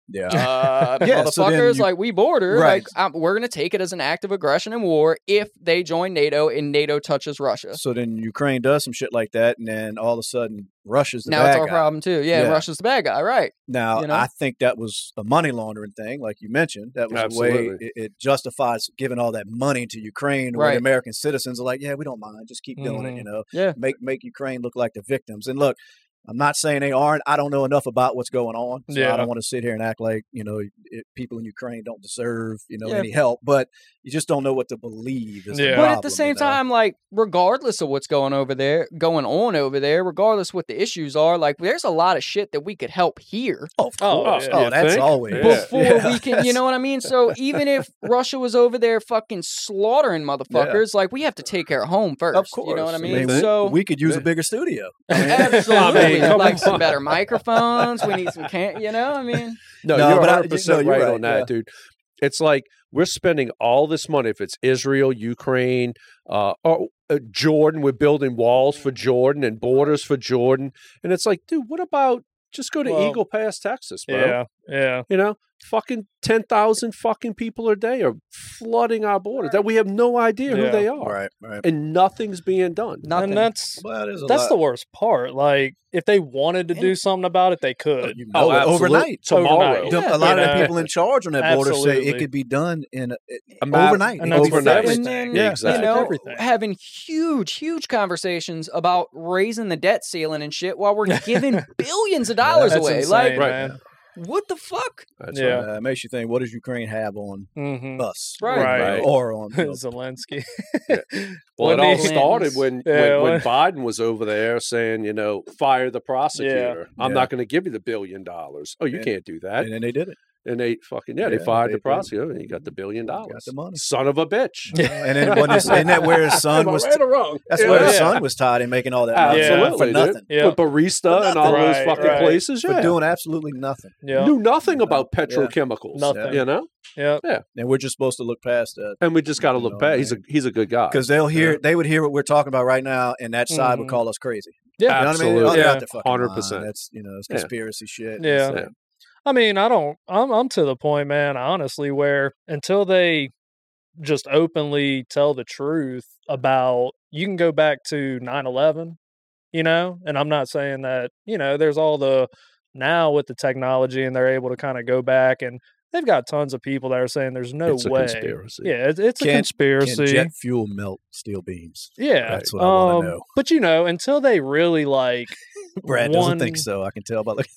A: yeah,
B: uh,
A: Yeah, so then
B: "Motherfuckers,
A: you-
B: like we border.
A: Right.
B: Like i we're gonna take it as an act of aggression and war if they join NATO and NATO touches Russia."
A: So then Ukraine does some shit like that, and then all of a sudden Russia's the
B: Now
A: bad
B: it's our
A: guy.
B: problem too. Yeah,
A: Yeah.
B: Russia's the bad guy, right?
A: Now,
B: you know?
A: I think that was a money laundering thing, like you mentioned. That was a way
C: Absolutely.
A: it, it justifies giving all that money to Ukraine, where
B: Right.
A: the American citizens are like, "Yeah, we don't mind, just keep doing it," you know.
B: Yeah.
A: make make Ukraine look like the victims. And look, I'm not saying they aren't. I don't know enough about what's going on, so I
D: Yeah.
A: don't want to sit here and act like you know it, people in Ukraine don't deserve you know
B: Yeah.
A: any help. But you just don't know what to believe. Is the
D: Yeah.
B: but at
A: problem,
B: the
A: you
B: same
A: know?
B: time, like regardless of what's going over there, going on over there, regardless what the issues are, like there's a lot of shit that we could help here
A: oh, of
D: Oh,
A: course.
D: yeah.
A: oh,
C: You
A: that's
C: think?
A: always
C: Yeah.
B: before
A: Yeah.
B: we can, you know what I mean? So even if Russia was over there fucking slaughtering motherfuckers, like we have to take care of home first.
A: Of course,
B: you know what I
C: You
B: mean?
C: think?
B: So
A: we could use a
C: Yeah.
A: bigger studio.
B: absolutely,
C: I mean, come
B: like some
C: on.
B: better microphones. We need some, can- you know, I mean,
C: No,
A: No,
C: you're
A: but I-
C: 100
A: no,
C: percent
A: you're
C: right,
A: right,
C: on that,
A: yeah.
C: dude. It's like we're spending all this money. If it's Israel, Ukraine, uh, or, uh, Jordan, we're building walls for Jordan and borders for Jordan, and it's like, dude, what about just go to
D: Well,
C: Eagle Pass, Texas, bro?
D: Yeah, yeah.
C: You know, fucking ten thousand fucking people a day are flooding our borders that we have no idea who
D: Yeah.
C: they are,
A: right.
C: and nothing's being done.
B: nothing.
D: And that's
A: Well, there's a
D: that's
A: lot-
D: the worst part. Like if they wanted to do something about it, they could.
A: you know it.
C: absolute-
A: overnight.
C: tomorrow.
D: Overnight.
A: The-
B: Yeah,
A: a lot
D: you
A: of the
D: know.
A: people in charge on that border say it
D: Absolutely.
A: could be done in a, eh,
C: A map-
A: overnight.
D: And
A: It could
D: that's
A: be
D: overnight.
A: fixed.
B: And then,
D: Yeah,
B: you
C: exactly.
B: know,
D: Everything.
B: having huge, huge conversations about raising the debt ceiling and shit while we're giving billions of dollars
D: That's
B: away.
D: insane,
B: Like,
C: Right.
D: man.
B: what the fuck?
C: That's
D: Yeah.
C: right.
A: Uh, it makes you think. What does Ukraine have on
D: Mhm.
A: us,
B: Right.
D: Right.
A: Or on you know,
D: Zelensky.
C: Well, it
D: When
C: all
D: the-
C: started when,
D: Yeah,
C: when, when
D: when-
C: Biden was over there saying, you know, fire the prosecutor. I'm not going to give you the billion dollars. Oh, you
A: And-
C: can't do that.
A: and
C: And,
A: then they did it.
C: they fucking yeah,
A: Yeah,
C: they fired
A: they
C: the
A: did.
C: prosecutor and he got the billion
A: Got the
C: dollars.
A: money.
C: Son of a bitch.
A: And then wasn't his- isn't that where his son
C: Am I
A: was?
C: right or wrong?
A: that's
C: You
A: where
C: know?
A: his
D: Yeah.
A: son was tied in making all that money
C: Absolutely,
A: for
C: dude.
A: nothing,
D: Yeah.
C: With barista and all
D: nothing.
C: those
D: Right,
C: fucking
D: right.
C: places. Yeah.
A: for doing absolutely nothing.
D: Yeah.
C: Knew nothing about
A: Yeah.
C: petrochemicals.
D: Nothing.
C: You know?
D: Yeah.
A: And we're just supposed to look past that
C: And we just got to
A: You know
C: look
A: what I
C: back. He's a he's a good guy.
A: because they'll hear,
C: Yeah.
A: they would hear what we're talking about right now, and that side would
D: Mhm.
A: call us crazy.
D: Yeah.
A: You know what I mean? Oh,
C: Absolutely.
A: they're out
D: Yeah.
A: there fucking lying.
C: 100%.
A: That's you know, it's
C: Yeah.
A: conspiracy shit. and
D: Yeah.
A: it's like,
D: I mean, I don't. I'm I'm to the point, man. Honestly, where until they just openly tell the truth about, you can go back to 9/11 you know and i'm not saying that you know there's all the now with the technology and they're able to kind of go back and they've got tons of people that are saying there's no
C: it's a
D: way
C: conspiracy.
D: yeah it's, it's a
A: Can-
D: conspiracy
A: Can jet fuel melt steel beams?
D: yeah
A: That's what I wanna
D: um,
A: know.
D: but you know until they really like
A: Brad doesn't
D: One-
A: think so. I can tell by looking.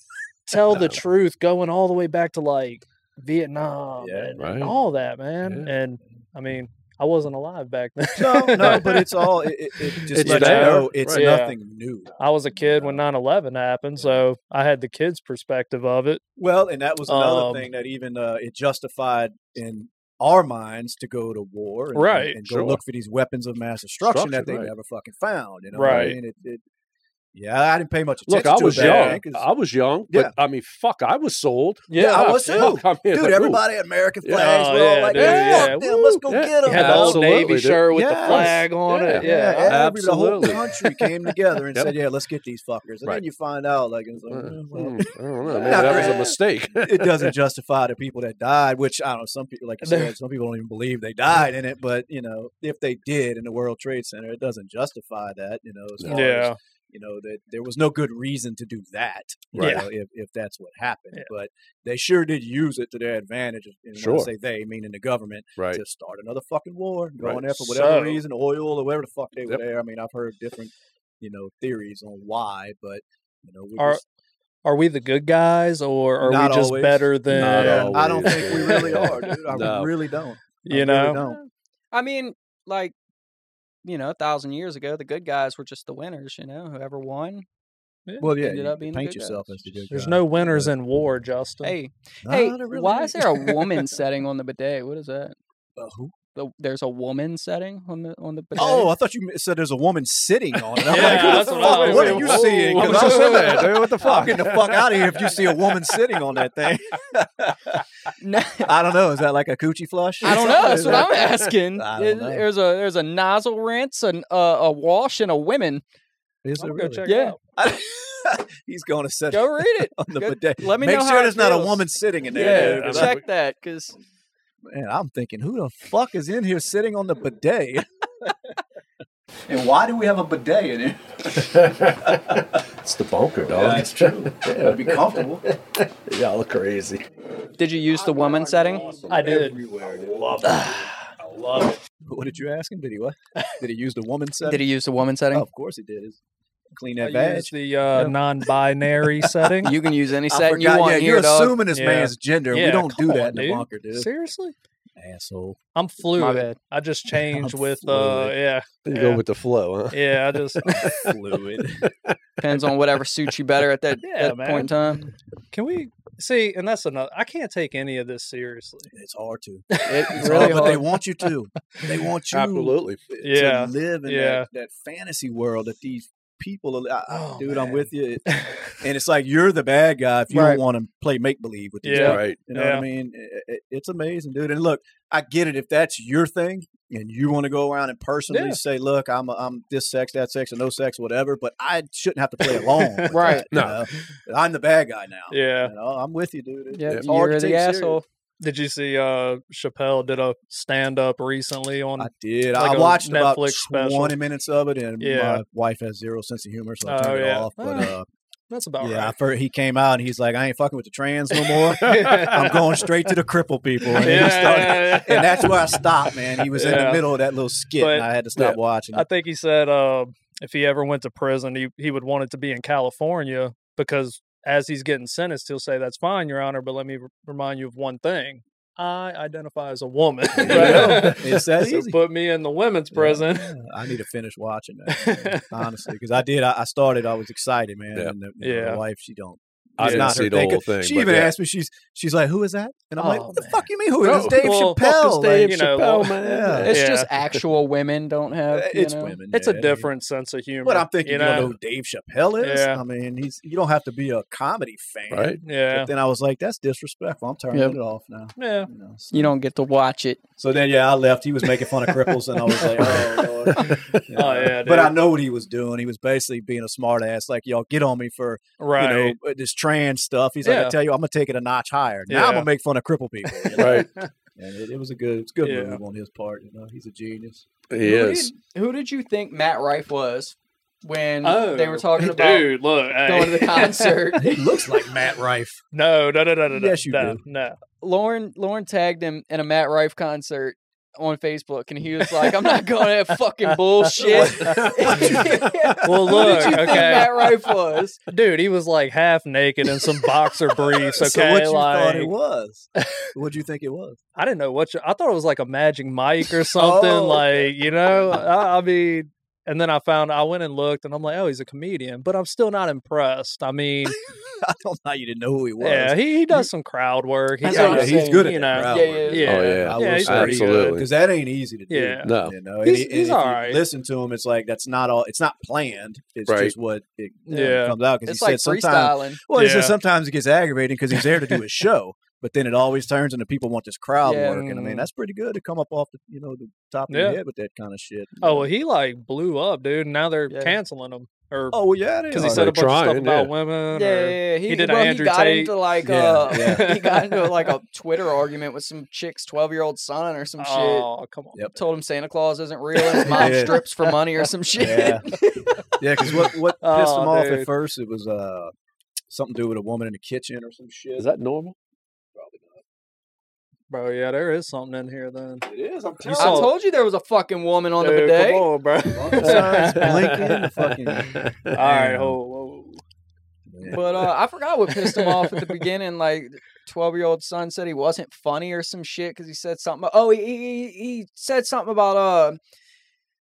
D: tell
A: No.
D: the truth going all the way back to like vietnam
A: Yeah,
D: and
C: right.
D: all that man
C: Yeah.
D: and i mean i wasn't alive back then
A: No, no, but it's all. It, it, it just
C: It's
A: lets you
C: there,
A: know it's
D: right. Yeah.
A: nothing new.
D: I was a kid when 9/11 happened, so I had the kids' perspective of it.
A: Well, and that was another
D: Um,
A: thing that even uh, it justified in our minds to go to war, and, and-
D: Right,
A: And, go
C: sure.
A: look for these weapons of mass destruction that they
C: Destruction, right.
A: never fucking found. You know what I
D: Right.
A: mean? It, it, yeah, I didn't pay much
C: Look,
A: attention.
C: I
A: to
C: was
A: it back
C: young.
A: then 'cause-
C: I was young,
A: Yeah.
C: but I mean, fuck, I was sold.
A: yeah, I
C: Ah,
A: was too.
C: fuck, I mean,
A: Dude,
C: like, ooh.
A: everybody had American
C: Yeah.
A: flags.
D: Oh,
A: We're all
D: yeah,
A: like,
D: dude,
A: "Yeah,
D: yeah.
A: fuck them. Let's go
C: Woo.
A: get
D: You
A: them.
D: had the old
C: Absolutely,
D: Navy
C: dude.
D: shirt with the
A: Yes.
D: flag on it.
C: Yeah.
D: Yeah,
A: every- the whole
C: absolutely.
A: country came together and
C: Yep.
A: said, "Yeah, let's get these fuckers." And
C: Right.
A: then you find out, like, it's like,
C: Uh,
A: "Eh, well,
C: mm, I don't know.
A: Not
C: Maybe that was
A: really.
C: a mistake.
A: it doesn't justify the people that died, which I don't know. Some people, like you
D: There-
A: said, some people don't even believe they died in it. But you know, if they did in the World Trade Center, it doesn't justify that. You know, as far
D: yeah,
A: as, you know that there was no good reason to do that. you
D: Right.
A: know, if, if that's what happened,
D: Yeah.
A: but they sure did use it to their advantage. And when
C: Sure.
A: I say they, meaning the government,
C: right.
A: to start another fucking war, go
C: Right.
A: in there for whatever
D: So-
A: reason, oil or whatever the fuck they
C: Yep.
A: were there. I mean, I've heard different, you know, theories on why, but. You know, we
D: Are-
A: just-
D: Are we the good guys, or are
A: Not
D: we just
A: always.
D: better than
C: Not
A: Yeah, I don't
C: always,
A: think we
C: dude.
A: really are, dude. I
C: No.
A: really don't.
D: you know?
B: I mean, like, you know, a thousand years ago, the good guys were just the winners. You know, whoever won.
A: Well, yeah,
B: Ended
A: you
B: up being the
A: paint
B: good
A: yourself
B: guys.
A: as the good
D: There's
A: guy.
D: no winners in war, Justin.
B: Hey,
A: Nah,
B: hey,
A: there really
B: why is there a woman setting on the bidet? What is that?
A: Uh, who?
B: The, there's a woman setting on the on the bidet.
A: Oh, I thought you said there's a woman sitting on it. I'm
D: Yeah,
A: like, what,
D: that's
A: the
D: what I
A: fuck?
D: was
A: what are
D: thinking.
A: you
D: Whoa,
A: seeing?
D: I
A: 'Cause I'm
D: was just in
A: sitting
D: there,
A: What the fuck? I'm getting the fuck out of here if you see a woman sitting on that thing.
B: no,
A: I don't know. Is that like a coochie flush? or
B: I don't know. That's
A: something?
B: what I'm
A: Is that-
B: asking.
A: I don't
B: There-
A: know.
B: There's a there's a nozzle rinse, an, uh, a wash, and a women.
A: Is
D: I'm
A: there
D: gonna go
A: really?
D: check
B: Yeah.
D: it out.
A: He's going to set
B: Go
A: it
B: read it.
A: on the
B: go-
A: bidet.
B: Let me
A: Make
B: know
A: sure
B: how it
A: there's not a
B: feels.
A: woman sitting in there.
B: Yeah,
A: dude.
B: check that because
A: Man, I'm thinking, who the fuck is in here sitting on the bidet?
E: And why do we have a bidet in here?
C: It's the bunker, dog.
E: That's true. It'd be comfortable.
C: Y'all are crazy.
B: did you use the woman setting?
D: I did.
A: what did you ask him? Did he what? Did he use the woman setting?
B: Did he use the woman
A: Oh,
B: setting?
A: of course he did. He's clean
D: I
A: that
D: used
A: badge.
D: the uh, non-binary setting.
B: You can use any
A: I
B: setting you
A: forgot-
B: want
A: yeah,
B: here,
A: you're
B: dog.
A: assuming this
D: Yeah.
A: man's gender.
D: Yeah,
A: we don't do
D: come
A: that
D: on,
A: in the
D: dude.
A: bunker, dude.
D: Seriously,
A: Asshole.
D: I'm fluid.
B: My bad.
D: I just changed with uh,
A: fluid.
D: yeah,
C: You
D: Yeah.
C: go with the flow, huh?
D: yeah. I just
A: Fluid.
B: Depends on whatever suits you better at that,
D: Yeah,
B: that point in time.
D: can we see? And that's another. I can't take any of this seriously.
A: it's hard to.
B: It
A: It's
B: really
A: hard, but they
B: hard.
A: want you to. They want you
C: Absolutely.
D: Yeah.
A: to live in
D: Yeah.
A: that, that fantasy world that these people are. I, I-
D: Oh,
A: dude, I'm
D: man.
A: with you. And it's like you're the bad guy if you
B: Right.
A: don't want to play make believe with these
D: Yeah.
A: people.
C: Right.
A: You know
D: Yeah.
A: what I mean? It, it- it's amazing, dude. And look, I get it if that's your thing and you want to go around and personally
D: Yeah.
A: say, "Look, I'm a, I'm this sex, that sex, and no sex, whatever." But I shouldn't have to play along, with
B: Right.
A: that, you
C: No.
A: know? I'm the bad guy now.
D: yeah.
A: You know, I'm with you, dude. It-
B: Yeah,
A: it's hard to
B: you're
A: take
B: the asshole.
D: Did you see uh Chappelle did a stand up recently on
A: serious. I did.
D: Um, Like
A: I
D: a
A: watched about
D: Netflix
A: 20
D: special.
A: minutes of it, and
D: Yeah.
A: my wife has zero sense of humor, so I
D: Oh,
A: turned it
D: yeah.
A: off. But
D: Ah,
A: uh,
D: that's about
A: yeah, I
D: right.
A: first, he came out and he's like, "I ain't fucking with the trans no more. I'm
D: I'm
A: going straight to the cripple people."
D: yeah,
A: And he started-
D: yeah, yeah.
A: and that's where I stopped, man. He was in
D: Yeah.
A: the middle of that little skit,
D: But-
A: and I had to stop watching.
D: I
A: It.
D: think he said uh, if he ever went to prison he, he would want it to be in California because as he's getting sentenced he'll say that's fine your honor but let me r- remind you of one thing I identify as a woman
A: There you go. It's that
D: so
A: easy.
D: put me in the women's prison
A: Yeah, I need to finish watching that, man, honestly, because I did. I, I started. I was excited, man.
C: Yeah.
A: And the, you know,
D: Yeah.
A: my wife, she don't.
C: I
A: it's
C: didn't
A: not
C: see
A: her
C: the
A: thing,
C: whole
A: 'cause
C: thing,
A: She
C: but
A: even
C: yeah.
A: asked me. She's she's like, "Who is that?" And I'm like,
D: Oh,
A: "What the
D: man.
A: fuck you mean? Who is
D: Oh,
A: Dave
D: well, fuck is
A: Chappelle?" Like,
D: Dave you know, well,
C: Chappelle,
A: yeah.
B: It's
D: Yeah.
B: just actual women don't have. you
A: it's
B: know?
A: women.
D: it's a
A: yeah.
D: different sense of humor
A: But I'm thinking,
D: you
A: you, don't know
D: know
A: who Dave Chappelle is.
D: Yeah.
A: I mean, he's you don't have to be a comedy fan.
C: Right.
D: yeah
A: But then I was like, that's disrespectful. I'm turning
B: Yep.
A: it off now.
D: yeah
A: You know, so-
B: You don't get to watch it.
A: So then, yeah, I left. He was making fun of cripples, and I was like, oh, Lord. You
D: Oh,
A: know,
D: yeah,
A: But I
D: dude.
A: know what he was doing. He was basically being a smartass, like, y'all get on me for,
D: right
A: you know, uh, this trans stuff. He's like,
D: Yeah.
A: I tell you, I'm going to take it a notch higher. Now I'm
D: Yeah.
A: going to make fun of cripple people. you know?
C: Right.
A: And it, it was a good, it's a good
D: Yeah.
A: move on his part. You know, he's a genius.
C: He
B: Who
C: is.
B: did- Who did you think Matt Rife was? when they were talking about
D: Oh, dude, look, hey.
B: going to the concert.
A: He looks like Matt Rife.
D: no, no, no, no, no, no,
A: Yes, you
D: no,
A: do.
D: no.
B: Lauren Lauren tagged him in a Matt Rife concert on Facebook, and he was like, "I'm not going to that fucking bullshit."
D: Well,
B: Who
D: look,
B: did you think
D: okay.
B: Matt Rife was?
D: dude, he was like half naked in some boxer briefs. Okay,
A: so what you
D: like
A: thought it was? What'd you think it was?
D: I didn't know what you, I thought it was like a magic mic or something.
A: Oh,
D: like you know, I, I mean, and then I found I went and looked, and I'm like, oh, he's a comedian, but I'm still not impressed. I mean,
A: I don't know. You didn't know who he was.
D: yeah, he, he does some crowd work. He
B: That's
D: does,
B: what I'm
A: he's
B: saying,
A: good at
D: you
A: that
D: know,
A: crowd
B: Yeah,
A: work.
B: yeah,
D: yeah.
C: Oh, yeah.
A: I
D: Yeah,
A: will
D: he's
A: say
D: pretty
C: good.
A: because uh, that ain't easy to do.
D: Yeah.
C: No.
A: you know, and
D: He's-
A: he- and
D: he's
A: if you
D: alright.
A: Listen to him; it's like that's not all. It's not planned. It's
C: Right.
A: just what it uh,
D: Yeah.
A: comes out. Because
B: It's
A: he
B: like
A: said sometimes,
B: freestyling.
A: well, he
D: Yeah.
A: says sometimes it gets aggravating because he's there to do his show, but then it always turns into people want this crowd
B: Yeah.
A: work, and I mean that's pretty good to come up off the you know the top of
D: Yeah.
A: your head with that kind of shit.
D: Oh well, he like blew up, dude. and Now they're
B: Yeah.
D: canceling him, or
A: oh well, yeah,
D: because
C: are.
D: he
C: They're
D: said a bunch of
C: trying,
D: stuff about
C: yeah.
D: women.
B: Yeah,
D: or-
B: yeah, yeah. He,
D: he did an
B: well,
D: Andrew
B: he got
D: Tate.
B: into like
A: Yeah,
B: uh,
D: yeah.
B: he got into like a Twitter argument with some chick's twelve year old son or some shit.
D: Oh come on!
A: Yep.
B: Told him Santa Claus isn't real. and His mom
A: Yeah.
B: strips for money or some shit.
A: Yeah. yeah, because what what pissed him
D: Oh,
A: off
D: dude.
A: at first it was uh something to do with a woman in the kitchen or some shit.
C: Is that normal?
D: Bro, yeah, there is something in here then.
A: it is. I'm
D: You
B: I
D: saw-
A: telling
B: told you there was a fucking woman on the
D: Dude,
B: bidet.
D: Come on, bro.
A: you. Signs blinking, the fucking.
D: All right,
A: Damn.
D: hold. hold.
B: But uh, I forgot what pissed him off at the beginning. Like, twelve-year-old son said he wasn't funny or some shit because he said something. Oh, he, he he said something about uh,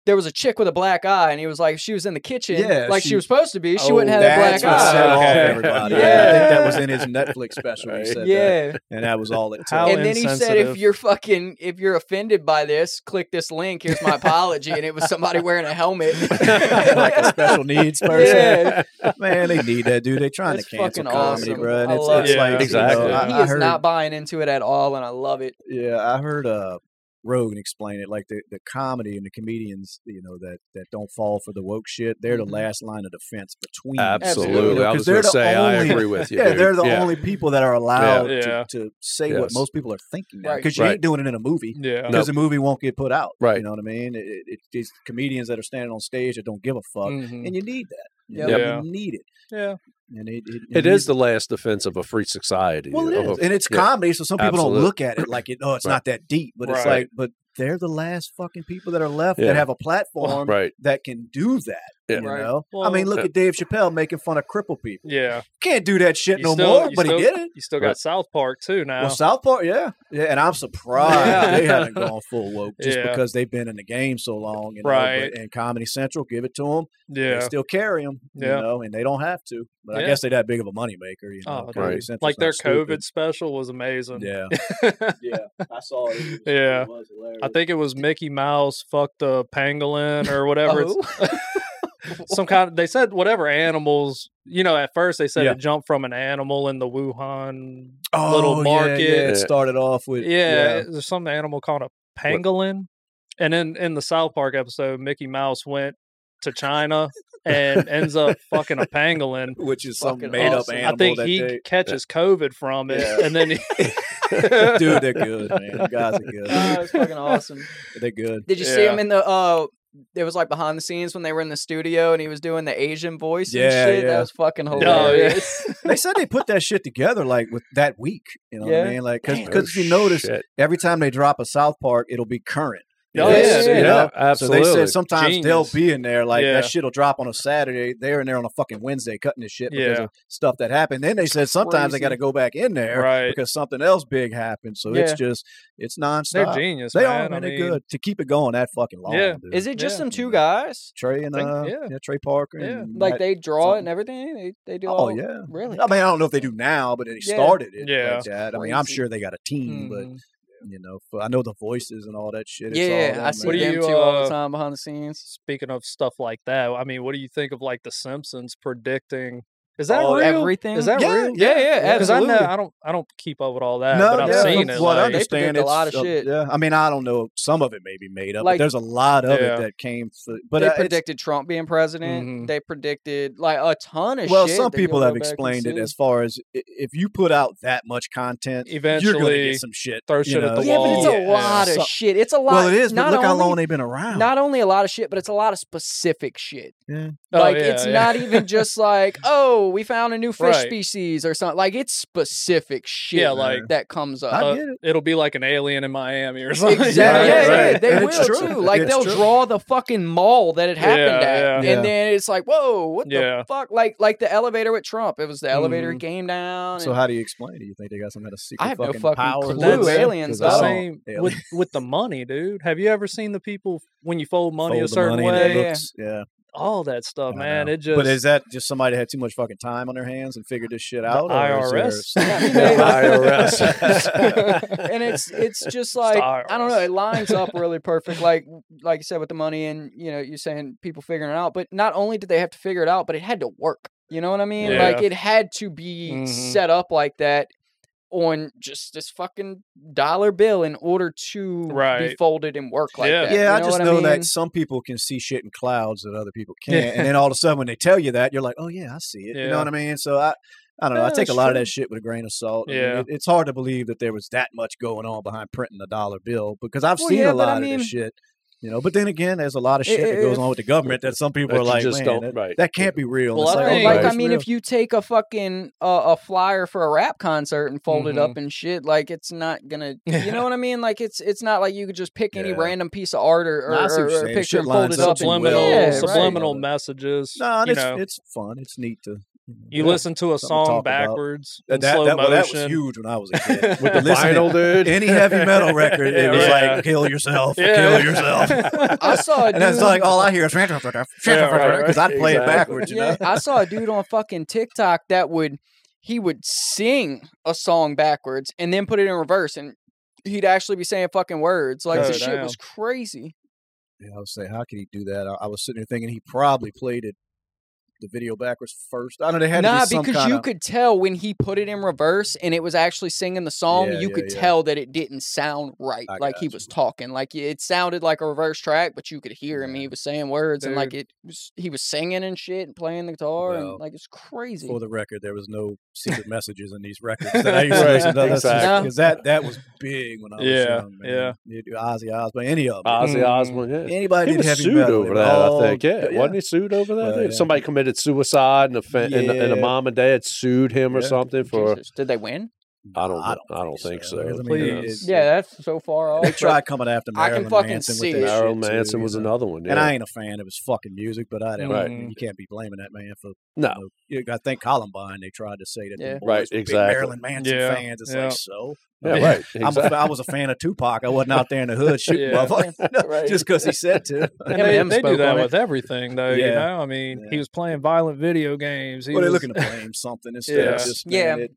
B: there was a chick with a black eye, and he was like, if she was in the kitchen,
A: Yeah,
B: like she,
A: she-
B: was supposed to be.
D: Oh,
B: She wouldn't have that
A: That's
B: black
A: what set
B: eye.
A: off
D: Okay.
A: everybody. Yeah. I think that was in his Netflix special. He said that,
B: Yeah,
A: and that was all it took.
D: How
B: and then he said, "If
D: insensitive.
B: you're fucking, if you're offended by this, click this link. Here's my apology." and it was somebody wearing a helmet.
A: like uh, a special needs person.
B: Yeah.
A: Man, they need that dude. They trying
B: That's
A: to cancel
B: fucking
A: comedy,
B: awesome.
A: bro. And
B: I
A: it's,
B: love
A: it's
D: it.
A: like you know,
C: Exactly.
A: I,
B: he
A: I
B: is
A: heard,
B: not buying into it at all, and I love it.
A: Yeah, I heard uh Rogan explain it like the, the comedy and the comedians, you know, that that don't fall for the woke shit. They're
B: Mhm.
A: the last line of defense between.
B: Absolutely.
C: Absolutely. I
A: 'Cause
C: was
A: they're
C: going to
A: the
C: say, I
A: only-
C: agree with you.
A: Yeah,
C: dude.
A: they're the
C: Yeah.
A: only people that are allowed
D: Yeah.
A: To, to say
C: Yes.
A: what most people are thinking now
B: Right.
A: because you
C: Right.
A: ain't doing it in a movie.
D: Yeah,
A: because the movie won't get put out.
C: Right.
A: You know what I mean? It, it, it- these comedians that are standing on stage that don't give a fuck,
D: Mhm.
A: and you need that. You
B: Yep.
A: know,
D: Yeah.
A: You need it.
D: yeah,
A: And it, it,
C: It is the last defense of a free society.
A: well, it
C: of
A: is,
C: a-
A: and it's
C: yeah.
A: comedy, so some people
C: Absolute.
A: don't look at it like it. Oh, it's
C: Right.
A: not that deep, but it's
D: Right.
A: like, but they're the last fucking people that are left
C: Yeah.
A: that have a platform
C: Right.
A: that can do that.
C: Yeah.
A: You
B: Right.
A: know, I
D: Well-
A: mean, look
C: Yeah.
A: at Dave Chappelle making fun of crippled people.
D: yeah.
A: Can't do that shit
D: You
A: no
D: still-
A: more,
D: you
A: but
D: still-
A: he did it.
D: You still
C: Right.
D: got South Park too now.
A: Well, South Park, yeah, yeah, and I'm surprised
D: Yeah.
A: they haven't gone full woke just
D: Yeah.
A: because they've been in the game so long, you know,
D: Right.
A: But, and Comedy Central give it to them; they
D: yeah,
A: still carry them,
D: Yeah.
A: you know, and they don't have to. But I
D: Yeah.
A: guess they're that big of a moneymaker, you
D: Oh,
A: know.
D: dude.
A: Comedy
C: Right.
A: Central's
D: like their
A: not
D: COVID
A: stupid.
D: special was amazing.
A: Yeah, yeah, I saw it. it was,
D: Yeah.
A: was hilarious.
D: I think it was Mickey Mouse fucked a pangolin or whatever. It's
B: Oh,
A: Oh.
D: some kind of they said whatever animals you know at first they said
A: Yeah.
D: it jumped from an animal in the wuhan
A: oh,
D: little
A: yeah,
D: market-
A: yeah, it started off with
D: yeah, there's some animal called a pangolin and then in the south park episode mickey mouse went to china and ends up fucking a pangolin
A: which is some
B: Fucking
A: made up
B: awesome. I
A: animal
D: i think
A: that
D: he
A: they.
D: catches covid from it
A: Yeah.
D: and then he,
A: Dude, they're good, man. You guys are good.
B: Oh, it's fucking awesome.
A: They're good.
B: Did you see
D: Yeah.
B: him in the uh it was like behind the scenes when they were in the studio and he was doing the Asian voice and
A: Yeah,
B: shit. That
A: yeah.
B: was fucking
A: Oh,
B: hilarious.
A: They said they put that shit together like with that week. You know what
B: Yeah.
A: I mean? Like
C: Oh,
A: because if you notice,
C: shit.
A: every time they drop a South Park, it'll be current.
D: Oh,
C: Yes.
B: yeah, yeah,
A: you know?
C: absolutely.
A: So they said sometimes
D: Genius.
A: they'll be in there, like
D: Yeah.
A: that shit will drop on a Saturday. They're in there on a fucking Wednesday cutting this shit because
D: Yeah.
A: of stuff that happened. Then they said sometimes they
B: crazy.
A: got to go back in there
D: right
A: because something else big happened. So
B: Yeah.
A: it's just it's
D: they're
A: nonstop.
D: genius
A: They
D: man.
A: are man,
D: I
A: they're
D: mean,
A: good to keep it going that fucking long.
D: Yeah.
A: dude.
B: Is it just
D: Yeah.
B: them two guys?
A: Trey and
D: think-
A: uh,
D: yeah.
A: yeah. Trey Parker?
D: Yeah.
A: And
B: Like
A: Matt-
B: they draw it and
A: something.
B: everything? They they do
A: Oh
B: all
A: yeah.
B: really.
A: I mean, I don't know if they do now, but they
B: Yeah.
A: started it
D: Yeah.
A: like that. I mean, I'm
B: Crazy.
A: sure they got a team, but
D: Mhm.
A: you know, f- I know the voices and all that shit. It's all
B: Hmm. yeah,
A: them,
B: I see
D: What do
A: man.
B: them
D: you,
B: two all the
D: uh,
B: time behind the scenes.
D: speaking of stuff like that i mean what do you think of like the simpsons predicting is that
A: Oh,
D: real?
B: everything?
D: is that
A: Yeah,
D: real
B: Yeah, yeah,
A: yeah.
D: Because I know
B: absolutely.
D: I don't I don't keep up with all
B: Uh,
D: that,
A: no,
D: but I've
A: yeah,
D: seen
A: from
D: it.
A: What I
D: Like,
B: They
A: understand,
B: predict a lot
A: it's,
B: of
A: uh,
B: shit.
A: Yeah, I mean, I don't know. Some of it may be made up,
B: Like-
A: but there's a lot of
D: Yeah.
A: it that came. Through, but
B: they
A: uh, it's-
B: predicted Trump being president.
D: Mhm.
B: They predicted like a ton of
A: well,
B: shit.
A: some
B: that you'll
A: people
B: go
A: have
B: back and
A: explained it
B: see.
A: as far as i- if you put out that much content, you're going to
D: Eventually,
A: get some shit.
D: throw
A: you
D: shit at
A: know,
D: the
B: yeah, but it's a
D: Yeah.
B: lot of
A: So-
B: shit. It's a lot.
A: Well, it is. But
B: Not
A: look how
B: only
A: long they've been around.
B: not only a lot of shit, but it's a lot of specific shit.
D: Oh,
B: like
D: yeah,
B: it's
D: yeah.
B: not even just like, oh, we found a new fish
D: Right.
B: species or something. Like it's specific shit
D: Yeah, like-
B: that comes up.
A: I
D: Uh,
A: get it.
D: it'll be like an alien in Miami or something.
B: Exactly.
A: Right,
B: yeah, yeah,
A: right.
B: They
A: And
B: will
A: it's true.
B: too. Like
A: It's
B: they'll
A: true.
B: draw the fucking mall that it happened
D: Yeah,
B: at,
D: yeah.
B: and
A: Yeah.
B: then it's like, whoa, what the
D: Yeah.
B: fuck? Like, like the elevator with Trump. It was the elevator came down.
A: Mm-hmm. So
B: and-
A: how do you explain it? You think they got some kind of secret
B: I have no
A: fucking
B: fucking
A: power?
B: clue.
D: That's-
B: Aliens,
D: the
B: though.
D: same with with the money, dude. Have you ever seen the people when you fold money a certain way?
B: Yeah.
A: yeah.
D: All that
B: Oh,
D: stuff,
A: I
D: man.
A: know.
D: It just
A: But is that just somebody that had too much fucking time on their hands and figured this shit out? or is there
D: IRS?
A: some-
B: Yeah, I mean,
A: Yeah,
B: they-
A: IRS.
B: and it's it's just like
D: Star
B: I don't know.
D: Wars.
B: It lines up really perfect, like like you said with the money, and you know, you're saying people figuring it out. But not only did they have to figure it out, but it had to work. You know what I mean? Like
D: Yeah.
B: it had to be
D: Mhm.
B: set up like that on just this fucking dollar bill in order to be
D: Right.
B: folded and work like
D: Yeah.
B: that.
A: Yeah,
B: You
A: I just
B: what
A: know
B: mean?
A: that some people can see shit in clouds that other people
D: Yeah.
A: can't, and then all of a sudden when they tell you that, you're like, "Oh yeah, I see it." You know
D: Yeah.
A: what I mean? So I, I don't know.
B: Yeah,
A: I take
B: that's
A: a lot of
B: true.
A: that shit with a grain of salt. I mean,
D: Yeah.
A: it- it's hard to believe that there was that much going on behind printing a dollar bill because I've
B: Well,
A: seen
B: yeah,
A: a
B: but I
A: lot of
B: mean-
A: this shit. You know, but then again, there's a lot of shit that goes on with the government that some people
C: That
A: are
C: you
A: like,
C: just
A: "Man,
C: don't-
A: that,
C: right.
A: that can't be real." And
D: Well,
A: it's
D: I
A: like,
D: think-
A: "Oh,
B: like
A: no,
B: I
A: it's
B: mean,
A: real."
B: if you take a fucking uh, a flyer for a rap concert and fold it
A: Mm-hmm.
B: up and shit, like it's not gonna, you know what I mean? Like it's it's not like you could just pick any
A: Yeah.
B: random piece of art or, or,
A: Nah, I see what
B: or,
A: you're
B: or
A: saying.
B: picture
A: Shit
B: and fold
A: lines up
B: it up
A: too
B: and
D: subliminal
A: well.
B: yeah, right.
D: subliminal messages.
A: no,
D: you
A: it's,
D: know,
A: it's fun. It's neat to.
D: you
A: yeah.
D: listen to a
A: something to
D: song
A: talk about.
D: backwards in
A: That, that,
D: slow
A: that, well, that was
D: motion.
A: huge when I was a kid.
C: with the
A: Listening-
C: vinyl, dude.
A: Any heavy metal record, it
D: Yeah,
A: was
D: right.
A: like kill yourself,
D: Yeah.
A: kill yourself.
B: I saw a
A: and that's
B: dude.
A: like all I hear is because
D: right,
A: I'd play it
C: exactly.
A: backwards, you know.
B: yeah, I saw a dude on fucking TikTok that would he would sing a song backwards and then put it in reverse and he'd actually be saying fucking words. Like
D: Oh,
B: the shit
D: damn.
B: was crazy.
A: Yeah, I was saying, how could he do that? I, I was sitting there thinking he probably played it, the video backwards first. I know they had
B: nah,
A: to be some
B: because
A: kind
B: you
A: of,
B: could tell when he put it in reverse and it was actually singing the song,
A: Yeah,
B: you
A: yeah,
B: could
A: yeah.
B: tell that it didn't sound right.
A: I
B: like he
A: gotcha.
B: was talking, like it sounded like a reverse track, but you could hear him. He was saying words and like it was he was singing and shit and playing the guitar
A: Well,
B: and like it's crazy.
A: for the record, there was no secret messages in these records. That I used to
D: Right,
A: listen to because
B: exactly.
A: that that was big when I was
D: Yeah,
A: young. Man. Yeah, Ozzy Osbourne, any of them.
C: Ozzy
D: Mm.
C: Osbourne, yeah.
A: hmm, Anybody
C: He
A: did
C: was
A: heavy
C: sued
A: metal,
C: over
A: they were
C: that,
A: all-
C: I think. Yeah. wasn't he sued over that?
A: Well,
C: I think
A: yeah.
C: Somebody committed suicide, and, a fa- and, and a
A: Yeah.
C: mom and dad sued him or
A: Yeah.
C: something for.
B: Jesus. Did they win?
C: I don't.
A: I
C: I don't, think so.
A: Because, I mean,
D: Please.
A: it's-
B: Yeah, that's so far off.
A: They
B: but-
A: tried coming after
B: I
A: Marilyn
B: can fucking
A: Manson
B: see
A: with
B: it.
A: that
C: Marilyn
A: shit, too,
C: Manson
A: you
C: was
A: know.
C: another one. Yeah.
A: And I ain't a fan of his fucking music, but I don't.
D: Right.
A: You can't be blaming that man for.
C: No.
A: You know, I think Columbine they tried to say that. them
B: Yeah.
A: boys
C: Right,
A: were big
C: exactly.
A: Marilyn Manson
D: Yeah,
A: fans. It's
D: yeah.
A: like so.
C: yeah,
A: Yeah.
C: right.
A: I'm a,
C: exactly.
A: I was a fan of Tupac. I wasn't out there in the hood shooting
D: Yeah.
A: motherfuckers No,
B: Right.
A: just because he said to.
B: Yeah,
D: And they,
B: Eminem
D: they
B: spoke
D: do that
B: on it.
D: with everything, though. You
A: Yeah.
D: know, I mean,
A: Yeah.
D: he was playing violent video games. He
A: Well, they're
D: was-
A: looking to blame something instead
D: Yeah.
A: of just
B: Yeah.
A: yeah. It,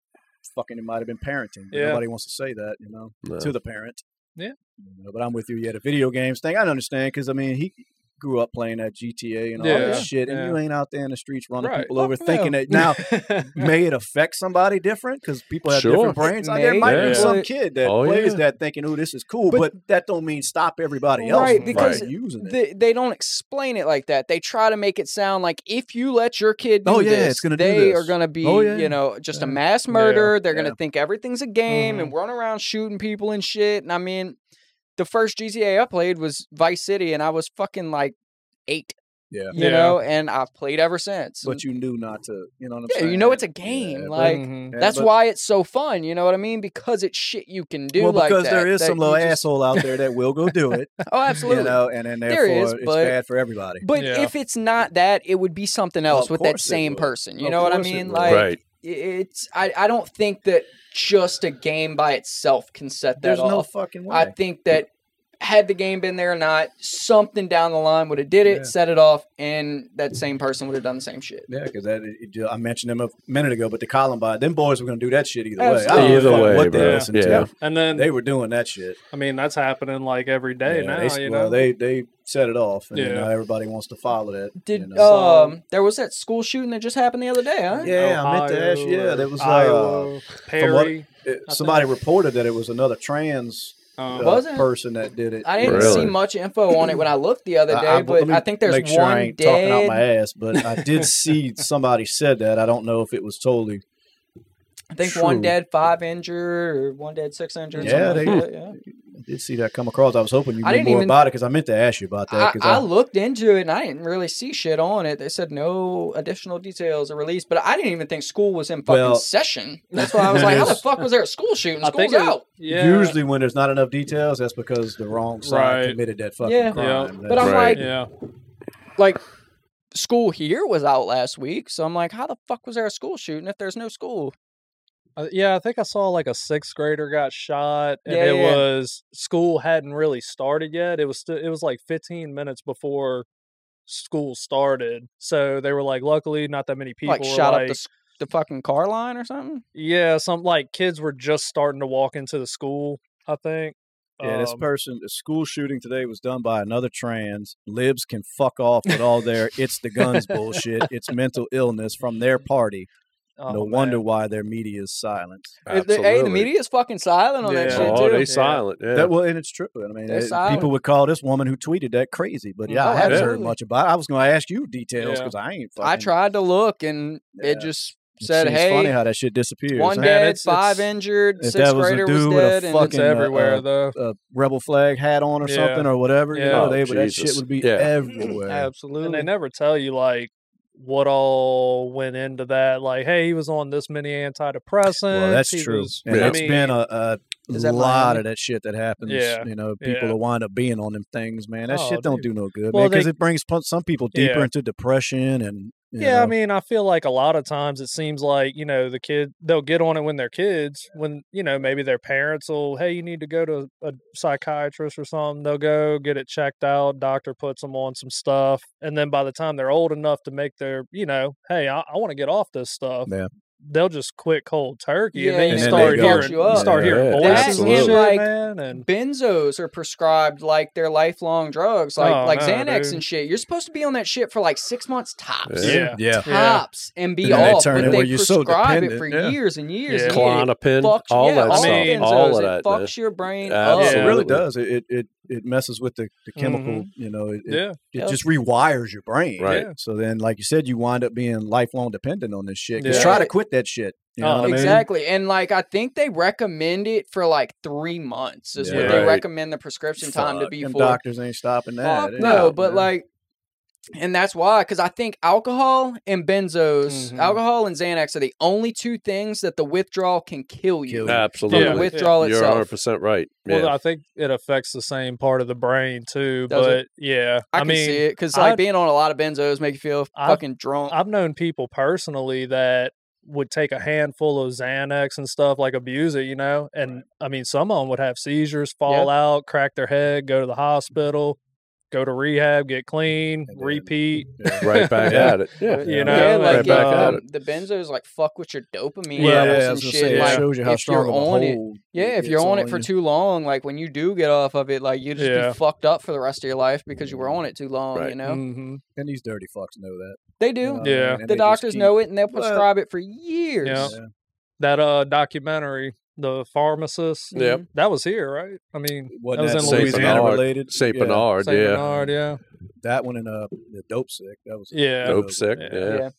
A: fucking it might have been parenting. But
D: Yeah.
A: Nobody wants to say that, you know.
C: No.
A: to the parent.
D: Yeah.
A: You know, but I'm with you. Yeah, the video games thing, I don't understand because I mean he grew up playing that GTA and all
D: Yeah,
A: this shit, and
D: yeah.
A: you ain't out there in the streets running
D: Right.
A: people over
B: Fuck
A: thinking
B: no.
A: that now. May it affect somebody different because people have
C: Sure.
A: different brains. Like, there
B: May,
A: might
C: yeah.
A: be some
B: but-
A: kid that
C: Oh,
A: plays
C: yeah.
A: that thinking, "Oh, this is cool," but,
B: But-
A: that don't mean stop everybody else
B: Right,
A: from
B: because
A: fucking using it.
B: they, they don't explain it like that. They try to make it sound like if you let your kid do
A: Oh, yeah,
B: this,
A: it's gonna do
B: they are
A: this.
B: going to be,
A: Oh, yeah.
B: you know, just a
A: Yeah.
B: mass murder. They're going
A: Yeah. Mm-hmm.
B: to think everything's a game and run around shooting people and shit. And I mean, the first GTA I played was Vice City, and I was fucking like eight,
A: yeah,
B: you
D: Yeah.
B: know, and I've played ever since.
A: but
B: And-
A: you knew not to. You know what I'm
B: yeah,
A: saying?
B: you know it's a
A: Yeah,
B: game.
A: but-
B: like
D: Mhm.
A: yeah,
B: that's
A: but-
B: why it's so fun. You know what I mean? Because it's shit you can do.
A: Well,
B: like
A: because there
B: that,
A: is
B: that
A: some
B: you
A: little
B: just-
A: asshole out there that will go do it.
B: Oh, absolutely.
A: You know, and then
B: There
A: therefore
B: is,
A: it's
B: but-
A: bad for everybody.
B: But
D: Yeah.
B: if it's not that, it would be something
A: Well,
B: else
A: of
B: with that
A: course it
B: same
A: would.
B: person. You
A: Of
B: know what I
A: course it
B: mean?
A: would.
B: Like
C: right.
B: it's I, I don't think that just a game by itself can set that
A: There's no
B: off.
A: fucking way.
B: I think that had the game been there or not, something down the line would have did it,
A: Yeah.
B: set it off, and that same person would have done the same shit.
A: Yeah, because that it- it- I mentioned them a minute ago, but the Columbine, them boys were going to do that shit either way. I don't
B: Absolutely.
A: give a
C: Either
A: fuck
C: way,
A: what they
C: bro.
A: listened
C: Yeah.
A: to,
D: And then
A: they were doing that shit.
D: I mean, that's happening like every day
A: Yeah,
D: now.
A: they,
D: you
A: well,
D: know,
A: they they set it off, and you
D: Yeah.
A: know, everybody wants to follow that. you
B: Did
A: know.
B: um there was that school shooting that just happened the other day, huh?
A: yeah, I meant to ask.
D: Ohio
A: Yeah,
D: or
A: there was uh,
D: Iowa,
A: from what-
D: Perry.
A: it- somebody reported that it was another trans uh,
D: um,
B: Was it?
A: person that did it.
B: I didn't see
C: Really?
B: much info on it when I looked the other day,
A: I- I- let
B: but
A: me
B: I think there's
A: make sure
B: one
A: I ain't talking out
B: dead.
A: my ass, but I did see somebody said that. I don't know if it was totally
B: I think one
A: True.
B: dead, five injured, or one dead, six injured.
A: Yeah,
B: something like
A: they-
B: that, yeah.
A: did see that come across. I was hoping you
B: I
A: knew
B: didn't
A: more
B: even-
A: about it because I meant to ask you about that.
B: I,
A: 'cause
B: I
A: I-
B: looked into it and I didn't really see shit on it. They said no additional details are released, but I didn't even think school was in fucking
A: Well-
B: session. That's why I was like, how the
A: Yes.
B: fuck was there a school shooting?
D: I
B: School's
D: think it-
B: out.
D: yeah.
A: Usually, when there's not enough details, that's because the wrong side
D: Right.
A: committed that fucking
B: Yeah.
A: crime.
B: But I'm like,
C: Right.
D: yeah,
B: like school here was out last week, so I'm like, how the fuck was there a school shooting if there's no school?
D: Uh, yeah. I think I saw like a sixth grader got shot, and
B: Yeah,
D: it
B: yeah, yeah.
D: was school hadn't really started yet. It was still it was like 15 minutes before school started, so they were like, luckily, not that many people
B: like
D: were,
B: shot up
D: like-
B: the s- the fucking car line or something.
D: Yeah, some like kids were just starting to walk into the school. I think.
A: Yeah, this
D: Um,
A: person, the school shooting today was done by another trans. Libs can fuck off with all their it's the guns bullshit. It's mental illness from their party.
D: oh,
A: no
D: man.
A: wonder why their media is silent.
B: If the- hey, the
C: Absolutely.
B: media is fucking silent on that
D: Yeah.
B: shit
C: Oh,
B: too.
C: they silent. Yeah.
A: That, well, and it's true. I mean,
B: They're
A: it-
B: silent.
A: people would call this woman who tweeted that crazy, but yeah,
B: Oh,
A: I haven't heard
B: absolutely.
A: much about it. I was going to ask you details
D: Yeah.
A: because I ain't fucking.
B: I tried to look and
A: Yeah.
B: it just
A: It
B: said,
A: seems
B: "Hey,
A: funny how that shit disappears.
B: one
A: huh?
D: Man,
B: dead,
D: it's-
B: five
D: it's-
B: injured,
A: if that
B: sixth
A: was a
B: grader was
A: dude with a
B: dead." and
A: fucking
D: it's
A: fucking, uh,
D: everywhere
A: uh,
D: though.
A: a rebel flag hat on or
D: Yeah.
A: something or whatever. You
D: Yeah.
A: know,
D: Oh,
A: they, but that
C: Jesus.
A: shit would be
C: Yeah.
A: everywhere.
D: And
B: Absolutely.
D: they never tell you like what all went into that. Like, hey, he was on this many antidepressants.
A: Well, that's
D: he
A: true.
D: was-
A: and
D: I
A: that's
D: mean,
A: been a, a
B: Is that
A: lot
B: Miami?
A: of that shit that happens.
D: Yeah,
A: You know, people
D: yeah.
A: will wind up being on them things, man. That
D: Oh,
A: shit don't
D: dude.
A: do no good,
D: Well,
A: man, because
D: they-
A: it brings pl- some people deeper
D: Yeah.
A: into depression and. you
D: yeah, I
A: know,
D: mean, I feel like a lot of times it seems like you know the kid they'll get on it when they're kids. When you know maybe their parents will, hey, you need to go to a psychiatrist or something. They'll go get it checked out. Doctor puts them on some stuff, and then by the time they're old enough to make their, you know, hey, I, I want to get off this stuff.
A: Yeah.
D: They'll just quit cold turkey,
B: Yeah,
D: and then you
A: and then
D: start
A: they go-
D: hearing,
B: You
D: you,
B: up.
D: start hearing
C: Yeah,
D: voices
C: absolutely.
D: and shit,
B: Like,
D: man, and
B: benzos are prescribed like they're lifelong drugs, like
D: Oh,
B: like
D: no,
B: Xanax
D: dude.
B: and shit. You're supposed to be on that shit for like six months tops.
C: Yeah.
D: yeah,
A: yeah.
D: Yeah.
B: Tops and be
A: And then they
B: off,
A: turn
B: but
A: it
B: they
A: where you're so
B: prescribe it
A: dependent,
B: for
A: yeah.
B: years and years.
D: Yeah.
B: And years. It
C: Klonopin,
B: fucks-
C: all
B: yeah,
C: that
B: all
C: stuff,
D: I mean-
C: all
B: benzos,
C: of
B: it
C: that.
B: fucks
C: man.
B: your brain
A: Yeah, it
B: up.
A: really
C: Absolutely.
A: does. It it it, it messes with the, the chemical, you know, it, it,
D: Mm-hmm. yeah.
A: it
B: Yep.
A: just rewires your brain.
C: Right.
D: Yeah.
A: So then like you said, you wind up being lifelong dependent on this shit. 'Cause
D: Yeah.
A: try to quit that shit. You know
D: Oh,
A: what
B: Exactly. And like I think they recommend it for like three months is what
C: Yeah.
B: they
C: Right.
B: recommend the prescription
A: I mean?
B: time to
A: Fuck,
B: be
A: them
B: for.
A: doctors ain't stopping that.
B: Fuck
A: Yeah,
B: no, but
A: man.
B: like, and that's why, because I think alcohol and benzos,
A: Mm-hmm.
D: Mhm.
B: alcohol and Xanax are the only two things that the withdrawal can kill you
A: Kill you.
B: from
C: Absolutely.
B: the withdrawal
C: You're
B: itself.
C: 100% right. Yeah.
D: Well, I think it affects the same part of the brain too.
B: Does
D: but
B: it?
D: yeah,
B: I,
D: I,
B: can
D: mean,
B: see it because like
D: I'd-
B: being on a lot of benzos make you feel
D: I've-
B: fucking drunk.
D: I've known people personally that would take a handful of Xanax and stuff, like abuse it, you know. And I mean, some of them would have seizures, fall out, crack their head, go to the hospital, go to rehab, get clean,
A: then-
D: repeat.
A: Yeah.
C: right back
A: Yeah.
C: at it. Yeah.
D: You know,
B: yeah,
D: and,
B: like
C: right back
B: uh,
C: at
D: um,
C: it.
B: the benzos like fuck with your dopamine
D: Yeah,
B: levels
A: I
B: and
A: was gonna
B: shit.
A: say, it
B: like,
A: shows you how
B: if
A: strong
B: you're
A: of a
B: on it,
A: hold
B: yeah, if
A: gets
B: you're on it for
A: you.
B: too long, like when you do get off of it, like you just
D: Yeah.
B: be fucked up for the rest of your life because you were on it too long.
C: Right.
B: You know,
D: Mhm.
A: and these dirty fucks know that.
B: they do.
A: you know what I
D: Yeah.
A: mean? And
B: the
A: they just
B: doctors
A: keep-
B: know it and they'll
A: Well-
B: prescribe it for years.
D: Yeah.
A: Yeah.
D: That uh documentary, the pharmacist,
C: Yep.
D: that was here, right? I mean,
A: Wasn't
D: that was in
A: that
C: Saint
A: Louisiana
C: Bernard.
A: related?
C: St.
A: Yeah.
C: Bernard.
D: Saint
C: yeah.
D: Bernard, yeah,
A: That one and uh, the dope sick. That was
D: yeah.
C: Dope sick.
D: Yeah.
C: Yeah.
B: Yeah.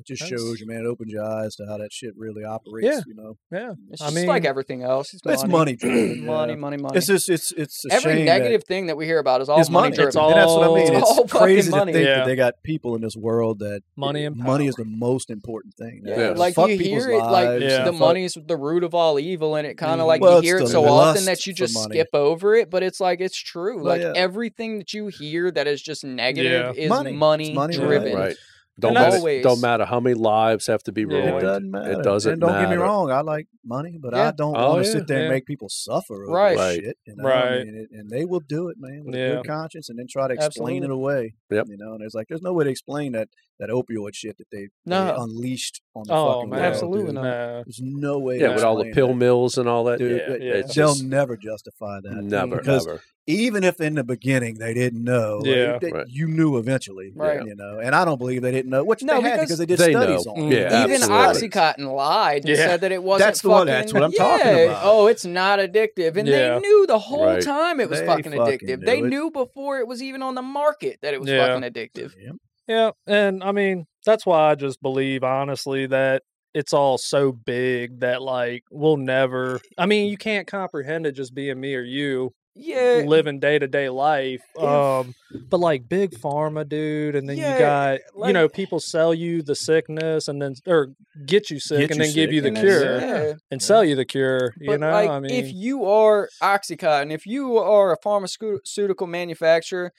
A: It just
D: That's-
A: shows you, man. It opens your eyes to how that shit really operates.
D: Yeah.
A: You know,
B: It's
D: I
B: just like
D: mean,
B: everything else. It's money.
A: it's money driven.
B: Money, money, money.
A: It's just it's it's a
B: Every
A: shame
B: negative thing that we hear about is
A: that
B: all
A: it's money.
B: money driven.
D: It's all-
A: and that's what I mean.
D: it's
A: It's,
B: all fucking
A: crazy
B: money.
A: to think
D: Yeah.
A: that they got people in this world that
D: Money and
A: money is the most important thing.
B: Yeah,
C: Yeah.
B: like
A: Fuck
B: you
A: people's
B: hear it, like
A: lives,
D: Yeah.
B: the
A: fuck-
B: money's the root of all evil, and it kind of like
A: Mm-hmm. Well,
B: you
A: it's
B: hear it
A: the
B: so
A: lust
B: often that you
A: for
B: just
A: money.
B: skip over it. But it's like it's true.
A: Well,
B: like
A: yeah.
B: everything that you hear that is just negative is
A: Money.
B: money,
A: It's money
B: driven.
C: Right. Don't
D: And
C: matter,
B: always-
C: don't matter how many lives have to be
D: Yeah.
A: It
C: ruined.
A: doesn't matter.
C: doesn't
A: and don't get me
C: matter.
A: wrong. I like money, but I
B: Yeah.
A: don't
C: Oh,
A: want to
C: yeah,
A: sit there
D: yeah.
A: and make people suffer over
B: Right.
A: this
C: Right.
A: shit. You know? I
D: Right.
A: mean, it- and they will do it, man, with a
D: Yeah.
A: good conscience, and then try to explain it
B: Absolutely.
A: away.
C: Yep.
A: You know, and it's like there's no way to explain that that opioid shit that they, they
B: No.
A: unleashed on the
D: Oh
A: fucking
D: man,
A: world,
B: Absolutely
A: dude.
B: not.
D: No.
A: There's no way.
C: Yeah,
A: to
C: with all the
A: explain
C: pill
A: that.
C: mills and all that.
A: Dude,
C: yeah,
D: yeah.
C: It's
A: They'll
C: just
A: never justify that.
C: never,
A: because
C: ever.
A: even if in the beginning they didn't know, like,
D: Yeah.
A: they-
C: Right.
A: you knew eventually,
B: Right.
A: You know, and I don't believe they didn't know, which
B: No,
A: they had
B: because
A: because they did
C: they
A: studies
C: know.
A: on. it.
D: Mm. Yeah,
B: Even
C: absolutely.
B: OxyContin lied and
D: Yeah.
B: said that it wasn't.
A: That's the
B: fucking,
A: one- that's what I'm talking
B: yeah,
A: about.
B: Oh, it's not addictive, and
D: Yeah.
B: they knew the whole
C: Right.
B: time it was
A: They
B: fucking
A: fucking
B: addictive.
A: knew
B: They
A: it.
B: knew before it was even on the market that it was
D: Yeah.
B: fucking addictive.
A: Yeah.
D: Yeah, and I mean that's why I just believe honestly that it's all so big that like we'll never. I mean, you can't comprehend it just being me or you
B: Yeah.
D: living day to day life. Um, but like big pharma, dude, and then
B: Yeah,
D: you got
B: like-
D: you know people sell you the sickness and then or get you sick
E: Get
D: and
E: you
D: then give
E: sick
D: you the
E: and
B: and
E: then
D: cure
E: sick.
B: yeah.
D: and sell you the cure.
B: But
D: You know,
B: like,
D: I mean,
B: if you are OxyContin, if you are a pharmaceutical manufacturer,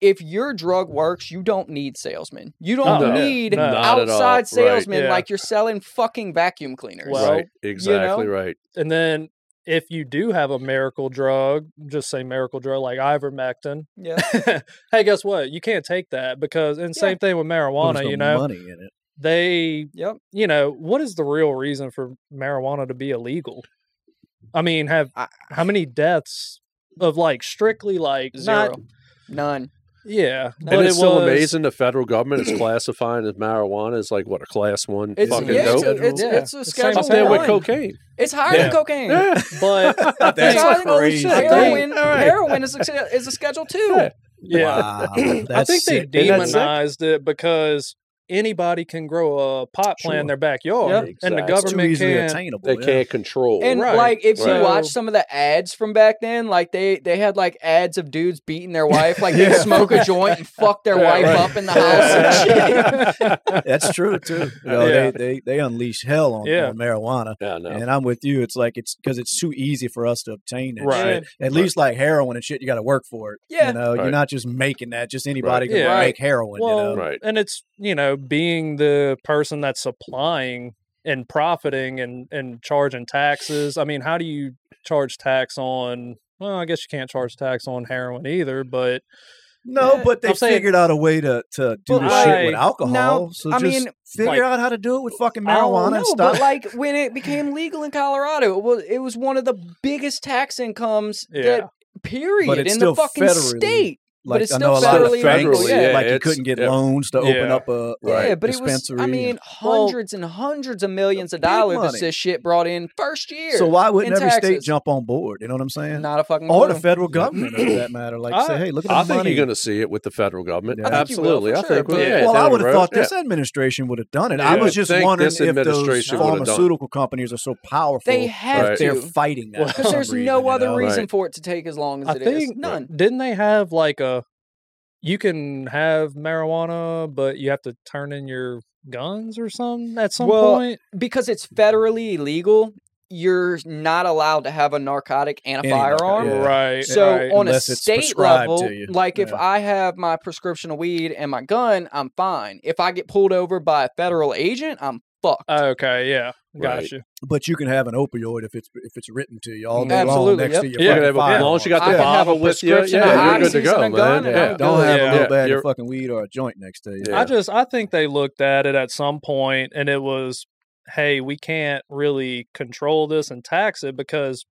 B: if your drug works, you don't need salesmen. You don't
D: No,
B: need
D: no.
C: Not at all,
B: outside
C: right,
B: salesmen
D: yeah.
B: like you're selling fucking vacuum cleaners.
D: Well,
C: right. Exactly right.
D: and then if you do have a miracle drug, just say miracle drug like ivermectin.
B: yeah.
D: hey, guess what? You can't take that because, and
B: Yeah.
D: same thing with
A: Well, there's
D: marijuana.
A: no
D: you know,
A: money in it.
D: they
B: Yep.
D: you know, what is the real reason for marijuana to be illegal? I mean, have
B: I-
D: how many deaths of like strictly like
B: Zero.
D: not-
B: None.
D: yeah,
C: and
D: but
C: it's
D: it
C: so
D: was-
C: amazing the federal government is classifying as marijuana as like what a class one
B: It's,
C: fucking
B: yeah, it's,
C: dope.
B: it's,
D: Yeah.
B: it's a
D: It's same
B: schedule
C: Up there with
B: one.
C: cocaine.
B: It's higher than
D: Yeah.
B: cocaine.
C: Yeah.
D: But I
B: It's
D: think-
B: higher than all this
E: crazy.
B: shit.
E: I
C: think-
B: Heroin,
C: all right.
B: heroin is a, is a schedule two.
C: Yeah.
D: yeah,
A: Wow, that's
D: I think they
A: sick.
C: Isn't that sick?
D: demonized it because anybody can grow a pot plant in
C: Sure.
D: their backyard,
B: Yep.
D: and
A: It's
C: Exactly. It's
D: the
A: too
D: government
A: easily
D: can.
A: attainable.
C: They
A: yeah.
C: can't control.
B: And
D: Right.
B: like if you
D: Right.
B: watch some of the ads from back then, like they they had like ads of dudes beating their wife, like they
A: Yeah.
B: smoke a joint and fuck their
D: Yeah,
B: wife
D: right.
B: up in the house and shit.
A: That's true too. You know,
D: Yeah.
A: they, they they unleash hell on,
D: Yeah.
A: on marijuana,
C: Yeah, no.
A: and I'm with you. It's like it's because it's too easy for us to obtain that shit.
D: Right.
A: At least like heroin and shit, you got to work for it.
B: Yeah.
A: you know,
C: Right.
A: you're not just making that. Just anybody
D: Right.
A: can
D: Yeah.
A: make heroin.
D: well,
A: you know,
C: Right.
D: and it's you know being the person that's supplying and profiting and and charging taxes. I mean, how do you charge tax on? Well, I guess you can't charge tax on heroin either, but
A: no,
B: Yeah.
A: but they
D: I'm saying-
A: figured out a my God, a way to to do
D: Well,
A: this
D: I-
A: shit with alcohol.
B: now,
A: so
B: I
A: just
B: mean,
A: figure
D: like-
A: out how to do it with fucking
D: I don't
A: marijuana
B: No,
A: and stop.
B: but like when it became legal in Colorado, it was it was one of the biggest tax incomes
D: Yeah.
B: that period
A: But it's
B: in the
A: still
B: fucking
A: federally-
B: state.
A: like
B: it's
A: I
B: still
A: know a lot of
B: federally
A: banks,
B: legal, yeah.
A: like you
C: it's-
A: couldn't get
C: yeah.
A: loans to open
D: Yeah.
A: up a
B: Yeah,
A: right,
B: but it was
A: dispensary.
B: I
A: and-
B: mean hundreds and hundreds of millions of
A: big
B: dollars
A: money.
B: that this shit brought in first year.
A: so why wouldn't
B: in
A: every state
B: taxes.
A: jump on board? You know what I'm saying?
B: not a fucking
A: or
B: clue.
A: the federal government, for that matter. Like,
D: I-
A: say, hey, look at the
C: I
A: money.
C: think you're going to see it with the federal government.
A: Yeah.
B: I think you will,
C: Absolutely.
B: for
C: I
B: sure,
C: think.
B: but-
C: yeah,
A: well, I
C: down the
A: would have
C: road,
A: thought
C: yeah.
A: this administration would have done it. I
C: Yeah.
A: was just
C: Think
A: wondering
C: this
A: if those
C: administration would've done it.
A: pharmaceutical companies are so powerful.
B: They have
A: that
B: to.
A: They're fighting that.
D: Well,
A: for
B: Because
A: some
B: there's
A: reason,
B: no
A: you
B: other
A: know?
B: reason
C: Right.
B: for it to take as long as
D: I
B: it is.
D: think-
B: None.
D: didn't they have like a you can have marijuana, but you have to turn in your guns or something at some
B: Well,
D: point?
B: Because it's federally illegal, you're not allowed to have a narcotic and a
A: Any narco-
B: firearm.
A: yeah.
D: Right.
B: So
D: right.
B: on
A: Unless
B: a
A: it's
B: state
A: prescribed to
B: level,
A: you.
B: like if
A: Yeah.
B: I have my prescription of weed and my gun, I'm fine. If I get pulled over by a federal agent, I'm fucked.
A: Uh,
D: okay, yeah. Got
C: Right.
D: you.
A: But you can have an opioid if it's if it's written to you all day long
B: Absolutely,
A: next
B: yep.
A: to your
C: You're
A: fucking
C: gonna have a,
A: firearm.
C: as long as you got
B: I
C: the
B: could have
C: bottle
B: a
C: with you,
B: prescription
A: of
C: yeah, you're good to
B: oxys
C: go,
B: and a gun
C: man.
B: and
C: Yeah.
B: I'm
A: Don't have a
D: Yeah.
A: little
C: Yeah.
A: bag
C: You're-
A: of fucking weed or a joint next to you.
C: Yeah.
D: I just I think they looked at it at some point and it was, hey, we can't really control this and tax it because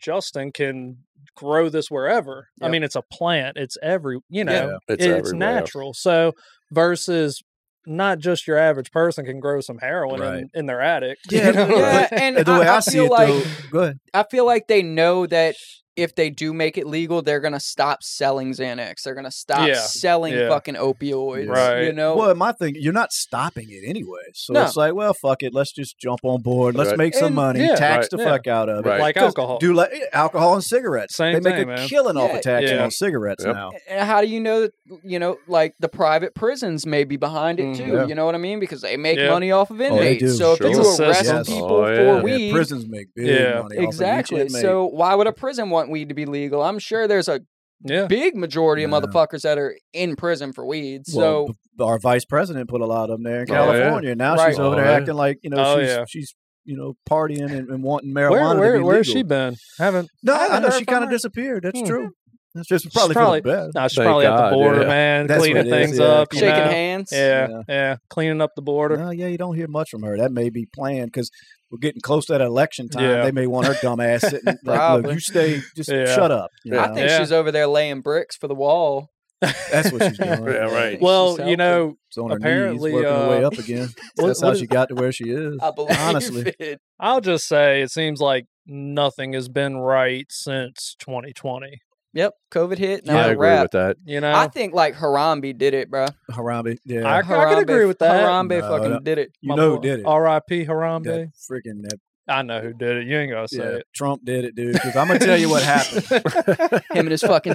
D: Justin can grow this wherever. I
B: Yep.
D: mean, it's a plant. It's every you know,
C: It's
D: it- it's,
C: everywhere.
D: natural. So versus not just your average person can grow some heroin
A: Right.
D: in, in their attic.
A: Yeah,
D: you know?
B: yeah, and
A: the
B: I,
A: way I,
B: I
A: see
B: feel
A: it,
B: like
A: though, go ahead.
B: I feel like they know that if they do make it legal, they're gonna stop selling Xanax. They're gonna stop
D: Yeah,
B: selling
D: yeah.
B: fucking opioids.
D: Right.
B: You know,
A: Well, my thing, you're not stopping it anyway. So
B: Oh. No.
A: it's like, well, fuck it. Let's just jump on board. Let's
C: Right.
A: make some
B: And-
A: money.
D: yeah,
A: tax
C: right,
A: the
D: yeah.
A: fuck out of it.
C: Right.
D: Like
A: 'Cause
D: alcohol.
A: Do like eh, alcohol and cigarettes.
D: Same
A: they make
D: thing,
A: a
D: man.
A: killing off
B: Yeah,
A: of taxing
D: yeah.
A: on cigarettes
C: Yep.
A: now.
B: and how do you know that you know like the private prisons may be behind it too
D: Mhm.
A: Yeah. Oh,
B: you know what i mean because they make
D: Yeah.
B: money off of inmates
A: do,
B: so
C: sure.
B: if
D: It's
B: you
D: a
B: arrest
A: system.
B: people
C: Oh,
B: for
C: yeah.
A: Yeah,
B: weed
A: prisons make big
D: Yeah.
A: money. Off
B: exactly
A: of each inmate.
B: so why would a prison want weed to be legal i'm sure there's a
D: yeah.
B: big majority of
A: Yeah.
B: motherfuckers that are in prison for weed
A: Well,
B: so
A: b- our vice president put a lot of them there in
C: Oh, yeah.
A: California. Now
B: Right.
A: she's over there
C: Oh, yeah.
A: acting like you know
D: Oh,
A: she's
D: yeah.
A: she's you know partying and, and wanting marijuana
D: Where
A: to
D: where
A: be
D: where's she
A: legal.
D: been? Haven't
A: No, I,
D: haven't
A: know
D: heard
A: she
D: from
A: kind of
D: her.
A: disappeared. That's
D: Hmm.
A: true. That's just
D: She's
A: probably,
D: probably-
A: for the best.
D: No, she's
C: Thank
D: probably at
C: God,
D: the border,
C: yeah.
D: man,
A: That's what it
D: cleaning
A: is,
D: things
A: yeah,
D: up. You
B: shaking
D: know?
B: hands
D: Yeah,
A: Yeah.
D: yeah, cleaning up the border.
A: No, yeah, you don't hear much from her. That may be planned because we're getting close to that election time.
D: Yeah.
A: They may want her dumb ass sitting. Like,
B: Probably.
A: Look, you stay. Just
D: Yeah.
A: shut up. you
B: i
A: know?
B: think
D: Yeah.
B: she's over there laying bricks for the wall
A: that's what she's doing.
C: Yeah, right.
B: She's
D: Well,
B: helping.
D: you know,
A: She's on her
D: Apparently,
A: knees, working her way
D: uh,
A: up again.
D: what-
A: that's
D: what
A: how
D: is-
A: she got to where she is.
B: i believe
A: Honestly.
B: it
D: I'll just say it seems like nothing has been right since 2020.
B: Yep. COVID hit. Now
C: I
B: a
C: agree
B: wrap.
C: with that.
D: You know,
B: I think like Harambe did it, bro.
A: Harambe. Yeah,
D: I, I can agree with that.
A: No,
B: Harambe fucking
A: no.
B: did it.
A: you
D: My
A: know who
D: boy.
A: did it.
D: R.I.P. Harambe.
A: That freaking that,
D: I know who did it. You ain't gonna say
A: yeah,
D: it.
A: Trump did it, dude. Because I'm gonna tell you what happened.
B: Him and his fucking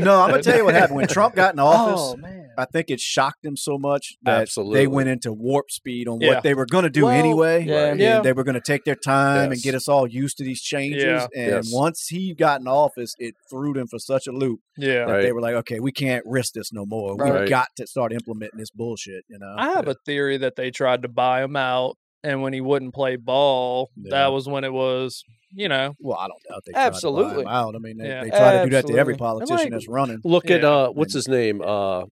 A: No, I'm gonna tell you what happened when Trump got in office.
D: Oh man.
A: I think it shocked them so much that
C: Absolutely.
A: they went into warp speed on
D: Yeah.
A: what they were going to do
D: Well,
A: anyway.
B: yeah.
A: And
D: Yeah.
A: they were going to take their time and
C: Yes.
A: get us all used to these changes.
D: Yeah.
A: And
C: Yes.
A: once he got in office, it threw them for such a loop that
D: Yeah.
A: they
C: Right.
A: were like, "Okay, we can't risk this no more.
C: Right.
A: We've got to start implementing this bullshit." You know,
D: I have a theory that they tried to buy him out, and when he wouldn't play ball,
A: Yeah.
D: that was when it was, you know,
A: well, I don't doubt they tried to buy him
B: Absolutely.
A: out. I mean, they,
D: Yeah.
A: they try to do that to every
B: Absolutely. And,
A: politician
B: like,
A: that's running.
C: Look at
D: Yeah.
C: uh, what's his name? Uh,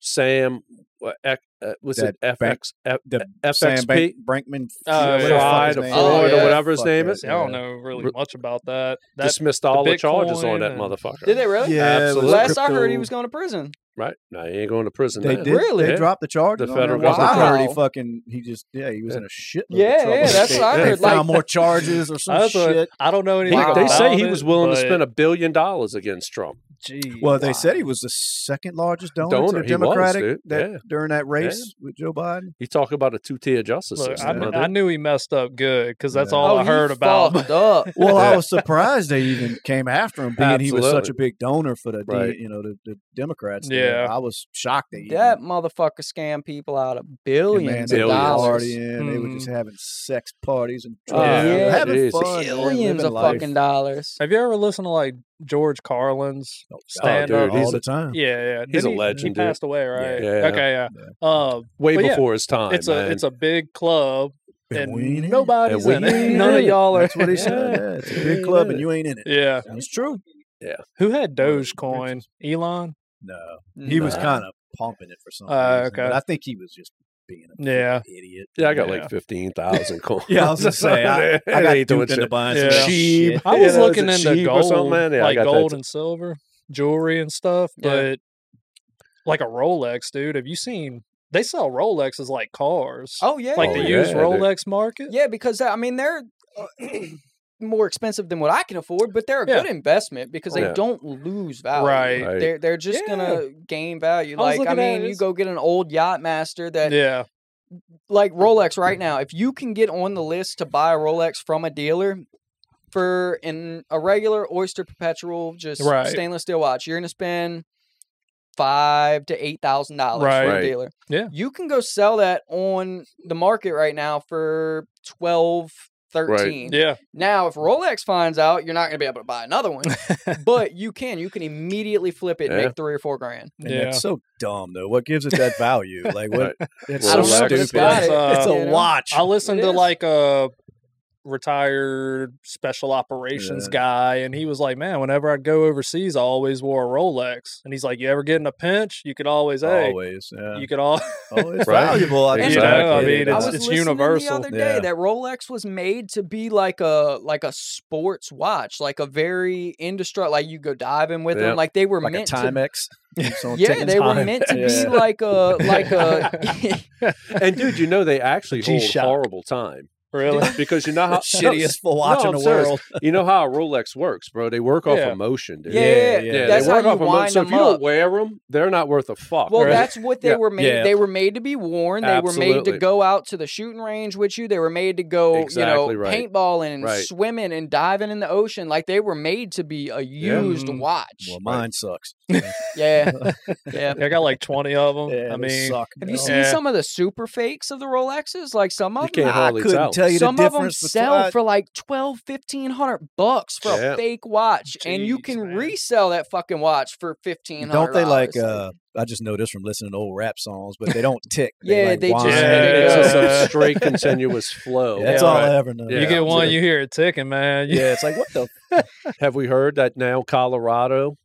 C: Sam. What, ec- uh, what's it? FX. F-
A: The Sam
C: FXP.
A: Bank, Brankman,
B: uh,
D: Oh,
A: whatever the fuck his
D: yeah.
C: Fry,
A: name
B: the Ford,
A: is.
B: or
C: whatever his
A: Fuck
C: name
A: that.
C: is.
D: I don't know really
C: Re-
D: much about that. That
C: dismissed all the,
D: the
C: charges on
D: Bitcoin
C: that
D: and-
C: motherfucker.
B: Did they really?
A: Yeah, it was
C: Absolutely.
B: Last I heard, he
A: crypto-
B: was going to prison.
C: Right. No, he ain't going to prison.
A: They
C: now.
A: did.
B: Really?
A: They
C: Yeah.
A: dropped the charges.
C: The
A: on there.
C: federal
A: That's what I heard. He
B: Wow.
A: fucking. He just. Yeah, he was in a shit.
B: Yeah,
A: trouble.
B: yeah, that's
A: they,
B: what I
A: they
B: heard,
A: Found
B: like-
A: more charges or some
D: That's what-
A: shit.
D: I don't know
C: He-
D: anything.
B: Wow.
C: They say
D: about
C: he
D: it,
C: was willing to
D: but-
C: spend a billion dollars against Trump.
D: Gee,
A: Well, they said he was the second largest donor, to
C: Donor,
A: the
C: he was,
A: Democratic
C: dude.
A: that,
C: Yeah.
A: during that race with Joe Biden.
C: You talk about a two-tier justice
D: Look, I,
C: system.
D: kn-
C: brother.
D: I knew he messed up good because that's
A: Yeah. Oh,
D: all I
B: you
D: heard about.
B: Oh, fucked up.
A: Well, I
C: Yeah.
A: was surprised they even came after him, being he was such a
C: Absolutely.
A: big donor for the, D-
C: Right.
A: you know, the, the Democrats. there.
D: Yeah.
A: I was shocked they even.
B: That motherfucker scammed people out of
A: and man,
B: billions
A: they were
B: of
C: Billions.
B: dollars.
A: partying, They were
D: Hmm.
A: just having sex parties and
C: Oh,
A: drinking,
B: yeah,
A: having
C: Jesus.
A: fun, man,
B: Billions
A: living
B: of
A: life. Oh,
B: fucking dollars.
D: Have you ever listened to like George Carlin's
A: Oh, God,
D: stand
C: dude,
D: up?
A: all
C: he's
A: the
C: a-
A: time.
D: Yeah, yeah.
C: he's a
D: Didn't he- He
C: legend, dude.
D: passed away, right?
C: Yeah.
D: Okay, yeah. Um,
C: Way
D: But yeah,
C: before his time.
D: it's a it's a big club, and
A: we ain't in it.
D: nobody's
C: And
D: in
C: we
D: it.
C: ain't
D: None
C: in
D: of
C: it.
D: y'all are.
A: That's what he said.
C: Yeah.
A: Yeah, it's
C: Yeah,
A: a big
C: you
A: club,
C: did
A: and
C: it.
A: you ain't in it.
D: Yeah.
A: That's true.
D: Who had
A: One of the
D: Dogecoin?
A: richest.
D: Elon.
A: No, he was
C: Nah.
A: kind of pumping it for something.
D: Oh, okay.
A: But I think he was just being a
D: Yeah.
A: freaking idiot.
C: yeah, I got
D: yeah.
C: like fifteen thousand coins.
A: Yeah, I was gonna say, I-
C: It
A: I got
C: ain't doing
A: duped into
C: shit.
A: buying
D: Yeah.
A: some
C: Sheep.
A: shit.
D: I
C: Yeah,
D: was
C: that was
D: looking
C: a
D: into
C: sheep or
D: gold,
C: something, man. Yeah, I
D: like
C: got that
D: gold
C: too.
D: and silver jewelry and stuff,
B: Yeah.
D: but like a Rolex, dude. Have you seen? They sell Rolexes like cars,
B: Oh yeah,
D: like
C: Oh,
D: the
B: yeah.
C: yeah,
D: used
C: dude.
D: Rolex market.
B: yeah, because I mean they're uh, more expensive than what I can afford, but they're a
D: Yeah.
B: good investment because they
C: Yeah.
B: don't lose value.
D: Right.
C: Right.
B: They're they're just gonna gain value.
D: I was
B: Like I
D: looking at
B: mean, you
D: his-
B: go get an old Yachtmaster that
D: Yeah,
B: like Rolex right now, if you can get on the list to buy a Rolex from a dealer for an a regular Oyster Perpetual just
D: Right.
B: stainless steel watch, you're gonna spend five to eight thousand dollars for
C: Right.
B: a dealer.
D: Yeah.
B: You can go sell that on the market right now for twelve, thirteen.
D: yeah,
B: Now, if Rolex finds out, you're not going to be able to buy another one, but you can. You can immediately flip it and
C: Yeah.
B: make three or four grand.
A: And
D: yeah.
A: that's so dumb, though. What gives it that value? Like, what? It's
C: I
A: so
C: don't know, but
A: stupid.
C: it's got
A: It's,
D: it,
A: a
B: you know?
A: watch.
D: uh, I listened
B: It
D: to
B: is.
D: like a retired special operations
A: Yeah.
D: guy, and he was like, "Man, whenever I'd go overseas, I always wore a Rolex." And he's like, "You ever get in a pinch? You could always, hey,
A: Always, Oh, yeah.
D: you could all."
A: oh, it's
C: Right.
A: valuable. I
D: And,
A: mean,
D: you know, I
C: Exactly.
D: mean,
A: I
D: it's,
B: I was
D: it's
B: listening
D: universal.
B: the other day
A: Yeah.
B: that Rolex was made to be like a like a sports watch, like a very indestructible. Like you go diving with
C: Yeah.
B: them, like they were
A: like a
B: meant to.
A: Timex. Keeps on
B: Yeah,
A: ticking
B: they were
A: time.
B: meant to
A: Yeah.
B: be like a like a.
C: and dude, you know they actually hold
D: G-Shock.
C: horrible time
D: really?
C: because you know how
A: shittiest for
C: No,
A: watching
C: I'm
A: the
C: serious.
A: world.
C: you know how a Rolex works, bro. They work off
D: Yeah.
C: emotion, dude.
B: Yeah,
A: Yeah,
B: yeah,
A: yeah.
C: Yeah,
B: that's
C: they work
B: how you
C: off emotion.
B: wind
C: So if
B: them
C: you don't
B: up.
C: wear them, they're not worth a fuck.
B: Well,
D: Right.
B: that's what they
C: Yeah.
B: were made.
A: Yeah.
B: They were made to be worn. They were made to
C: Absolutely.
B: go out to the shooting range with you. They were made to go,
C: Exactly
B: you know,
C: right.
B: paintballing and
C: Right.
B: swimming and diving in the ocean. Like they were made to be a used
D: Mm.
B: watch.
A: Well, mine sucks.
B: Yeah, yeah.
D: I got like twenty of them.
A: Yeah,
D: I
A: they
D: mean,
A: suck.
B: Have you
A: Yeah.
B: seen
D: Yeah.
B: some of the super fakes of the Rolexes? Like some of
C: you
B: them,
C: can't
A: I
C: hardly
A: couldn't
C: tell.
A: tell you the
B: some of them
A: difference. between-
B: sell for like 12, 1500 bucks for
C: Yeah.
B: a fake watch, and you
D: Jeez,
B: can
D: man.
B: resell that fucking watch for fifteen hundred.
A: Don't they like? uh I just know this from listening to old rap songs, but they don't tick.
B: Yeah,
A: like
B: they just-
A: whine.
D: Yeah,
A: They
C: It's
A: go-
C: just
D: Yeah.
C: a straight continuous flow.
A: That's
D: Yeah,
A: all
D: right.
A: I ever know.
C: Yeah.
D: you get one, you hear it ticking, man. You-
A: Yeah, it's like what the
C: Have we heard that now Colorado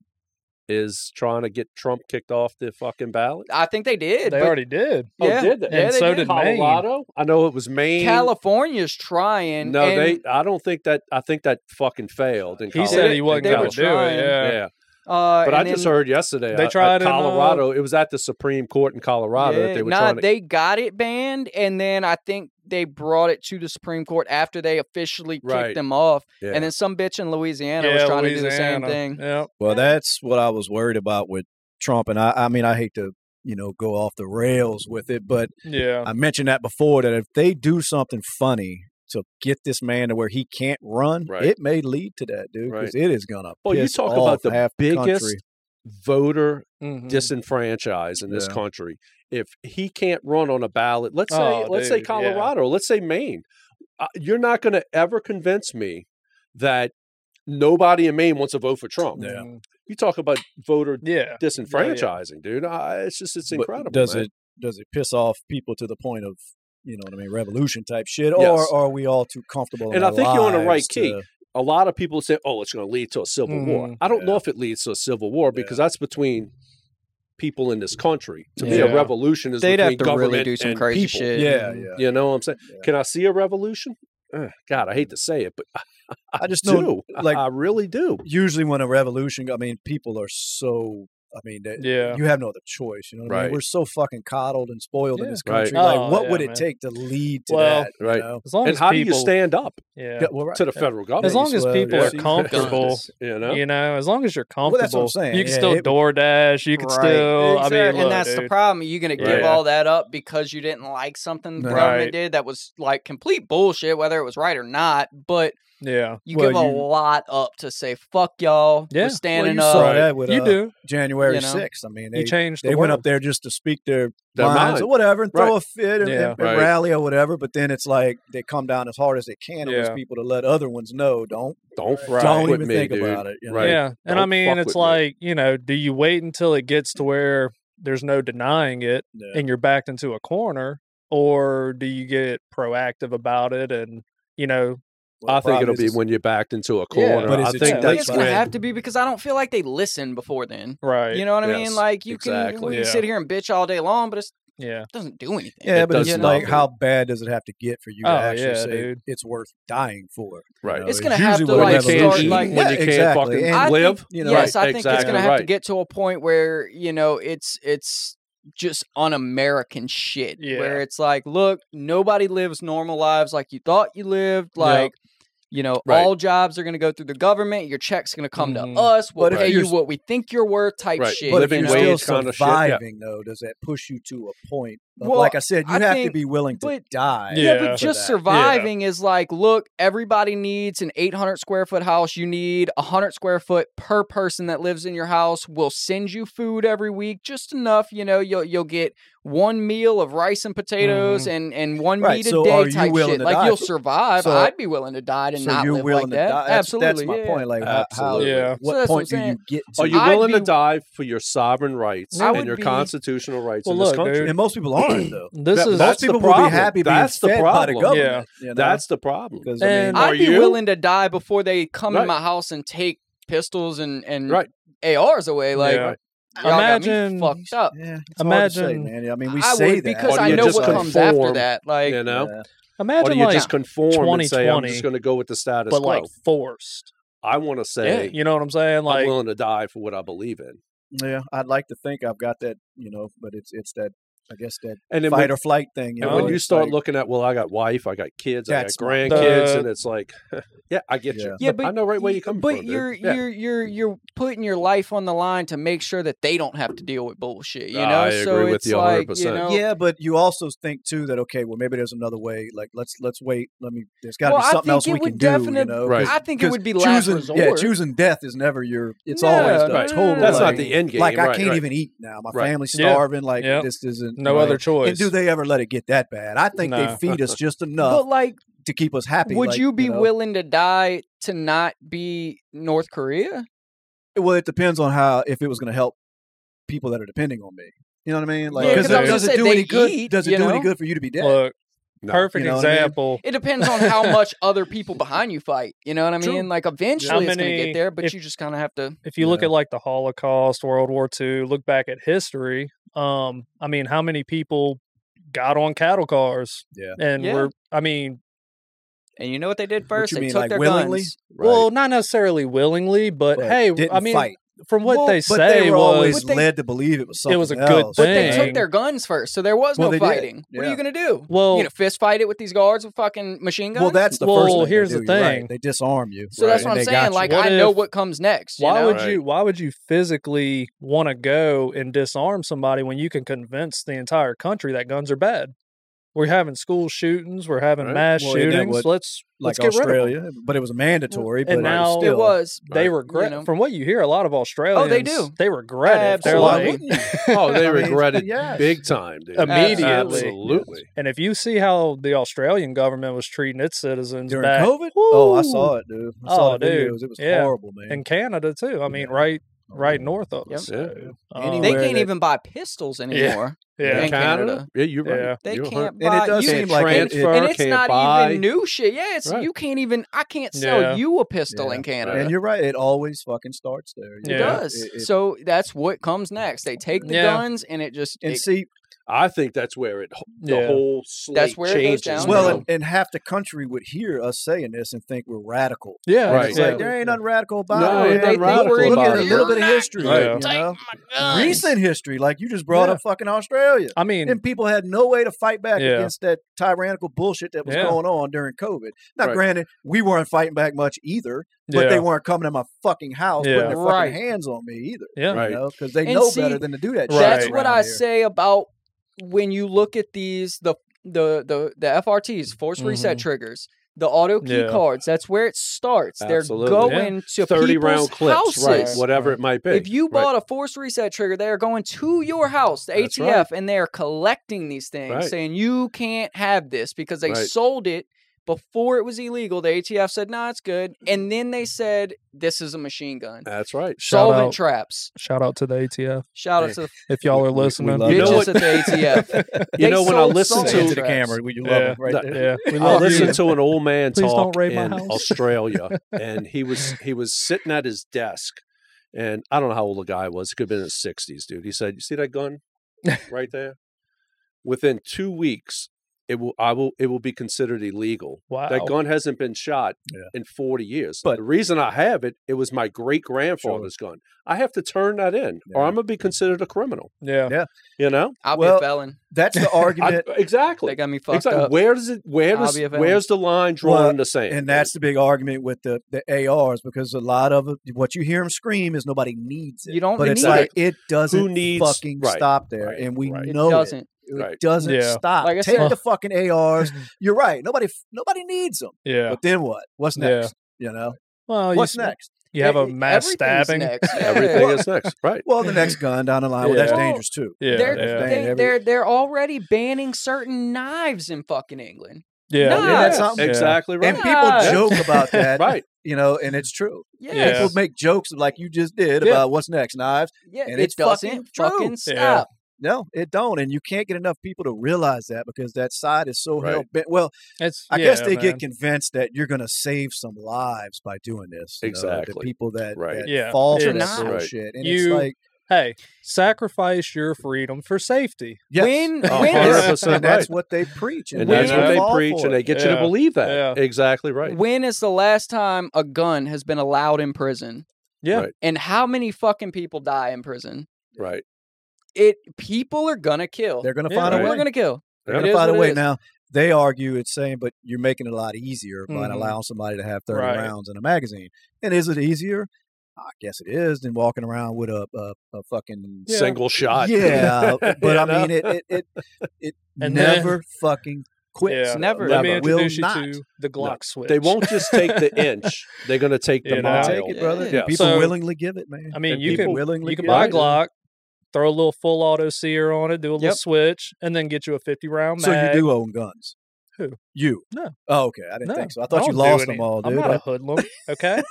C: is trying to get Trump kicked off the fucking ballot? Oh,
B: I think they did.
D: they
B: but
D: already did.
B: Yeah.
C: did they?
B: Yeah,
D: and
B: they
D: so
B: did.
D: did Maine.
C: Colorado? I know it was Maine.
B: California's trying.
C: no,
B: and
C: they. I don't think that. I think that fucking failed. In
D: He
C: Colorado.
D: said he
B: They-
D: wasn't
B: they were
D: going to do it.
B: trying.
D: Yeah.
C: Yeah,
B: Uh,
C: But
B: and
C: I just
B: then-
C: heard yesterday
D: They
C: uh, uh,
D: tried in, uh,
C: Colorado. it was at the Supreme Court in Colorado that
B: Yeah,
C: they were
B: nah,
C: trying to.
B: they got it banned, and then I think they brought it to the Supreme Court after they officially kicked
C: Right.
B: them off.
C: yeah.
B: And then some bitch in Louisiana was trying to do the same thing.
D: Yeah,
A: Well, that's what I was worried about with Trump, and I, I mean, I hate to you know go off the rails with it, but
D: yeah,
A: I mentioned that before that if they do something funny to get this man to where he can't run,
C: Right.
A: it may lead to that, dude.
C: Right.
A: Because it is gonna.
C: Well, you
A: piss
C: talk
A: off
C: about the
A: half
C: biggest
A: country.
C: voter
D: Mhm.
C: disenfranchise in this
A: Yeah.
C: country. If he can't run on a ballot, let's say
D: Oh,
C: let's say
D: dude, yeah.
C: Colorado, let's say Maine, uh, you're not going to ever convince me that nobody in Maine wants to vote for Trump.
D: Mhm.
C: You talk about voter
D: yeah.
C: disenfranchising, dude. I, it's just it's
A: But
C: incredible.
A: Does
C: man.
A: it does it piss off people to the point of you know what I mean, revolution type shit,
C: Yes.
A: or are we all too comfortable? in
C: And I
A: our
C: think you're on the right
A: lives
C: key.
A: to-
C: a lot of people say, "Oh, it's going to lead to a civil war."
D: Mhm.
C: I don't know
A: Yeah.
C: if it leads to a civil war because that's between people in this country. To me,
D: Yeah.
C: a revolution is
B: They'd have
C: between
B: to really
C: government
B: do some
C: and
B: crazy
C: people.
B: shit.
A: yeah,
D: Mhm.
A: yeah.
C: You know what I'm saying?
A: Yeah.
C: Can I see a revolution? Ugh, God, I hate to say it, but I,
A: I just
C: do.
A: know, like-
C: I really do.
A: Usually, when a revolution, I mean, people are so. I mean, they,
D: Yeah.
A: you have no other choice. You know, what I
C: Right.
A: mean? we're so fucking coddled and spoiled in
D: Yeah.
A: this
C: Right.
A: country. Like,
D: Oh,
A: what
D: yeah,
A: would it
D: man.
A: take to lead to
D: Well,
A: that?
C: right.
A: You know?
D: As long
C: And
D: as
C: how
D: people,
C: do you stand up
D: Yeah.
A: Yeah, well, right.
C: to the federal government?
D: As long as
A: Well,
D: people
A: yeah.
D: are comfortable,
C: you know,
D: you know, as long as you're comfortable,
A: that's what I'm saying.
D: you can
A: Yeah,
D: still
A: it-
D: DoorDash. You can
B: Right.
D: still. I mean,
B: and
D: look,
B: that's the
D: dude.
B: problem. You're gonna give
C: Right.
B: all that up because you didn't like something the government
D: Right.
B: did that was like complete bullshit, whether it was right or not. But
D: Yeah,
B: you
A: Well,
B: give a
A: you-
B: lot up to say fuck y'all.
D: Yeah.
B: We're
D: Well,
A: Well,
B: standing
A: you saw
B: up.
D: Right.
A: that with
D: you
A: uh,
D: do.
A: January
B: you know?
A: 6th. I mean, they,
D: you change. The
A: they went
D: world.
A: up there just to speak their
C: Their
A: minds
C: mind.
A: or whatever and throw a fit and,
D: Yeah.
A: and- and
C: Right.
A: rally or whatever. But then it's like they come down as hard as they can on those
D: Yeah.
A: people to let other ones know. Don't
C: don't fuck
D: Right.
A: don't
C: with
A: even
C: me,
A: think
C: dude.
A: about it. you know?
C: Right.
D: Yeah. And I
C: Don't fuck
D: mean,
C: with
D: it's
C: me.
D: like, you know, do you wait until it gets to where there's no denying it
A: Yeah.
D: and you're backed into a corner, or do you get proactive about about it and, you know,
A: Well, the
C: I think
A: problem
C: it'll
A: is
C: be
A: it's-
C: when you're backed into a
D: Yeah.
C: corner.
A: But is
C: I
A: it
C: think
A: too
B: But
A: late
C: that's
B: it's
A: by
B: gonna
A: then?
C: when
B: have to be because I don't feel like they listen before then.
D: right?
B: You know what I
C: Yes,
B: mean? Like you can
C: exactly.
B: we can sit here and bitch all day long, but it
D: yeah.
B: doesn't do anything.
A: Yeah,
C: It
A: but it's
B: does
A: like
C: nothing.
A: how bad does it have to get for you to
D: Oh,
A: actually
D: yeah,
A: say
D: dude.
A: it's worth dying for? you
C: Right.
A: know?
B: It's gonna have
A: usually
B: to,
A: what a
C: when you
B: like,
C: can't
B: start,
A: revolution-
C: eat,
B: like-
C: when you
A: Yeah,
C: can't
A: exactly.
C: fucking
A: And-
B: I
C: live.
A: you know,
B: yes,
C: Right,
B: I think it's going
C: exactly,
B: to have to
C: right.
B: get to a point where you know it's it's just un-American shit. Where
D: Yeah.
B: it's like, look, nobody lives normal lives like you thought you lived. Like, you know,
C: Right.
B: all jobs are going to go through the government. Your check's going to come
D: Mhm.
B: to us. We'll
A: Mm-hmm. But if
B: pay
A: you're
B: you
A: s-
B: what we think you're worth. Type
C: Right,
B: shit.
A: But if
C: living
B: you
A: you're
B: know?
A: still
C: wage kinda shit, yeah.
A: surviving, though, does that push you to a point? Of,
B: Well,
A: like I said, you
B: I
A: have to
B: think-
A: be willing to
B: but-
A: die.
B: Yeah,
D: Yeah.
B: but
A: for
B: just
A: that.
B: surviving is like, look, everybody needs an 800 square foot house. You need 100 square foot per person that lives in your house. We'll send you food every week, just enough. You know, you'll you'll get one meal of rice and potatoes and and one
A: Mm-hmm. Right,
B: meat a
A: so
B: day
A: are you
B: type
A: willing
B: shit.
A: to
B: Like
A: die?
B: you'll survive.
A: So-
B: I'd be willing to die and
A: so
B: not
A: you're
B: live like
A: willing to
B: that.
A: die. That's,
B: Absolutely,
A: that's my
B: yeah.
A: point. Like, how- how,
C: Absolutely.
D: Yeah.
A: what
B: So that's what
A: point
B: I'm
A: do you get to?
C: Are you
B: I'd
C: willing to
B: be-
C: die for your sovereign rights
B: I
C: and
B: would
C: your
B: be-
C: constitutional rights
D: Well,
C: in this
D: look,
C: country?
D: dude,
A: and most people aren't, though.
D: This
C: That-
D: is
C: that's
A: most
C: the
A: people will
C: problem.
A: be happy being
C: That's the
A: fed by the
C: problem.
A: government. you
D: Yeah.
A: know?
C: That's the problem.
A: 'Cause,
D: And-
A: I mean,
C: Are
B: I'd be
C: you?
B: willing to die before they come
C: Right.
B: in my house and take pistols and and
C: Right.
B: ARs away. Like
D: Yeah.
B: y'all
D: Imagine-
B: got me fucked up.
A: yeah, it's hard to say,
D: Imagine-
A: man. I mean, we
B: I
A: say
B: would,
A: that
B: because
C: Or
B: I
C: you
B: know
C: just
B: what comes after
C: conform,
B: that. Like
C: you know,
A: Yeah.
C: or do
D: imagine
C: you
D: like,
C: just conform and say I'm
D: 2020,
C: just going to go with the status
D: but
C: quo?
D: like forced.
C: I want to
D: Yeah.
C: say
D: You know what I'm saying?
C: I'm
D: Like,
C: willing to die for what I believe in.
A: Yeah, I'd like to think I've got that, you know, but it's it's that I guess that
C: And then
A: fight
C: when,
A: or flight thing. You
C: and
A: know,
C: when you
A: it's
C: start
A: like-
C: looking at, well, I got wife, I got kids, I got
A: That's my-
C: grandkids,
D: The-
C: and it's like, yeah, I get you.
B: Yeah,
C: I know right where
B: y-
C: you come
B: but
C: from. dude.
B: you're
C: Yeah.
B: you're you're you're putting your life on the line to make sure that they don't have to deal with bullshit. You
C: Ah,
B: know,
C: I
B: so
C: agree with
B: it's
C: you
B: like
C: 100%.
B: you know,
A: yeah, but you also think too that okay, well maybe there's another way. Like let's let's wait. Let me. There's got to
B: Well, I
A: be something
B: think
A: else
B: it
A: we
B: would
A: can do. You
B: definite-
A: know,
C: Right.
B: I think it
A: because
B: would be last
A: choosing
B: resort.
A: yeah, choosing death is never your. It's
B: No,
A: always the
B: no, no,
A: total.
B: no,
C: That's
A: like,
C: not the end game.
A: Like I
C: right,
A: can't
C: right.
A: even eat now. My
C: Right.
A: family's
D: Yeah.
A: starving. Like
D: Yep.
A: this isn't
D: no
A: you know,
D: other choice.
A: And do they ever let it get that bad? I think they
D: No.
A: feed us just
B: but
A: enough
B: like,
A: to keep us happy.
B: would
A: uh, like,
B: you be
A: know?
B: willing to die to not be North Korea?
A: Well, it depends on how if it was going to help people that are depending on me. You know what I mean? Like,
D: Yeah, 'cause I was
A: does
B: gonna
A: it
B: say
A: do
B: they
A: any good?
B: eat,
A: does
B: you
A: it do any
B: know?
A: good for you to be dead?
D: Look,
C: No.
D: perfect
A: You know what I mean?
D: example.
B: It depends on how much other people behind you fight. You know what I
D: True.
B: mean? Like, eventually
D: How
B: it's going to
D: many-
B: get there, but
D: if-
B: you just kind of have to.
D: if you look
A: Yeah.
D: at like the Holocaust, World War II, look back at history, um, I mean, how many people got on cattle cars
A: Yeah.
D: and
B: Yeah.
D: were, I mean,
B: And you know what they did first?
A: you
B: they
A: mean,
B: took
A: like,
B: their
A: willingly?
B: guns.
C: Right.
D: well, not necessarily willingly, but,
A: But
D: hey,
A: didn't
D: I mean,
A: fight.
D: from what
A: Well,
D: they
A: but they
D: say
A: were
D: was
A: always
B: But they-
A: led to believe it was something.
D: It was a good
A: else.
B: But they took
D: Dang.
B: their guns first, so there was
A: Well,
B: no
A: they did.
B: fighting. What are you
A: Yeah.
B: gonna do?
D: well,
B: you gonna fist fight it with these guards with fucking machine guns?
A: Well, that's the first.
D: Well,
A: thing they
D: here's the
A: do, you're right.
D: thing.
A: They disarm you.
B: so that's
A: and
B: what I'm
A: they got
B: saying.
A: you.
B: Like
D: What
B: I know
D: if-
B: what comes next. you
D: why
B: know?
D: would
C: Right.
D: you why would you physically want to go and disarm somebody when you can convince the entire country that guns are bad? We're having school shootings, we're having
C: Right.
D: mass
A: Well, isn't that
D: shootings.
A: what-
D: Let's
A: like
D: let's get rid of them.
A: Australia, but it was mandatory.
D: And
A: but it was
D: now-
A: still,
B: it was
D: They
C: Right.
D: regret
B: You know. Oh,
D: from what you hear a lot of Australians
B: do.
D: they regret it. They're
A: Well, why
D: like
A: wouldn't you?
C: Oh, they
A: I mean,
C: regret it
A: yes.
C: big time, dude.
D: Immediately.
C: Absolutely.
D: and if you see how the Australian government was treating its citizens
A: during
D: back
A: COVID. Oh, I
D: Woo!
A: saw it, dude. I saw
D: Oh,
A: the
D: dude.
A: videos. It was
D: Yeah.
A: horrible, man. Oh,
D: in Canada too. I mean, right right north of us.
C: Yeah.
D: So,
A: Anywhere
B: They
A: where
B: can't
A: they-
B: even buy pistols anymore.
D: yeah.
B: In Canada.
C: Yeah, you're right.
D: Yeah.
B: They
C: You're
B: can't
C: right.
A: and
B: buy.
A: it does
B: you-
A: seem like it-
C: transfer,
A: it-
B: and it's
C: can't
B: not
C: buy.
B: even new shit. Yeah, it's
C: Right.
B: you can't even. I can't sell
D: Yeah.
B: you a pistol in Canada.
A: and you're right. It always fucking starts there.
B: It
A: You're
D: Yeah.
A: right.
B: does.
A: It- it-
B: so that's what comes next. They take the
D: Yeah.
B: guns and it just
A: and
B: it-
A: see,
C: I think that's where it the
D: Yeah.
C: whole slate
B: That's where it goes
C: changes.
B: down.
A: well,
B: know.
A: and, and half the country would hear us saying this and think we're radical.
D: Yeah.
A: And
C: Right.
A: It's
D: yeah.
A: like there ain't nothing radical about it.
C: No, ain't
A: It
C: nothing
A: ain't-
C: radical
A: Look at
C: about
A: a
C: it.
A: little bit of history.
D: Right.
A: You know? Recent history, like you just brought
D: Yeah.
A: up fucking Australia.
D: I mean,
A: and people had no way to fight back
D: Yeah.
A: against that tyrannical bullshit that was
D: Yeah.
A: going on during COVID. Now,
C: Right.
A: granted, we weren't fighting back much either, but
D: yeah.
A: they weren't coming to my fucking house
D: Yeah.
A: putting their
B: Right.
A: fucking hands on me either.
D: Yeah.
C: Right.
A: You know, because they
B: And
A: know
B: see,
A: better than to do that. shit
B: that's
D: Right.
B: what
A: around
B: I
A: here.
B: say about when you look at these the the the the FRTs, force reset
D: Mhm.
B: triggers, the auto key
D: Yeah.
B: cards. That's where it starts.
C: Absolutely.
B: They're
D: Yeah.
B: going to
C: thirty
B: people's
C: round clips,
B: houses.
C: right?
D: Right.
C: Whatever it might be.
B: If you
C: Right.
B: bought a force reset trigger, they are going to your house, the
C: That's
B: ATF,
C: right.
B: and they are collecting these things,
C: Right.
B: saying you can't have this because they
C: Right.
B: sold it before it was illegal. The ATF said, "No, it's good," and then they said, "This is a machine gun."
C: that's right.
D: shout
B: Solvent
D: out,
B: traps.
D: shout out to the ATF
B: Shout out
A: Hey,
B: to the
D: if y'all
A: We-
D: are
A: we- we
D: listening.
A: love
C: You know
B: bitches
C: what-
B: at the ATF.
C: You
B: They
C: know when I
B: sold
C: listen
B: solvent
A: Say it to
C: to
A: the
B: traps.
A: camera. Would you love
D: Yeah.
A: it right
C: No.
A: there?
D: yeah, we
C: I
D: love you.
C: listened to an old man
D: Please don't
C: talk
D: raid my
C: in
D: house.
C: Australia, and he was he was sitting at his desk, and I don't know how old the guy was. It could have been in his sixties, dude. He said, "You see that gun right there? Within two weeks, it will I will it will be considered illegal.
D: Wow.
C: That gun hasn't been shot
A: Yeah.
C: in forty years.
A: But-
C: the reason I have it, it was my great grandfather's gun. I have to turn that in, or
A: Yeah.
C: I'm gonna be considered a criminal.
D: Yeah.
C: You know,
B: I'll be
A: Well,
B: a felon.
A: That's the
C: I,
A: argument.
C: exactly.
B: They got me fucked
C: Exactly.
B: up.
C: Where does it? Where
B: I'll
C: does?
B: be a felon.
C: Where's the line drawn
A: Well,
C: in the sand?
A: and that's the big argument with the, the ARs because a lot of it- what you hear them scream is nobody needs it.
B: You don't
A: but it's
B: need
A: like
C: it.
A: it doesn't
C: needs-
A: fucking
C: right,
A: stop there,
C: right,
A: and we
C: right.
B: It
A: know
B: doesn't.
A: It
C: Right.
A: doesn't
D: Yeah.
A: stop.
B: Like I
A: Take
B: said-
A: the fucking ARs. You're right. Nobody nobody needs them.
D: Yeah.
A: But then what? What's
D: Yeah.
A: next? You know.
B: Oh,
D: Well, you,
A: What's
D: s-
A: next?
D: you have a
B: Every-
D: mass
B: everything's
D: stabbing.
B: next. Yeah.
C: Everything is next, right?
A: Well, the next gun down the line. Well, that's
D: Yeah.
A: dangerous too.
D: Yeah.
B: they're,
D: yeah.
B: They,
A: Every-
B: they're they're already banning certain knives in fucking England.
D: yeah.
B: Nah.
A: Yeah, that's something.
C: Exactly right.
A: And people
B: Right.
A: joke about that,
C: right.
A: you know, and it's true.
D: Yeah.
B: Yes.
A: People make jokes like you just did
D: Yeah.
A: about what's next, knives.
B: Yeah,
A: And
B: it
A: it's
B: doesn't
A: fucking
B: fucking,
A: true.
D: Yeah.
B: stop.
A: No, it don't, and you can't get enough people to realize that because that side is so
C: Right.
A: hell bent. Well,
D: It's,
A: I guess
D: yeah,
A: they
D: man.
A: get convinced that you're going to save some lives by doing this. you know, the
C: Exactly.
A: people that,
C: Right.
A: that
D: Yeah.
A: fall
D: It's
A: for that
B: not.
A: bullshit, and it's
D: You-
A: like
D: Hey, sacrifice your freedom for safety.
A: yes.
B: When
C: Oh,
B: when
C: hundred
B: is,
C: percent.
A: and that's
C: right.
A: what they preach,
C: And
A: we
C: that's
A: all
C: what they
A: fall
C: preach,
A: for
C: and
A: it.
C: they get you to
D: Yeah.
C: believe that.
D: Yeah.
C: Exactly right.
B: when is the last time a gun has been allowed in prison?
D: Yeah.
C: Right.
B: And how many fucking people die in prison?
C: Right.
B: It people are gonna kill.
A: they're going to
D: Yeah.
A: find a
C: Right.
A: way.
B: We're gonna kill.
C: They're
A: They're
B: It
A: going
B: is
A: to find a
B: what it
A: way.
B: is.
A: Now they argue it's saying, but you're making it a lot easier by
D: Mhm.
A: allowing somebody to have 30
D: Right.
A: rounds in a magazine. And is it easier? I guess it is than walking around with a a, a fucking
D: Yeah.
C: Single shot.
A: Yeah, but
C: You
A: I
C: know?
A: mean, it it it, it
D: And then-
A: never fucking quits.
D: Yeah.
B: Never.
D: Let me
A: Never. Will
D: introduce you
A: not.
D: to the Glock switch.
C: They won't just take the inch; they're going to take the
D: You know?
C: mile.
A: Take it, brother.
C: Yeah.
A: People
D: So-
A: willingly give it, man.
D: I mean,
A: And
D: you
A: people
D: can-
A: willingly
D: You can
A: give
D: buy a
A: it.
D: Glock, throw a little full auto sear on it, do a little
B: Yep.
D: switch, and then get you a 50 round
A: So
D: mag.
A: you do own guns.
D: Who?
A: You?
D: No.
A: Oh, okay. I didn't
D: No,
A: think so. I
D: I
A: thought you
D: don't do
A: lost
D: any-
A: them all, dude.
D: I'm not
A: I-
D: a hoodlum, okay?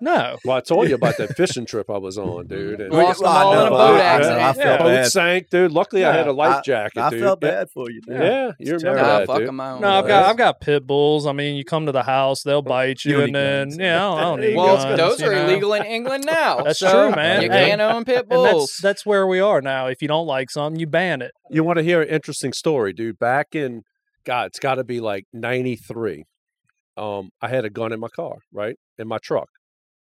D: no.
C: Well, I told you about that fishing trip I was on, dude. and-
B: Lost
A: Well,
B: them
A: I
B: all
A: know,
B: in a
A: but
B: boat
A: I- I know,
B: accident.
A: I
C: The
A: felt
D: Yeah.
C: boat
A: bad.
C: sank, dude. Luckily, I had a life jacket,
A: I
C: dude.
A: felt
C: Yeah.
A: bad for you, dude.
C: Yeah, you
A: It's
C: remember
A: terrible.
B: Nah,
C: that,
B: fuck
C: dude?
B: 'em,
A: Oh,
B: I don't
D: No,
B: know.
D: I've got I've got pit bulls. I mean, you come to the house, they'll bite you, and then
A: Uniguns.
D: yeah, I don't, I don't need
B: Well,
D: guns,
B: those
D: you
B: are
D: know?
B: illegal in England now.
D: That's
B: so
D: true, man.
B: You
D: Hey,
B: can't own pit
D: And
B: bulls.
D: that's that's where we are now. If you don't like something, you ban it.
C: You want to hear an interesting story, dude? Back in God, it's got to be like '93. Um, I had a gun in my car, right, in my truck.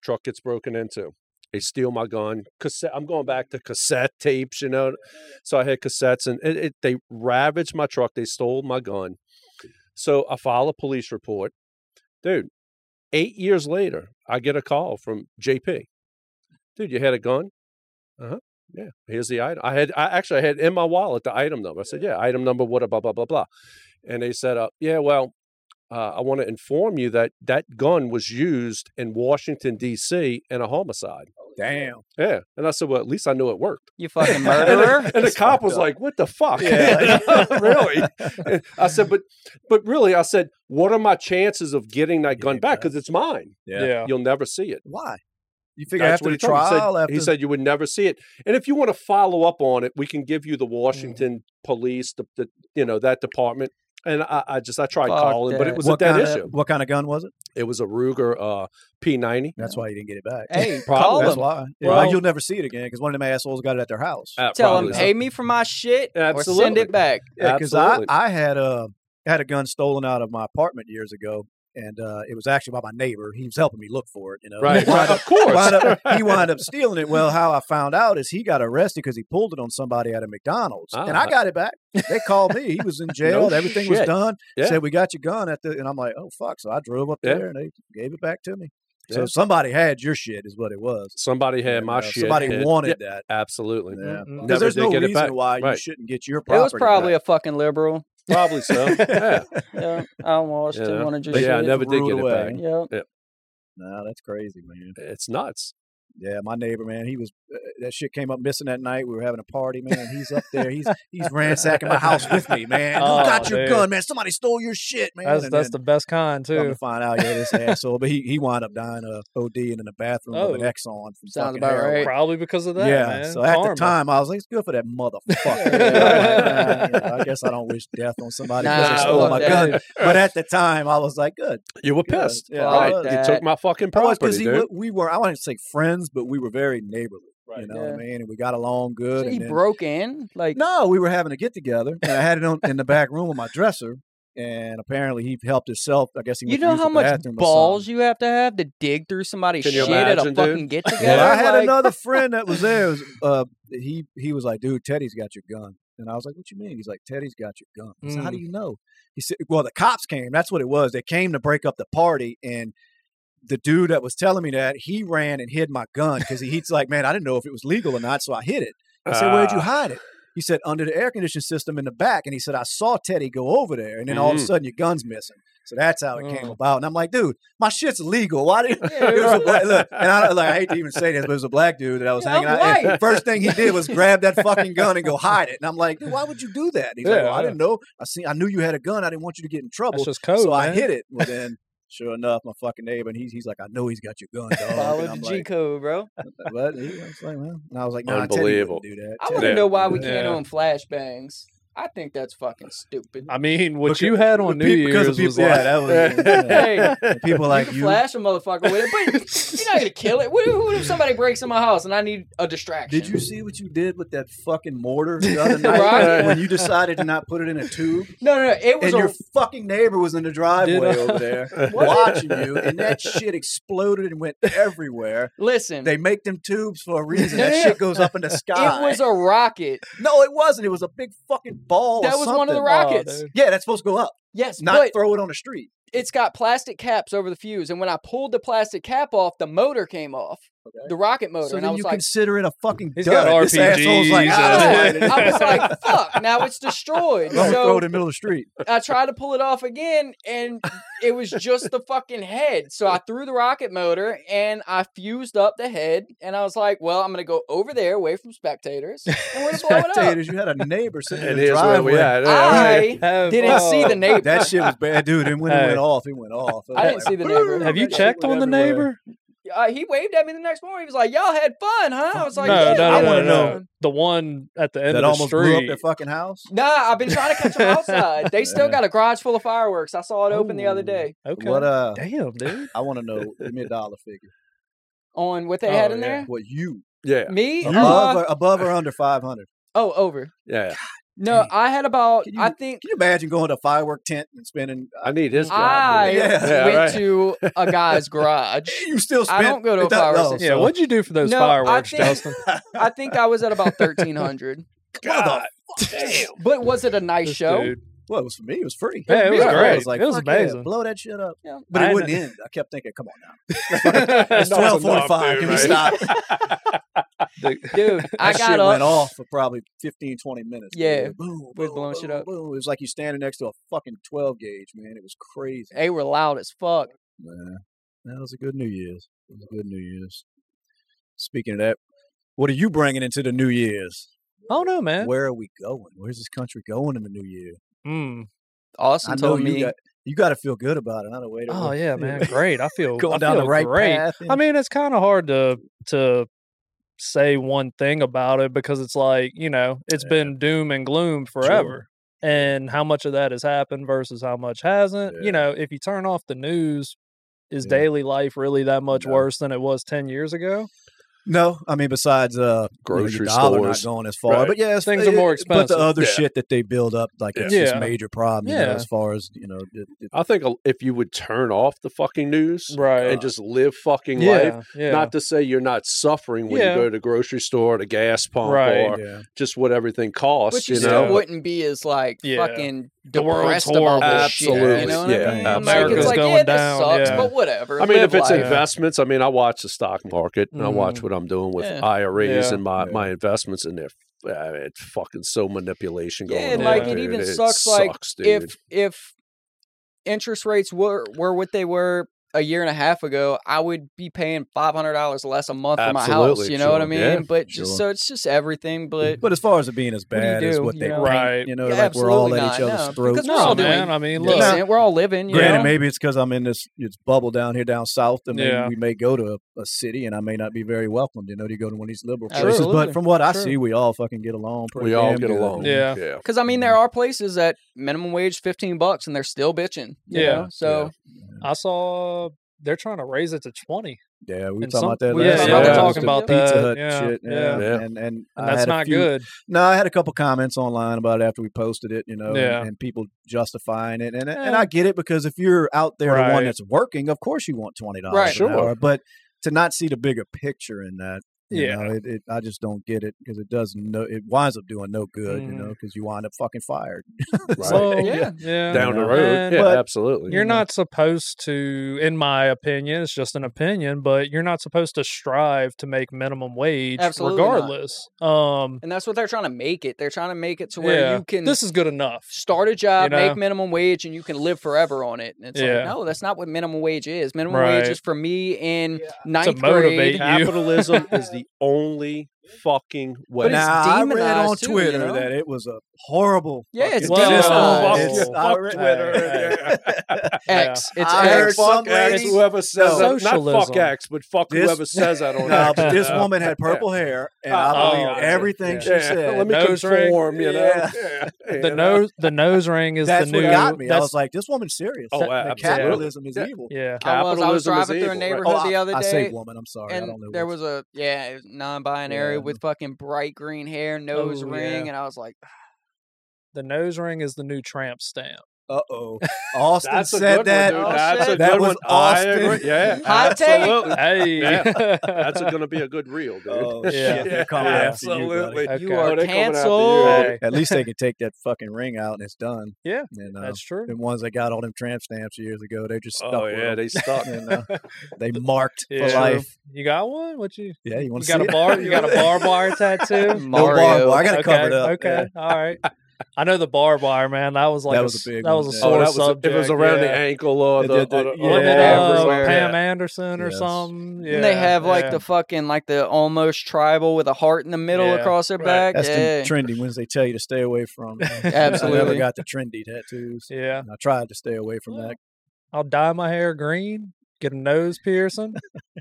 C: Truck gets broken into. They steal my gun. Cassette. I'm going back to cassette tapes, you know. So I had cassettes, and it, it, they ravaged my truck. They stole my gun. So I file a police report, dude. Eight years later, I get a call from JP. Dude, you had a gun? Uh huh. Yeah. Here's the item. I had. I actually I had in my wallet the item number. I said, yeah, item number. What? Blah blah blah blah. And they said, uh, yeah, well, uh, I want to inform you that that gun was used in Washington D.C. in a homicide.
A: Damn.
C: Yeah, and I said, well, at least I knew it worked.
B: You fucking
C: And
B: murderer.
C: the, and the cop was like, "What the fuck?"
E: Yeah.
C: really? And I said, "But, but really," I said, "What are my chances of getting that gun back? Because it's mine.
D: Yeah.
C: You'll never see it."
A: Why? You figure
C: That's
A: after the
C: what he told me. He said-
A: trial, after
C: he said you would never see it. And if you want to follow up on it, we can give you the
A: Mm.
C: Washington police, the, the you know that department. And I, I just I tried
B: Fuck
C: calling, but
B: that.
C: it was
A: what
C: a dead
A: kind
C: issue.
A: of what kind of gun was it?
C: It was a Ruger uh, P90.
A: That's why you didn't get it back.
B: hey,
C: Probably.
B: call
A: That's
B: them.
A: why. Yeah,
B: Well-
A: you'll never see it again because one of them assholes got it at their house.
C: Uh,
B: Tell
C: probably
B: them,
C: so.
B: pay me for my shit or send
C: Absolutely.
B: it back.
A: Yeah, because I,
C: absolutely.
A: I had a had a gun stolen out of my apartment years ago, and uh, it was actually by my neighbor. He was helping me look for it. You know,
C: right?
A: He wound up-
C: of course.
A: wound up- he wound up stealing it. Well, how I found out is he got arrested because he pulled it on somebody at a McDonald's, and
C: Ah.
A: I got it back. They called me. He was in jail. Everything was
C: shit.
A: done.
C: Yeah.
A: Said we got your gun at the, and I'm like, oh fuck. So I drove up
C: Yeah.
A: there, and they gave it back to me.
C: Yeah.
A: So somebody had your shit, is what it was.
C: Somebody had
A: And,
C: my
A: uh,
C: shit.
A: Somebody
C: hit.
A: wanted
C: Yeah,
A: that.
C: Absolutely.
A: Yeah.
D: Mm-mm.
C: Never
A: Because there's
C: did
A: no
C: get it
A: reason
C: back.
A: why you
C: Right.
A: shouldn't get your
B: It
A: property.
B: was probably
A: back.
B: a fucking liberal.
C: Probably so. Yeah.
B: Yeah, I almost
C: Yeah.
B: didn't want to just.
C: But yeah, I
B: shit.
C: never did
A: ruled
C: get it
A: away.
C: back.
B: Yep.
A: Nah, that's crazy, man.
C: It's nuts.
A: Yeah, my neighbor, man, he was uh, that shit came up missing that night. We were having a party, man. He's up there. He's he's ransacking my house with me, man. Who
D: Oh,
A: got your
D: dude.
A: gun, man? Somebody stole your shit, man.
D: That's
A: And
D: that's
A: then
D: the best kind
A: come to
D: too.
A: find out, yeah, this asshole. But he he wound up dying of OD and in the bathroom of an
D: Oh.
A: Exxon. From
B: Sounds
A: fucking
B: about
A: heroin.
B: right.
D: Probably because of that.
A: yeah.
D: man.
A: So at
D: Karma.
A: the time, I was like, "It's good for that motherfucker."
D: Yeah.
A: You know, I guess I don't wish death on somebody
B: Nah,
A: because they stole
B: fuck
A: my
B: that.
A: gun. But at the time, I was like, "Good."
C: You were
A: Yeah,
C: pissed.
A: yeah, I
C: right.
A: was.
C: You took my fucking property,
A: because he,
C: dude.
A: wa- we were I want to say friends, but we were very neighborly. You know what
B: Yeah.
A: I mean? And we got along
B: So
A: good.
B: he
A: and then-
B: broke in, like
A: no, we were having a get together, and I had it on in the back room of my dresser. And apparently, he helped himself. I guess he.
B: you
A: went to
B: know
A: use
B: how
A: the
B: much
A: bathroom or
B: balls
A: something.
B: you have to have to dig through somebody's
C: Can you
B: shit at a
C: imagine, dude?
B: fucking get
A: Well,
B: together.
A: I had
B: like,
A: another friend that was there. It was, uh, he he was like, "Dude, Teddy's got your gun," and I was like, "What you mean?" He's like, "Teddy's got your gun." I said, "How do
D: Mm.
A: you know?" He said, "Well, the cops came. That's what it was. They came to break up the party, and the dude that was telling me that he ran and hid my gun because he, he's like, man, I didn't know if it was legal or not, so I hid it. I said, where'd you
C: Ah.
A: hide it? He said, under the air conditioning system in the back. And he said, I saw Teddy go over there, and then all of a
C: Mhm.
A: sudden your gun's missing. So that's how it came
D: Mm.
A: about. And I'm like, dude, my shit's illegal. Why did
B: Yeah,
A: it was a
B: right.
A: black, look, and I, like, I hate to even say this, but it was a black dude that I was
B: Yeah,
A: hanging
B: I'm
A: out. and
B: white.
A: First thing he did was grab that fucking gun and go hide it. And I'm like, dude, why would you do that? And he's like,
D: Yeah,
A: well, I
D: yeah.
A: didn't know. I see, I knew you had a gun. I didn't want you to get in trouble
D: That's just code.
A: so I
D: man.
A: hit it. Well, then, sure enough, my fucking neighbor, and he's, he's like, I know he's got your gun, dog.
B: follow
A: and
B: the
A: I'm
B: G
A: like,
B: code, bro.
A: "What?" He was like, well. And I was like, nah, Teddy
C: Unbelievable.
A: wouldn't do that.
B: I
A: Teddy
B: want to
C: Yeah.
B: know why we
A: wouldn't do
B: can't
D: Yeah.
B: own flashbangs. I think that's fucking stupid.
D: I mean, what
A: Because-
D: you had on
A: that."
D: New
A: Pe- because of
D: Year's
A: people,
D: was
A: yeah,
D: like,
A: that was yeah.
B: hey,
A: And people like
B: you,
A: you.
B: can flash a motherfucker with it, but you're not gonna kill it. What if, what if somebody breaks in my house and I need a distraction?
A: Did you see what you did with that fucking mortar the other night
B: Right?
A: when you decided to not put it in a tube?
B: No, no, no. It was
A: And
B: a
A: your fucking neighbor was in the driveway
D: I?
A: over there watching you, and that shit exploded and went everywhere.
B: listen.
A: They make them tubes for a reason.
B: No,
A: That
B: no,
A: shit goes up in the sky.
B: it was a rocket.
A: No, it wasn't. It was a big fucking ball. or
B: That was one of the
A: Oh, something.
D: Aw,
B: rockets.
D: dude.
A: Yeah, that's supposed to go up,
B: yes,
A: not
B: but
A: throw it on the street.
B: it's got plastic caps over the fuse, and when I pulled the plastic cap off, the motor came off,
A: Okay.
B: the rocket motor,
A: So
B: Oh, and I
A: then you
B: was like,
A: consider it a fucking
D: He's
A: dud.
D: got
A: This asshole's like,
D: RPGs
A: "Ah,
D: and-
A: it
B: "Oh." I was like, "Fuck!" Now it's destroyed.
A: Don't throw it
B: So
A: in the middle of the street.
B: I tried to pull it off again, and it was just the fucking head. So I threw the rocket motor, and I fused up the head, and I was like, "Well, I'm gonna go over there, away from spectators, and we're gonna blow it up."
A: Spectators, you had a neighbor sitting in
C: And
A: the
C: here's where we
A: driveway.
C: at.
B: I
D: Have,
B: didn't see the
D: uh,
B: neighbor.
A: That shit was bad, dude. And when it
D: Hey.
A: went off, it went off. It was
B: I didn't
A: like,
B: see the neighbor.
D: Have you
A: That shit
D: checked
A: went
D: on the
A: everywhere.
D: neighbor?
B: Uh, he waved at me the next morning. He was like, "Y'all had fun, huh?" I was like,
D: no,
B: "Yeah,
D: no,
A: I
D: no,
A: wanna
D: no, no.
A: know.
D: The one at the end
A: That
D: of the
A: almost blew up
D: street.
A: their fucking house.
B: Nah, I've been trying to catch them outside. They still
A: Yeah.
B: got a garage full of fireworks. I saw it open the other
D: Ooh.
B: day
D: okay.
A: What uh?
D: Damn, dude.
A: I want to know. Give me a dollar figure.
B: on what they
D: Oh,
B: had in
D: yeah.
B: there.
A: What you
C: yeah.
B: Me?
A: above
B: Uh,
A: or above or under five hundred?
B: oh, over.
C: Yeah.
B: No,
A: Dang.
B: I had about.
A: Can you-
B: I think
A: Can you imagine going to a firework tent and spending?
C: I need his job.
B: I
A: Yeah.
C: Yeah,
B: went
C: right.
B: to a guy's garage.
A: You still
B: I
A: spend.
B: don't go to
A: it
B: a
A: doesn't-
B: fireworks
A: no,
B: tent.
D: Yeah,
A: so-
D: what'd you do for those
B: No, I
D: fireworks,
B: think-
D: Justin?
B: I think I was at about thirteen hundred.
A: God,
B: But was it a nice
D: This
B: show?
D: dude.
A: well, it was for me. It was free.
D: Yeah, it was
B: Yeah, I
D: great.
A: I was like,
D: it was
A: "Fuck yeah,
D: amazing.
A: blow that shit up.
B: Yeah.
A: But
D: I
A: it wouldn't
D: kn-
A: end. I kept thinking, come on now.
D: It's
A: It's twelve forty-five. Can we stop?
B: Dude, I
A: That
B: got
A: shit
B: up.
A: went off for probably 15, 20 minutes.
B: Yeah.
A: man. boom,
B: We
A: boom,
B: blowing shit
A: boom,
B: up.
A: boom. It was like you standing next to a fucking twelve gauge, man. It was crazy.
B: They were loud as fuck.
A: Man, that was a good New Year's. It was a good New Year's. Speaking of that, what are you bringing into the New Year's?
D: I don't know, man.
A: Where are we going? Where's this country going in the New Year?
D: Mm.
B: Austin
A: I know
B: told
A: you
B: me.
A: got you got to feel good about it. I don't wait.
D: Oh yeah, man. Great. I feel I
A: Going down the
D: feel
A: right
D: great.
A: path.
D: I mean, it's kind of hard to to say one thing about it because it's like you know it's
A: Yeah.
D: been doom and gloom forever, and how much of that has happened versus how much hasn't.
A: Yeah.
D: You know, if you turn off the news, is
A: Yeah.
D: daily life really that much
A: No.
D: worse than it was ten years ago?
A: No, I mean besides uh, you
C: Grocery
A: know, your dollar
C: stores.
A: not going as far,
C: Right.
A: but yeah, it's-
D: Things are more
A: But the
D: expensive.
A: other
C: Yeah.
A: shit that they build up, like it's
D: Yeah.
A: just
D: Yeah.
A: major problem. You know,
D: Yeah.
A: as far as you know, it, it,
C: I think if you would turn off the fucking news
D: Right.
C: and just live fucking life,
D: yeah. Yeah.
C: not to say you're not suffering when
D: Yeah.
C: you go to the grocery store, the gas pump,
D: Right.
C: or
A: yeah.
C: just what everything costs.
B: But you,
C: You,
B: still
C: know,
B: wouldn't be as like
D: Yeah.
B: fucking
D: The world's
B: depressed about this shit.
C: horrible.
B: You know what
C: Absolutely. Yeah,
B: I mean? Like, it's
D: absolutely.
B: like,
D: America's
B: yeah,
D: going down,
B: this sucks,
D: yeah.
B: but whatever.
C: I mean,
B: Live
C: if it's
B: life.
C: investments, I mean, I watch the stock market and I watch
D: Mhm.
C: what I'm doing with
B: Yeah.
C: IRAs
D: Yeah.
C: and my
A: Yeah.
C: my investments, and they're f- uh, it's fucking so manipulation going
B: Yeah,
C: on.
D: like,
B: it
C: dude.
B: even
C: it
B: sucks, like,
C: sucks, dude.
B: if if interest rates were were what they were a year and a half ago, I would be paying five hundred dollars less a month for my house.
C: Absolutely,
B: You know what I
C: sure.
B: mean?
C: Yeah,
B: but just
A: sure.
B: so it's just everything. But
A: But as far as it being as
B: do you
A: bad as
B: do,
A: what
B: you
A: they
B: know?
A: paint,
D: Right.
A: you know,
B: Yeah,
A: like we're all
B: absolutely
A: at
B: not,
A: each other's
B: no,
A: throats.
B: because we're
D: No,
B: all
D: man.
B: doing
D: I mean,
A: Yeah.
D: look.
B: decent. We're all living. You
A: Granted,
B: know?
A: maybe it's because I'm in this it's bubble down here down south, and maybe
D: Yeah.
A: we may go to a, a city, and I may not be very welcomed. You know, to go to one of these liberal
B: Absolutely.
A: places. But from what I
B: Sure.
A: see, we all fucking get along. Pretty
C: we all
A: damn
C: get
A: good.
C: along.
D: Yeah.
C: yeah.
B: Because I mean, there
D: Mm-hmm.
B: are places that minimum wage fifteen bucks, and they're still bitching. you
D: Yeah.
B: know? So
D: I saw they're trying to raise it to twenty.
A: Yeah, we were talking
D: And some-
A: about that.
D: we
A: last
C: were
A: time.
C: talking
A: That was
B: about
A: the Pizza
D: that.
A: Hut
D: Yeah,
A: shit.
D: yeah.
C: Yeah.
A: and and,
D: And
A: I
D: that's
A: had a
D: not
A: few-
D: good.
A: No, I had a couple comments online about it after we posted it, you know, and-
D: Yeah.
A: and, people justifying it, and and
D: Yeah.
A: I get it because if you're out there the
D: Right.
A: one that's working, of course you want twenty dollars
B: Right.
A: an
C: Sure.
A: hour, but to not see the bigger picture in that. You
D: Yeah.
A: know, it, it, I just don't get it because it does no. It winds up doing no good, you
D: Mhm.
A: know, because you wind up fucking fired.
C: Right.
D: Well,
B: Yeah.
D: yeah.
C: Down the
A: Yeah.
C: road,
D: And-
C: yeah,
A: But
C: absolutely.
D: You're not supposed to, in my opinion, it's just an opinion, but you're not supposed to strive to make minimum wage
B: Absolutely not.
D: regardless. Um
B: and that's what they're trying to make it. They're trying to make it to where
D: Yeah.
B: you can
D: this is good enough.
B: start a job,
D: you know?
B: make minimum wage, and you can live forever on it. And it's
D: Yeah.
B: like, no, that's not what minimum wage is. Minimum wage
D: Right.
B: is for me in ninth
D: motivate
B: grade.
D: you.
C: Capitalism is the only fucking
B: But
C: way.
B: it's
A: now I read on
B: demonized too, you
A: Twitter
B: know?
A: that it was a horrible.
B: Yeah,
A: fucking
B: it's
A: system.
C: uh,
D: demonized.
A: It's-
D: Fuck
A: I read-
B: X. It's
A: I heard
B: X.
A: some
C: fuck X,
A: ladies-
C: whoever says that. Not fuck
D: Socialism.
C: X, but fuck
A: This-
C: whoever says that on
A: No,
C: X.
A: but this
D: Yeah.
A: woman had purple hair, and I
D: Uh-oh.
A: believe
D: Yeah.
A: everything she
C: Yeah,
A: said.
C: Let me
D: Nose ring.
C: conform, you know.
A: Yeah.
C: Yeah.
D: The
C: You know?
D: nose the nose ring is
A: that's
D: the new
A: what got me. I
D: that's- uh,
A: was like, this woman's serious.
C: Oh,
A: That-
C: wow,
A: that
C: absolutely.
A: capitalism is
C: Yeah.
A: evil.
D: yeah.
B: I was, I was
C: Capitalism is
B: driving through a
C: evil, right?
B: neighborhood
A: Oh, I,
B: the other day.
A: I say woman. I'm sorry. I
B: and
A: don't know.
B: there
A: what-
B: was a yeah it was non-binary
A: Yeah.
B: with fucking bright green hair nose
D: Oh,
B: ring
D: yeah.
B: and i was like
D: The nose ring is the new tramp stamp.
A: Uh oh. Austin
C: That's a
A: said
C: good
A: that.
C: one,
B: Oh,
C: dude. That's
B: shit.
C: a
A: That
C: good
A: was
C: one. I
A: Austin.
C: agree. Yeah,
B: Hot take.
C: absolutely.
D: Hey.
C: Yeah. That's going to be a good reel, dude.
A: Oh
D: Yeah.
A: shit! They're coming after you, buddy.
C: Absolutely.
D: Okay.
B: you are
C: Oh, they coming after you.
B: canceled
D: Hey,
A: At least they can take that fucking ring out and it's done.
D: Yeah,
A: And, uh,
D: that's true.
A: the ones that got all them tramp stamps years ago, they just stuck
C: Oh
A: with
C: yeah,
A: them.
C: they stuck.
A: And, uh, they marked
D: Yeah.
A: for life.
D: You got one? What you
A: Yeah, you
D: You
A: want to
D: got a bar you got a barb wire tattoo?
A: No bar,
B: Mario.
A: bar. I got it
D: okay,
A: covered up.
D: Okay, all right. I know the barb wire, man. That was like
A: That
D: a
A: was a
D: s-
A: big
D: that
A: one,
D: was a
A: yeah.
C: Oh,
D: sore
C: that was
D: subject.
C: it was around the
D: yeah.
C: ankle or the,
A: The- the-
C: or the, or
A: yeah.
D: Wasn't
C: the
D: it,
C: arm or
D: uh,
C: something.
D: Pam
C: Yeah.
D: Anderson or
A: Yes.
D: something. Yeah,
B: and they have like
D: yeah.
B: the fucking like the almost tribal with a heart in the middle
D: Yeah,
B: across their
D: right.
B: back
A: That's
B: yeah.
A: the trendy ones they tell you to stay away from. Uh, I never
B: Absolutely.
A: got the trendy tattoos.
D: Yeah,
A: And I tried to stay away from that.
D: I'll dye my hair green, get a nose piercing,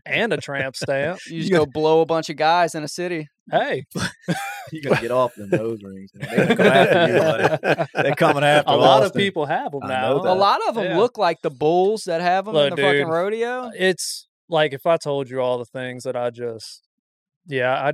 D: and a tramp stamp.
B: you just go blow a bunch of guys in a city
D: Hey,
A: You're gonna get off them nose rings. man. They gonna come after you, buddy. They coming after
D: a lot of
A: Austin.
D: people have them
A: I
D: now.
A: know
B: a
A: that.
B: lot of them
D: Yeah.
B: look like the bulls that have them in
D: Look,
B: the fucking
D: dude.
B: rodeo
D: It's like if I told you all the things that I just, yeah, I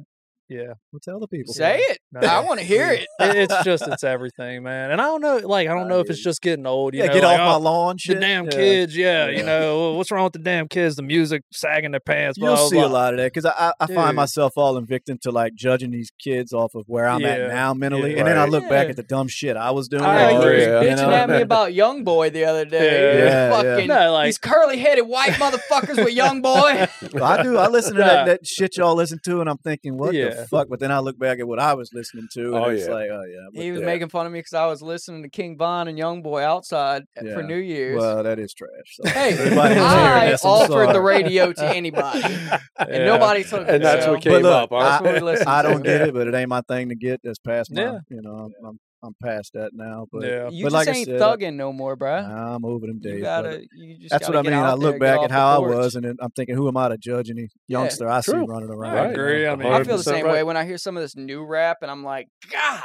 D: Yeah,
A: Well, tell the people.
B: Say it.
D: no.
B: I want to hear
A: Yeah.
B: it.
D: It- it's just it's everything, man. And I don't know, like I don't know if it's just getting old. You
A: yeah,
D: know,
A: get
D: like,
A: off
D: oh,
A: my lawn,
D: the
A: shit.
D: damn
A: Yeah.
D: kids. Yeah,
A: Yeah.
D: you know well, what's wrong with the damn kids? The music sagging their pants. Blah,
A: You'll
D: blah,
A: see
D: blah.
A: a lot of that because I, I, I find
D: Dude.
A: myself falling victim to like judging these kids off of where I'm
D: Yeah.
A: at now mentally,
D: Yeah.
A: and then I look back
B: Yeah.
A: at the dumb shit I was doing.
B: I know,
C: Oh,
B: you was
C: yeah.
B: bitching
A: You know?
B: at me about Young Boy the other day.
D: Yeah.
A: Yeah, yeah.
B: fucking,
D: No, like-
B: these curly headed white motherfuckers with Young Boy.
A: I do. I listen to
D: Yeah.
A: that, that shit y'all listen to, and I'm thinking, what
D: Yeah.
A: the fuck? But then I look back at what I was listening to, and
C: Oh,
A: it's
C: yeah.
A: like, oh yeah, but
B: He was
A: that-
B: making fun of me because I was listening to King Von and Young Boy outside
A: Yeah.
B: for New Year's.
A: well, that is trash. So
B: hey,
A: everybody who's hearing
B: I
A: this, I'm
B: offered the
A: sorry.
B: radio to anybody, and
D: Yeah.
B: nobody took it.
C: And that's
B: so-
C: what came
A: look,
C: up. huh?
B: That's what we listened
A: I
B: to.
A: don't get it, but it ain't my thing to get. That's past my,
D: Yeah.
A: you know, I'm, I'm I'm past that now. But
D: Yeah.
B: You
A: But
B: just
A: like I
B: ain't
A: said, I-
B: thugging no more, bruh.
A: nah, I'm over them days.
B: You
A: brother.
B: gotta. You just
A: That's what
B: gotta
A: I
B: get
A: mean. I
B: out there,
A: look
B: get
A: back
B: off
A: at
B: the
A: how I
B: porch.
A: was, and then I'm thinking, who am I to judge any youngster I see
C: True.
A: running around?
D: I agree. I mean,
B: I feel the
C: 100%
B: same
C: right.
B: way when I hear some of this new rap, and I'm like, God.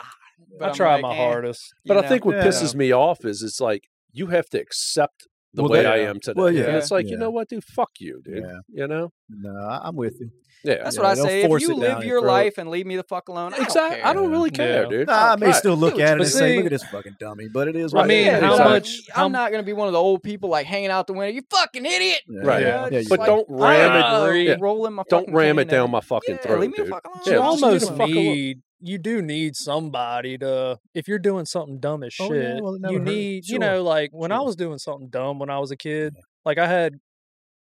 B: But
D: I
B: I'm
D: try
B: like,
D: my
B: eh,
D: hardest.
B: you
C: But I
B: know.
C: think what
A: Yeah.
C: pisses me off is it's like you have to accept the
A: Well,
C: way
A: that-
C: I am today.
A: Well,
C: And
A: yeah.
C: it's like, you
A: Yeah.
C: know what, dude? Fuck you, dude.
A: Yeah.
C: You know?
A: No, I- I'm with you.
C: Yeah.
B: That's
A: Yeah,
B: what I
A: they'll
B: say. If
A: force
B: you
A: it
B: live
A: down your
B: your
A: throat.
B: life and leave me the fuck alone, I
C: Exactly. I don't
A: care.
C: really care,
D: Yeah.
C: dude.
A: Nah, I may
C: Right.
A: still look
B: Dude,
A: at it
B: but
A: and say,
D: see-
A: "Look at this fucking dummy," but it is.
C: I
A: what it
D: mean,
A: is.
B: Yeah,
D: how
B: but I'm-
D: much- how
B: I'm
D: m-
B: not gonna be one of the old people like hanging out the window. You fucking idiot!
A: Yeah.
C: Right.
B: You know,
D: Yeah.
B: it's
A: Yeah,
B: just
A: you
C: But
B: like,
C: don't ram it.
B: ah,
D: Yeah.
B: rolling my
C: Don't
B: fucking
C: ram it
B: cane
C: down
B: out.
C: my fucking
B: Yeah,
C: throat,
B: leave me the
C: dude.
B: fuck alone.
C: Yeah,
D: you
C: just leave me the
D: almost
C: fuck alone.
D: need you do need somebody to if you're doing something dumb as shit
A: Oh, yeah, well, it never
D: you
A: hurt.
D: need you
A: Sure,
D: know like when i
A: sure.
D: was doing something dumb when i was a kid like i had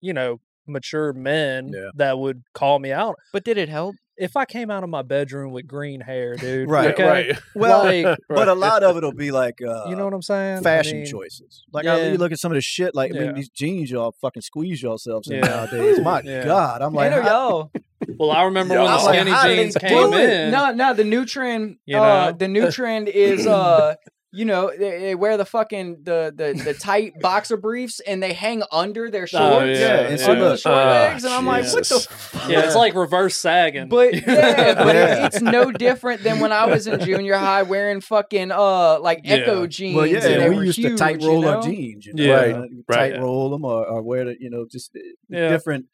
D: you know mature men
A: Yeah.
D: that would call me out
B: But did it help?
D: if i came out of my bedroom with green hair dude
A: Right,
D: okay?
C: Right.
A: Well,
D: like
A: but a lot of it'll be like, uh,
D: you know what i'm saying I
A: fashion
D: mean,
A: choices. Like
D: Yeah.
A: I, you look at some of the shit. Like I
D: Yeah.
A: mean, these jeans y'all fucking squeeze yourselves in
D: Yeah.
A: nowadays. My
D: Yeah.
A: God, I'm like,
B: Ain't
A: how-
B: no,
D: well i remember
C: Yeah,
D: when
C: I
D: the
C: was like,
D: skinny
A: how do they
D: jeans
A: do
D: came
A: it?
D: in
B: No, no. The new trend.
D: You
B: uh,
D: know?
B: the new trend is uh, you know, they, they wear the fucking the, the the tight boxer briefs and they hang under
C: Oh,
B: their shorts.
A: yeah, and so
B: Under the
A: look,
B: short
C: ah,
B: legs, and I'm like, what the
C: Jesus.
B: fuck?
D: yeah it's like reverse sagging
B: But yeah, but it-
A: Yeah.
B: it's no different than when I was in junior high wearing fucking uh like
D: Yeah.
B: Echo jeans.
A: Well,
B: and
A: yeah,
B: they
A: we
B: were
A: used to
B: huge,
A: tight
B: you
A: roll
B: know?
A: our jeans, you know,
D: Yeah.
A: uh,
C: Right.
A: tight roll them or, or wear the, you know, just uh,
D: Yeah.
A: different.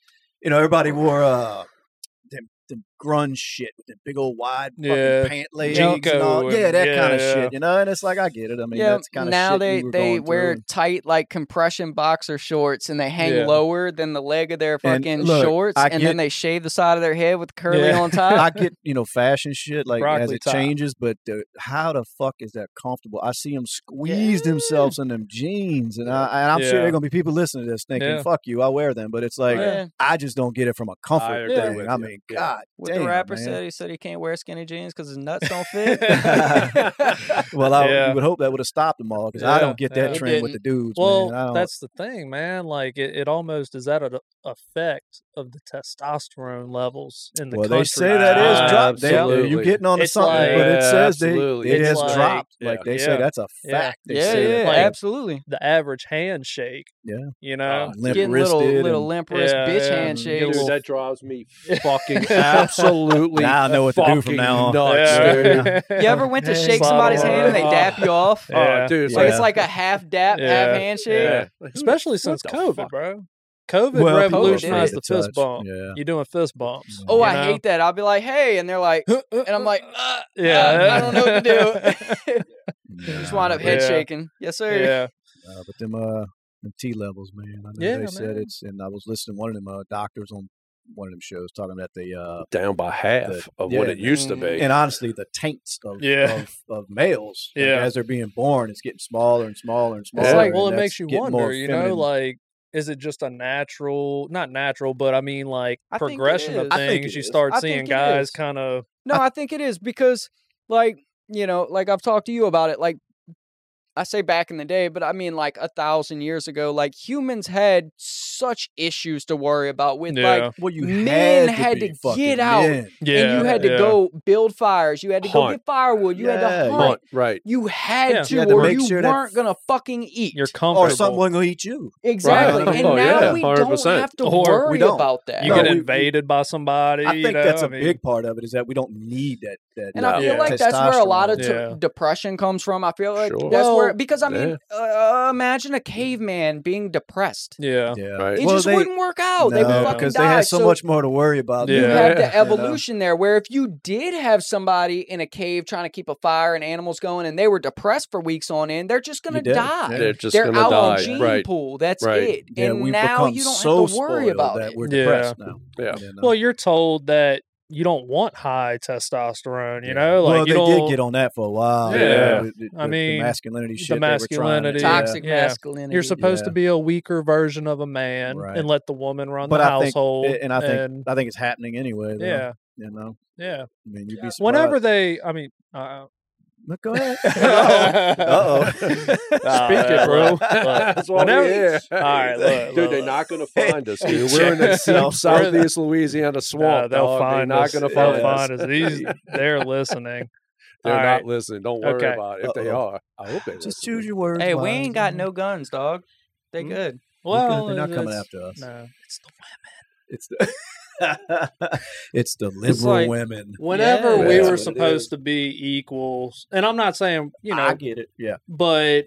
A: You know, everybody wore uh, them, them grunge shit with the big old wide fucking
D: Yeah.
A: pant legs
D: Jinko
A: and all, yeah,
D: and-
A: that kind
D: yeah,
A: of
D: yeah.
A: shit, you know. And it's like I get it. I mean,
B: yeah,
A: that's kind of shit
B: now they
A: we were
B: they
A: going
B: wear
A: through.
B: tight like compression boxer shorts and they hang
D: Yeah.
B: lower than the leg of their
A: And
B: fucking
A: look,
B: shorts,
A: I
B: and then
A: get-
B: they shave the side of their head with curly
D: Yeah.
B: on top.
A: I get you know fashion shit like as
D: Broccoli
A: it
D: top.
A: changes, but the, how the fuck is that comfortable? I see them squeeze themselves in them jeans, and, I, and I'm sure there
D: Yeah.
A: are gonna be people listening to this thinking,
D: Yeah.
A: "Fuck you, I wear them,but it's like.
B: Yeah.
A: I just don't get it from a comfort
C: I agree
A: thing.
C: with
A: I
C: you.
A: mean,
C: Yeah.
A: God
B: What
A: damn,
B: the rapper
A: man.
B: said, he said he can't wear skinny jeans because his nuts don't fit.
A: Well, I
D: Yeah.
A: would hope that would have stopped them all because I
D: Yeah,
A: don't get that
D: yeah. It
A: trend with the dudes.
D: Well,
A: man. I don't,
D: that's the thing, man. Like it, it almost is that an effect of the testosterone levels in the
A: well,
D: country. Uh,
A: they say that is dropped. They-
C: Absolutely.
A: You're getting on to
D: It's
A: something,
D: like-
A: but it
C: Yeah,
A: says they,
C: absolutely.
A: it
D: It's
A: has
D: like-
A: dropped.
C: yeah.
A: Like they
D: Yeah.
A: say, that's a
D: Yeah.
A: fact. They
B: yeah,
A: say
B: yeah,
A: that.
D: like-
B: absolutely.
D: the average handshake.
A: Yeah.
D: you know.
A: Limp
B: Getting little
A: wristed
B: little
A: and-
B: limp wrist
D: Yeah,
B: bitch
D: yeah.
B: handshakes.
D: Get a
C: Dude,
D: little-
C: that drives me fucking absolutely.
A: Now I know what to do from
C: fucking
A: now on.
C: Nuts, dude.
B: You ever went to
A: Hey,
B: shake
D: slide
B: somebody's
D: over.
B: hand and they dap you off?
D: Yeah.
C: Oh, dude, it's
A: Yeah.
B: Like
C: like,
B: it's like a half dap,
D: Yeah.
B: half handshake.
D: Yeah.
C: Like, who the
D: Especially
C: fuck
D: since
C: the
D: COVID,
C: fuck?
D: bro. COVID
A: Well,
D: revolutionized the
A: people
D: fist
A: touch.
D: bump.
A: Yeah. Mm.
D: You're doing fist bumps.
B: Oh,
D: you
B: I
D: know?
B: hate that. I'll be like, hey, and they're like, and I'm like, uh,
D: Yeah.
B: uh, I don't know what to do. Just wind up
A: Nah,
B: head
D: Yeah.
B: shaking. Yes, sir.
D: yeah,
A: Uh, but them uh them T levels, man. I know
D: Yeah,
A: they said
D: man.
A: it's and I was listening to one of them uh, doctors on one of them shows talking about the uh
C: Down by half
A: The-
C: of what
A: yeah.
C: it used to
B: Mm-hmm.
C: be.
A: and honestly the taints of
D: Yeah.
A: of, of males like,
D: Yeah.
A: as they're being born it's getting smaller and smaller and smaller.
D: It's like,
A: and
D: well, it
A: that's
D: makes you
A: getting more
D: wonder, you know,
A: feminine.
D: like, is it just a natural, not natural, but I mean, like,
B: I think it
D: progression of
B: is. I
A: think
D: things?
A: it
D: You
A: is.
D: start
B: I
D: seeing
B: think it
D: guys
B: is.
D: kind of,
B: No, I think it is because, like, you know, like I've talked to you about it. Like, I say back in the day, but I mean, like, a thousand years ago, like, humans had such issues to worry about with, like,
D: yeah,
A: well, you
B: men
A: had
B: had
A: to, be
B: to
A: fucking
B: get out
A: men.
D: yeah,
B: and you had to
D: yeah.
B: go build fires. You had to go
C: Hunt.
B: get firewood. You had
A: Yeah,
B: to
A: you
B: hunt.
C: Hunt, right.
B: You had
D: Yeah.
B: to,
A: You had to
B: or
A: make
B: you
A: sure that
B: weren't gonna fucking eat.
D: You're
A: or
D: comfortable.
A: someone gonna eat you.
B: exactly,
A: Right.
B: and
A: Oh,
B: now
A: yeah,
B: we don't
C: 100%.
B: have to
D: Or we
B: worry
A: don't.
B: about that.
D: you
A: No,
D: get
A: we- we-
D: invaded by somebody.
A: I
D: you
A: think that's
D: know,
A: a
D: I mean,
A: big part of it is that we don't need that. that
B: And
C: No.
B: I feel
D: Yeah.
B: like that's where a lot of
A: testosterone.
B: t-
D: Yeah.
B: depression comes from. I feel like
C: Sure.
B: that's where
D: Well,
B: because I mean, uh, imagine a caveman being depressed.
D: Yeah.
A: yeah.
C: Right. Right.
B: It
A: Well,
B: just
A: they-
B: wouldn't work out. they would
A: No,
B: fucking
A: because
B: die.
A: they had so,
B: So
A: much more to worry about.
D: You
B: You
A: than
D: Yeah.
B: have
A: that,
B: the
A: you know?
B: evolution there where if you did have somebody in a cave trying to keep a fire and animals going and they were depressed for weeks on end, they're just going to
A: You did,
B: die.
A: yeah.
C: They're just
B: they're
C: gonna
B: out
C: die.
B: on gene
C: right.
B: pool. That's
C: Right.
B: it.
A: Yeah,
B: and
A: we've
B: now
A: become
B: you don't
A: so
B: have to worry
A: spoiled
B: about
A: that
B: it.
A: We're
D: Yeah.
A: depressed now.
C: Yeah.
A: you know?
D: Well, you're told that you don't want high testosterone. You know, like
A: well,
D: you
A: they
D: don't,
A: did get on that for a while.
D: Yeah.
A: yeah, with- with
D: I mean,
A: the masculinity shit.
D: masculinity.
A: They were trying to,
B: Toxic
D: Yeah.
B: masculinity.
D: You're supposed to
A: Yeah.
D: be a weaker version of a man
A: Right.
D: and let the woman run
A: But
D: the
A: I think-
D: household.
A: and I think-
D: and-
A: I think it's happening anyway. Though,
D: yeah,
A: you know,
D: yeah.
A: I mean, you'd be surprised.
D: Whenever they, I mean, uh,
A: No, go ahead.
C: Uh-oh. Speak it, bro. That's why
D: Whenever-
C: we're here.
D: All right, look,
C: dude,
D: look,
C: they're
D: look.
C: not going to find us. Dude.
D: Check
C: We're in the deep
D: yourself.
C: southeast Louisiana
D: nah,
C: swamp.
D: they'll
C: dog.
D: find
C: they're
D: us.
C: not going to
D: They'll
C: find us.
D: find us. These, they're listening.
C: They're
D: All
C: not
D: right.
C: listening. Don't worry
D: Okay.
C: about it. If they
A: Uh-oh.
C: are, I hope they
A: Just
C: listen.
A: choose your words.
B: Hey, we
A: Miles,
B: ain't got
A: you
B: no
A: know?
B: guns, dog. They
A: Hmm?
B: good.
A: They're
D: Well,
A: good. they're not coming
D: it's-
A: after us.
D: No,
A: It's the it's the liberal
D: like-
A: women.
B: Yeah.
D: Whenever we
C: That's
D: were
C: what it is.
D: supposed to be equals, and I'm not saying you know,
A: get it. Yeah,
D: but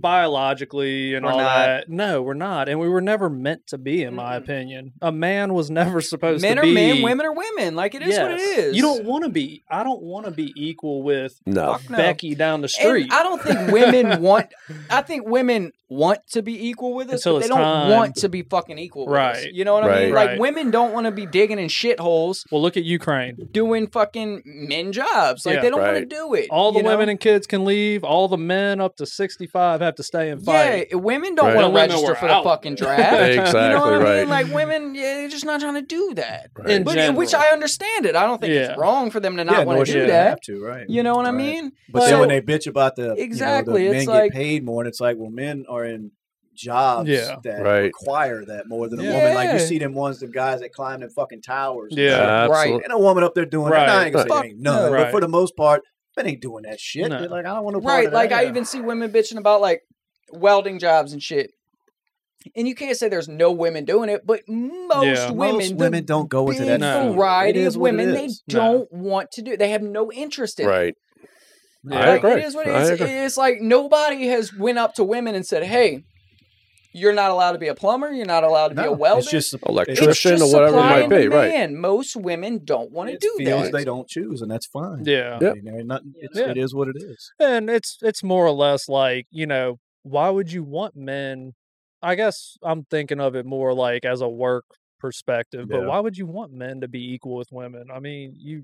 D: biologically and
B: We're
D: all
B: not.
D: that, no, we're not, and we were never meant to be, in my
B: Mm-mm.
D: opinion. A man was never supposed
B: Men
D: to
B: are
D: be.
B: men, women are women. Like it is what it
D: Yes.
B: is.
D: You don't want to be. I don't want to be equal with
C: No.
B: Fuck no.
D: Becky down the
B: And
D: street.
B: I don't think women want. I think women want to be equal with us,
D: Until
B: but
D: it's
B: they don't
D: time.
B: want to be fucking equal. With us.
D: Right.
B: You know what I mean?
C: Right.
B: Like
D: Right.
B: women don't want to be digging in shitholes,
D: well, look at Ukraine.
B: doing fucking men jobs. Like
D: Yeah.
B: they don't
C: Right.
B: want to do it.
D: All the
B: you know?
D: women and kids can leave. All the men up to 65 have to stay and fight.
B: Yeah, women don't
C: Right.
B: want
D: The
B: to
D: women
B: register
D: were
B: for the
D: out.
B: fucking draft.
C: exactly
B: You know what I
C: right.
B: mean? Like women, yeah, they're just not trying to do that.
C: Right.
D: In
B: But
D: general.
B: which I understand it. I don't think
D: Yeah.
B: it's wrong for them to not
A: yeah.
B: want
A: nor
B: to
A: should they
B: do that.
A: have to, right?
B: You know what I
A: Right.
B: mean?
A: But
B: So-
A: then when they bitch about the you know, the
B: Exactly, it's
A: men
B: like-
A: get paid more, and it's like, well, men are in jobs
D: Yeah.
A: that
C: Right.
A: require that more than a woman. Like you
B: Yeah.
A: see them ones, the guys that climb them fucking towers. and
D: Yeah.
C: Absolutely.
A: shit. and a woman up there doing that. I ain't gonna
C: Right.
A: say it ain't none,
D: Right.
A: but for the most part, men ain't doing that shit.
D: No.
A: They're like, I don't want to.
B: right like i even see women bitching about like welding jobs and shit and you can't say there's no women doing it but most
D: Yeah.
B: women
A: Most
B: the
A: women don't go into that.
B: big
D: No.
A: field.
B: variety
A: It
B: of
A: is what it
B: women they
A: is.
D: No.
B: don't want to do they have no interest in it.
C: Right.
D: Yeah.
C: I
B: like,
C: agree.
B: it is what
C: I
B: it is
C: agree.
B: it's like nobody has went up to women and said hey you're not allowed to be a plumber you're not allowed to be
A: No,
B: a welder
A: It's just
B: It's
C: Electrician
B: just
C: or whatever it
B: supply
C: might
B: and
C: be. Right.
B: demand. most women don't want to
A: it's
B: do
A: fields
B: that
A: they don't choose, and that's fine.
D: Yeah.
A: I mean, there ain't nothing, it's,
D: Yeah.
A: it is what it is.
D: And it's it's more or less like, you know, why would you want men? I guess I'm thinking of it more like as a work perspective, but
A: Yeah.
D: why would you want men to be equal with women? I mean, you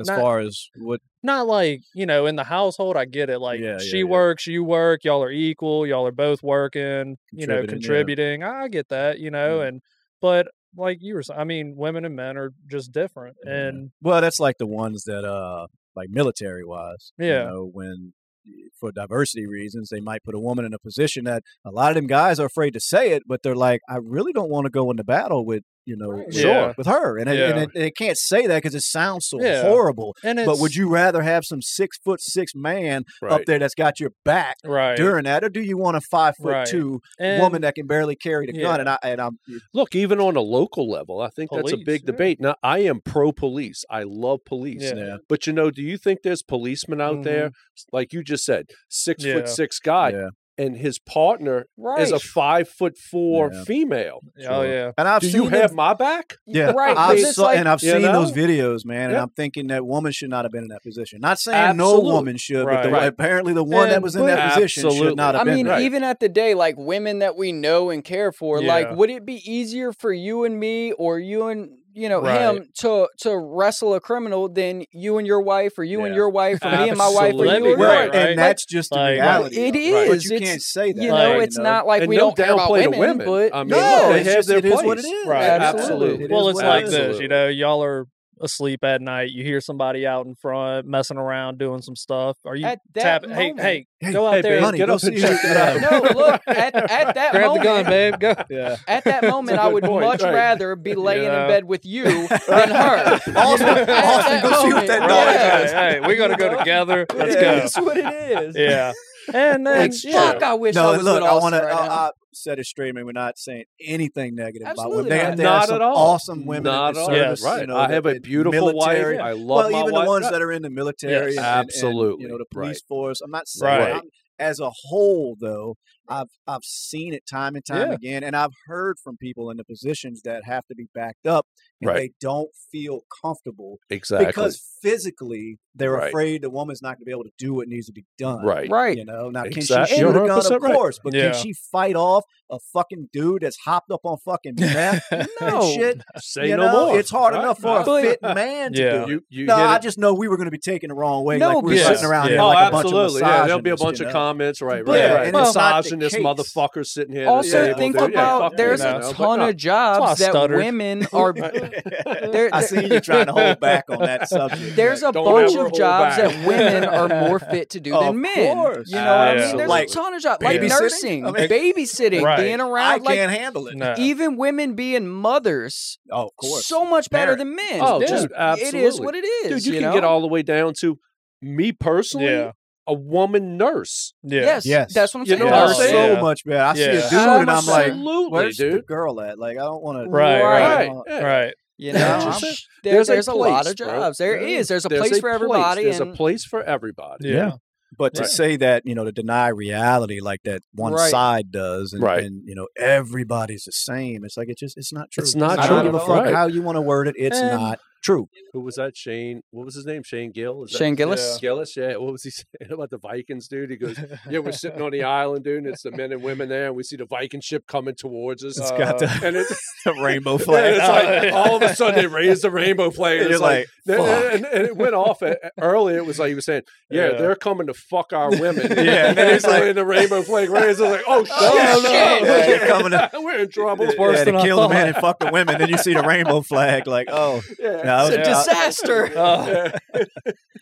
A: As
D: Not-
A: far as what
D: not like, you know, in the household, I get it. Like
A: Yeah, yeah,
D: she
A: yeah.
D: works, you work, y'all are equal, y'all are both working, you know,
A: Contributing,
D: contributing. I get that, you know,
A: Mhm.
D: and but like you were s- I mean, women and men are just different.
A: Yeah.
D: And
A: Well, that's like the ones that uh like military wise.
D: Yeah.
A: You know, when eh, for diversity reasons they might put a woman in a position that a lot of them guys are afraid to say it, but they're like, I really don't want to go into battle with you know with-
D: Sure.
A: with her, and, it, and
D: Yeah.
A: it, they can't say that because it sounds so
D: Yeah.
A: horrible.
D: and it's
A: But would you rather have some six foot six man up
C: Right.
A: there that's got your back?
D: right
A: During that, or do you want a five foot
D: Right.
A: two
D: and,
A: woman that can barely carry the
D: Yeah.
A: gun? And I and I'm
C: Look, even on a local level, I think that's a
D: Police,
C: big
D: yeah.
C: debate. Now, I am pro police. I love police.
D: Yeah.
A: yeah,
C: But you know, do you think there's policemen out there, s- like you just said, six
D: Yeah.
C: foot six guy,
A: yeah.
C: and his partner
B: right
C: is a five foot four
A: Yeah.
C: female?
D: Oh
A: Sure.
D: yeah.
A: And I've
C: do
A: seen
C: you
A: them-
C: have my back?
A: Yeah,
B: right
A: I've
B: 'cause it's
A: saw-
B: like,
A: and I've
C: you
A: seen those
C: know?
A: videos, man, and
C: Yeah.
A: I'm thinking that woman should not have been in that position. Not saying
C: Absolute.
A: no woman should, but the,
D: Right.
A: apparently the one that
D: And-
A: was in
D: but-
A: that position
C: Absolutely.
A: should not have
B: I
A: been.
B: mean,
A: there.
C: right.
B: even at the day, like women that we know and care for, like
D: Yeah.
B: would it be easier for you and me or you and you know
D: Right.
B: him to to wrestle a criminal than you and your wife or you and
A: Yeah.
B: your wife or me and my wife or you and
D: Absolutely.
B: your
A: well,
D: right,
B: wife?
A: and
D: right?
A: that's just the
D: Like-
A: reality.
B: It
A: of Right. But
B: is,
A: you
B: it's-
A: can't say that.
B: You know,
D: Like,
B: it's not like
C: and
B: we
C: no
B: don't care about
C: downplay to
B: women,
C: women.
B: but
C: I mean,
B: no,
A: no,
C: they
A: it's
C: have
A: just-
C: their
A: it is what it
C: place.
A: is.
D: Right.
C: Absolutely.
A: It
D: well,
A: is
D: it's
A: what it
D: like
A: is.
D: this, you know, y'all are asleep at night. You hear somebody out in front messing around doing some stuff. Are you
B: At that
D: tapping? Hey,
B: moment-
D: hey,
A: Hey,
D: go out
C: hey,
D: there.
C: babe,
A: honey,
C: get
A: go
C: up and
A: see
C: check
A: her.
C: it out.
B: no, look at, at that
D: grab
B: moment,
D: the gun, babe. Go.
A: Yeah.
B: at that moment, I
C: good
B: would
C: point,
B: much
C: right.
B: rather be laying
D: Yeah.
B: in bed with you than her.
A: Austin,
B: At
A: Austin,
B: that
A: go see what
B: moment,
A: that
D: Right,
A: dog
B: yeah.
A: is.
D: Hey, hey, we're gonna go together. Let's
B: It
D: go.
B: is what it is.
D: Yeah. And then
B: Like,
D: yeah.
B: fuck, I wish
A: No,
B: I was
A: look,
B: with
A: I uh,
B: Austin
A: want to.
B: right
A: I,
B: now.
A: I said it straight, man. We're not saying anything negative
B: Absolutely
A: about women. They, they have
B: not.
C: Not
A: some
C: at all.
A: awesome women.
C: Not
A: in
C: at
A: the
C: all.
A: service,
D: Yes.
C: right.
A: you know,
C: I have
A: that-
C: a
A: that
C: beautiful
A: military-
C: wife. I love
A: well,
C: my
A: even
C: wife. Uh,
A: the ones that are in the military,
D: Yes.
A: and- and, you
C: Absolutely.
A: know, the
C: Right.
A: police force. I'm not saying
D: Right.
A: I'm- as a whole, though. I've I've seen it time and time
D: Yeah.
A: again, and I've heard from people in the positions that have to be backed up, and
C: Right.
A: they don't feel comfortable
C: Exactly.
A: because physically they're
C: Right.
A: afraid the woman's not going to be able to do what needs to be done.
C: right.
B: Right.
A: You know, now can she
C: Exactly.
A: shoot
C: You're
A: a gun? Of
C: 100% right.
A: course, but
D: Yeah.
A: can she fight off a fucking dude that's hopped up on fucking meth and
B: No.
A: shit?
C: Say
A: you
C: no
A: know,
C: more.
A: It's hard
C: Right?
A: enough for a
B: But-
A: fit man to
D: Yeah.
A: do. it.
C: You, you
A: No,
C: hit
A: I
C: it.
A: just know we were going to be taken the wrong way.
B: No,
A: like we're
D: because-
A: sitting around here
D: Yeah.
A: like
C: oh,
A: a bunch of
C: absolutely. yeah, there'll be a
A: misogynists,
C: bunch
A: you
C: of
A: know?
C: comments. Right,
A: But-
C: right,
D: yeah,
C: right.
A: and it's not the
C: Misogynist
A: case.
C: motherfucker sitting here. at his
B: Also,
C: table,
B: think
C: dude. Yeah,
B: about
C: fuck
B: there's
C: you,
D: know,
B: a
C: man.
B: ton
C: But
B: of jobs
D: That's why I
B: that
D: stuttered.
B: women are. They're,
A: I seen you trying to hold back on that subject.
B: there's a
C: Don't
B: bunch
C: ever
B: of
C: hold
B: jobs
C: back.
B: that women are more fit to do
A: Of
B: than men.
A: course.
B: You know what I mean? There's
D: Like
B: a ton of jobs like
A: babysitting?
B: nursing,
A: I mean-
B: babysitting,
D: Right.
B: being
A: I
B: around.
A: can't
B: like
A: handle it.
D: No.
B: even women being mothers,
A: Oh, of course.
B: so much better
A: Parent.
B: than men.
C: Oh,
B: Dude,
C: just
B: It is
C: absolutely.
B: what it is.
C: dude, you,
B: you
C: can
B: know?
C: get all the way down to me personally,
D: Yeah.
C: a woman nurse.
D: Yeah.
B: Yes,
A: Yes.
B: that's what I'm
C: You
B: saying.
C: know
A: They're
C: what I'm
B: Nurse-
C: saying?
A: so
D: Yeah.
A: much better. I see a
D: Yeah.
A: dude and I'm like,
C: Absolutely,
A: where's
C: dude.
A: the girl at? Like, I don't Uh, want to.
D: Right,
B: right.
A: right.
C: Yeah.
D: Right.
B: You know,
A: Yeah,
B: I'm-
C: just saying.
B: there- there's, a, lot of
C: place, bro.
B: jobs. There
C: Yeah.
B: is. There's a place for everybody.
C: There's
B: and
C: a place for everybody.
D: Yeah.
A: But to
D: Right.
A: say that, you know, to deny reality like that one
B: Right.
A: side does and,
C: Right.
A: and, you know, everybody's the same. It's like, it's just, it's not true.
C: It's not
A: I
D: true.
A: don't give a fuck
C: Right.
A: how you want to word it. It's
D: And-
A: not true.
C: Who was that? Shane. What was his name? Shane Gill. Is that-
B: Shane Gillis.
D: Yeah.
C: Gillis. Yeah. What was he saying about the Vikings, dude? He goes, "Yeah, we're sitting on the island, dude, and it's the men and women there, and we see the Viking ship coming towards us,
D: It's
C: uh,
D: got
A: the-
C: and it's,
A: rainbow
C: and it's
D: Oh,
C: like
D: yeah.
C: all of a sudden they raise the rainbow flag. And
A: You're
C: it's like,
A: like,
C: Th-
A: fuck.
C: And, and it went off at, early. It was like he was saying, "Yeah,
D: Yeah.
C: they're coming to fuck our women."
A: Yeah,
C: and
A: and
C: then he's
A: it's like-
C: in the rainbow flag raise. I was like, "Oh shit,
A: Oh,
B: shit.
C: no.
A: They're coming to-
C: we're in trouble."
D: It's worse
A: yeah,
D: than
A: to
D: I
A: kill the man
D: thought.
A: and fuck the women. Then you see the rainbow flag. Like, oh,
C: Yeah.
A: no, I was-
B: it's a
D: Yeah.
B: disaster.
D: Uh,
C: Yeah.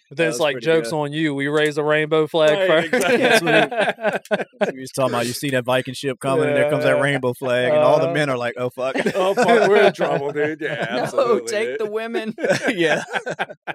D: But
A: That
D: then it's
A: was
D: like
A: pretty
D: jokes
A: good.
D: on you. We raise a rainbow flag
C: Right,
D: first.
C: exactly. That's
A: you was talking about you see that Viking ship coming, and there comes that
D: Yeah.
A: rainbow flag, and all the
D: Uh,
A: men are like, "Oh fuck!"
C: oh fuck, we're in trouble, dude. Yeah,
B: no,
C: absolutely.
B: take
C: dude.
B: the women.
A: yeah,
D: Yeah,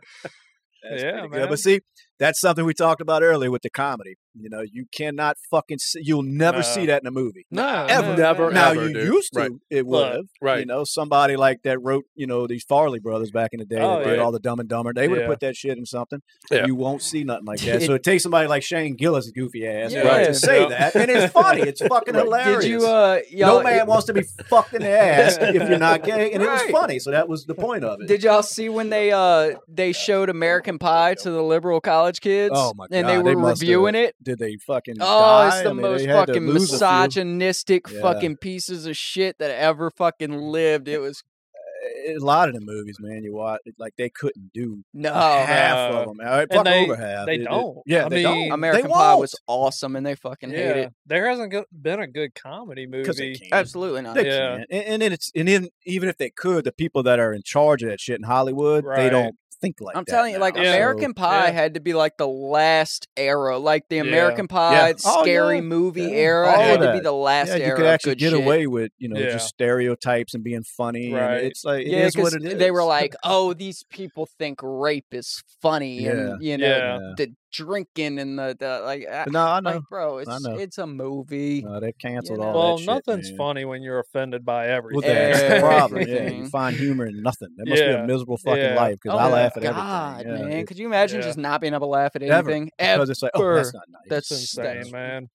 A: pretty
D: man.
A: But see, that's something we talked about earlier with the comedy. You know, you cannot fucking. See, you'll never see
D: No.
A: that in a movie.
D: no,
A: Ever.
D: no,
C: Never,
D: no.
A: Now
C: ever,
A: you
C: dude.
A: used to,
C: Right.
A: it would have.
C: right.
A: You know, somebody like that wrote, you know, these Farley brothers back in the day
D: Oh,
A: that did
C: yeah.
A: all the Dumb and Dumber. They would have
D: Yeah.
A: put that shit in something.
C: Yeah.
A: You won't see nothing like that.
B: Did-
A: so it takes somebody like Shane Gillis, goofy ass,
B: Yeah.
A: right,
B: Yeah.
A: to say
D: Yeah.
A: that, and it's funny. It's fucking hilarious.
B: Did you, uh, y'all,
A: no man wants to be fucked in the ass if you're not gay, and it
B: Right.
A: was funny. So that was the point of it.
B: Did y'all see when they uh they showed American Pie to the liberal college kids?
A: Oh my
B: And they
A: God,
B: were
A: they must have-
B: reviewing it.
A: Did they fucking?
B: Oh, it's
A: die?
B: the
A: I mean, they
B: most
A: had to
B: fucking
A: lose a few.
B: misogynistic
A: Yeah.
B: fucking pieces of shit that ever fucking lived. It was
A: A lot of the movies, man, you watch like they couldn't do
B: Oh, no.
A: half
D: no.
A: of them. All right,
D: And
A: fuck
D: they-
A: over half.
D: they
A: It- it-
D: don't.
A: yeah,
D: I
A: they don't.
D: mean,
B: American
A: They
B: Pie
A: won't.
B: was awesome, and they fucking
D: Yeah.
B: hate it.
D: There hasn't go- been a good comedy
A: because they
D: movie.
A: can't.
B: Absolutely not.
A: They
D: Yeah.
A: can't. And, and then it's and then even if they could, the people that are in charge of that shit in Hollywood, they
D: Right.
A: don't think like
B: I'm
A: that
B: telling you,
A: now.
B: like
A: So-
B: American Pie
D: Yeah.
B: had to be like the last era, like the
D: Yeah.
B: American Pie
A: Yeah. Oh,
B: scary
A: yeah.
B: movie
A: Yeah.
B: era
A: All
B: had to be
A: that.
B: the last
A: yeah,
B: era.
A: you could
B: of
A: actually
B: good
A: get
B: shit.
A: away with you know
D: Yeah.
A: just stereotypes and being funny. and
D: Right.
A: it's like it
B: yeah,
A: is what it
B: 'cause
A: is.
B: they were like, "Oh, these people think rape is funny, and you know
D: Yeah.
B: the drinking and the, the like." I,
A: But no, I know.
B: like, bro, it's
A: know. Uh,
B: it's a movie.
A: No, they canceled
B: know.
A: all
D: well,
A: that shit,
D: nothing's
A: man.
D: funny when you're offended by
A: Well,
D: everything.
A: that's the problem. Yeah,
B: Everything.
A: you find humor in nothing. That must be
D: Yeah,
A: a miserable fucking
D: yeah.
A: life because
B: oh
A: I
B: my
A: laugh at
B: god,
A: everything. Yeah,
B: man!
A: it's-
B: Could you imagine
D: yeah.
B: just not being able to laugh at
A: Ever.
B: anything?
A: because it's like, oh, that's
B: ever.
A: not nice.
B: That's
D: It's insane,
B: that's-
D: man.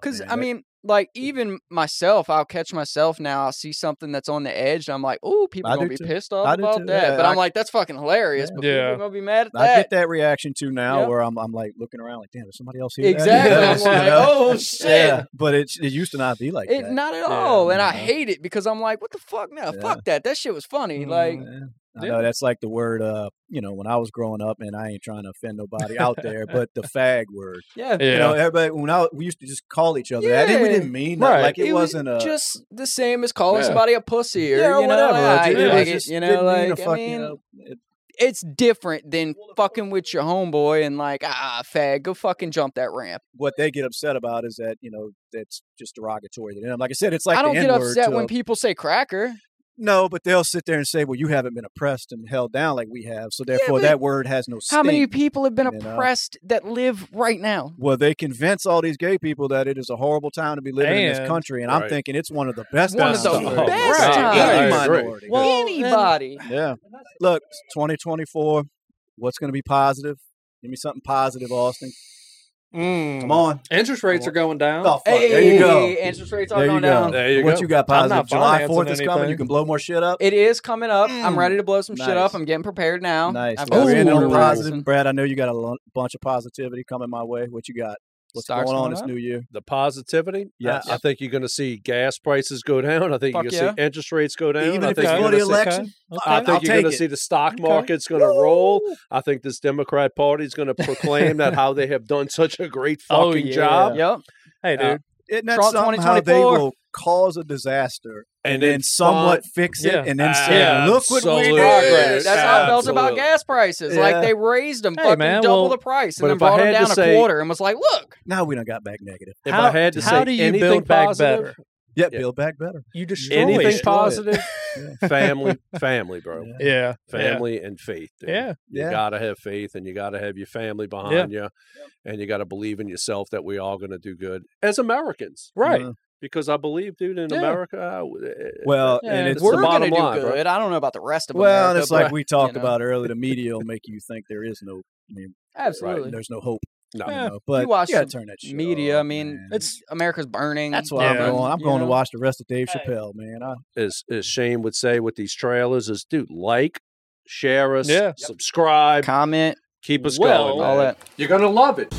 B: Because
A: man,
B: I
A: that-
B: mean, like even myself, I'll catch myself now. I'll see something that's on the edge, and I'm like, "Ooh, people
A: I
B: gonna
A: do
B: be
A: too.
B: pissed off
A: I do
B: about
A: too.
B: that."
A: Yeah,
B: but
A: I-
B: I'm like, "That's fucking hilarious." But people
D: Yeah.
B: are gonna be mad at
A: I
B: that.
A: get that reaction too now,
B: Yep.
A: where I'm, I'm like looking around, like, damn, there's somebody else here.
B: Exactly. I'm
D: Yes,
B: like,
A: you know?
B: "Oh shit."
A: Yeah, but it, it used to not be like
B: It,
A: that.
B: not at
D: Yeah,
B: all, and I
A: no.
B: hate it because I'm like, what the fuck? No,
A: Yeah. Mm-hmm.
B: fuck that. That shit was funny.
D: Mhm.
B: Like,
A: Mm, Yeah. I
D: Yeah.
A: know that's like the word, uh, you know, when I was growing up, and I ain't trying to offend nobody out there, but the fag word.
B: yeah,
D: Yeah.
A: You know, everybody, when I, we used to just call each other that, and we
B: Yeah.
A: didn't mean that.
D: Right.
A: Like, it,
B: It was
A: wasn't a.
B: just the same as calling
C: Yeah.
B: somebody a pussy or,
A: yeah, or
B: you know,
A: whatever.
B: like, I
A: uh, it
B: dig
A: was
B: it,
A: just-
B: you
A: didn't
B: know,
A: mean a
B: like I
A: fuck, you
B: mean,
A: know, it-
B: it's different than fucking with your homeboy and like, ah, fag, go fucking jump that ramp.
A: what they get upset about is that you know that's just derogatory to them. Like I said, it's like
B: I
A: the
B: don't get
A: N-word
B: upset
A: to
B: when
A: a-
B: people say cracker.
A: no, but they'll sit there and say, "Well, you haven't been oppressed and held down like we have, so therefore
B: but
A: that word has no."
B: How many
A: sting."
B: people have been
A: you know?
B: oppressed that live right now?
A: Well, they convince all these gay people that it is a horrible time to be living in this
D: And-
A: country, and I'm
C: Right.
A: thinking it's one of the best.
B: One
C: of
A: times
C: the
A: to be
C: best
A: a
B: times.
A: Any
C: I agree.
A: minority.
D: Well, and-
B: Anybody.
A: yeah. Look, it's 2024. What's going to be positive? Give me something positive, Austin.
D: Mm.
E: Come on.
D: Interest rates are going down.
E: Oh, fuck. there you go.
B: Hey, interest rates are
E: There you
B: going
E: go.
B: down.
C: There you
E: what
C: go.
E: you got
D: I'm
E: positive?
D: not
E: July
D: financing
E: 4th is coming.
D: anything.
E: You can blow more shit up.
B: It is coming up. I'm ready to blow some shit
E: Nice.
B: up. I'm getting prepared now.
E: Nice.
B: I've
E: Ooh.
B: got
A: Mm. We're
B: some
A: ending
B: order
A: on
E: Ooh.
A: positive.
B: and
A: Brad, I know you got a lo- bunch of positivity coming my way. What you got? What's
B: Stocks
A: going on
B: going
A: this
B: up?
A: new year?
C: the positivity. Yeah,
A: Yes.
C: I, think you're going to see gas prices go down. I think
B: Fuck
C: you're
B: yeah.
C: going to see interest rates go down.
E: Even
C: I
E: if
C: think
E: it's
C: you're
E: for
C: gonna
E: the
C: see-
E: election,
C: I
E: I'll
C: think you're going
E: take
C: to
E: it.
C: see the stock
D: Okay.
C: market's going to roll. I think this Democrat Party is going to proclaim that how they have done such a great
D: Oh,
C: fucking
D: yeah.
C: job,
B: Yep.
D: Hey, dude.
C: Uh,
A: Isn't that
B: Trump
A: something how they
B: 2024?
A: will cause a disaster
C: and
A: and then somewhat fix it
D: Yeah.
A: and then
C: Ah,
A: say,
C: yeah,
A: look what we
C: absolutely.
A: did.
C: Progress.
B: That's how I felt about
C: Absolutely.
B: gas prices.
A: Yeah.
B: Like they raised them
D: Hey,
B: fucking
D: man,
B: double
D: well-
B: the price and
C: but
B: then
C: if I
B: brought them
C: had to
B: down a
C: say-
B: quarter and was like, look,
A: Now we done got back negative.
C: If
D: How-
C: I had to
D: how
C: say
D: do you
C: anything
D: build back
C: positive,
D: better?
A: Yep,
C: Yeah.
A: build back better.
D: You destroy
C: anything
D: it.
C: positive, family, family, bro,
A: Yeah.
D: Yeah.
C: family and faith. dude.
D: Yeah.
C: You
A: Yeah.
C: gotta have faith, and you gotta have your family behind you, and you gotta believe in yourself that we all gonna do good as Americans,
D: Right.
A: Mhm.
C: Because I believe, dude, in
D: Yeah.
C: America, uh, w- uh,
A: Well,
D: Yeah,
A: and
D: and
A: it's
B: we're
C: the
B: gonna
C: bottom
B: do
C: line, bro.
B: good. I don't know about the rest of
A: well, and
B: America.
A: it's like
B: but-
A: we talked
B: know.
A: about earlier. The media will make you think there is no, I mean,
B: absolutely
A: there's no hope.
C: No.
A: you
D: Yeah.
A: know, but you,
B: watch
A: gotta
B: the
A: turn that shit
B: media.
A: off,
B: I mean,
A: man.
B: it's America's burning. um,
A: that's why I'm
D: Yeah.
A: going. I'm
B: you
A: going to
B: know?
A: watch the rest of Dave
D: Hey.
A: Chappelle, man. I,
C: as as Shane would say with these trailers is, dude, like, share us,
D: Yeah.
C: subscribe,
B: Comment,
C: keep us
D: Well-
C: going,
B: all
C: man.
B: that.
C: You're gonna love it.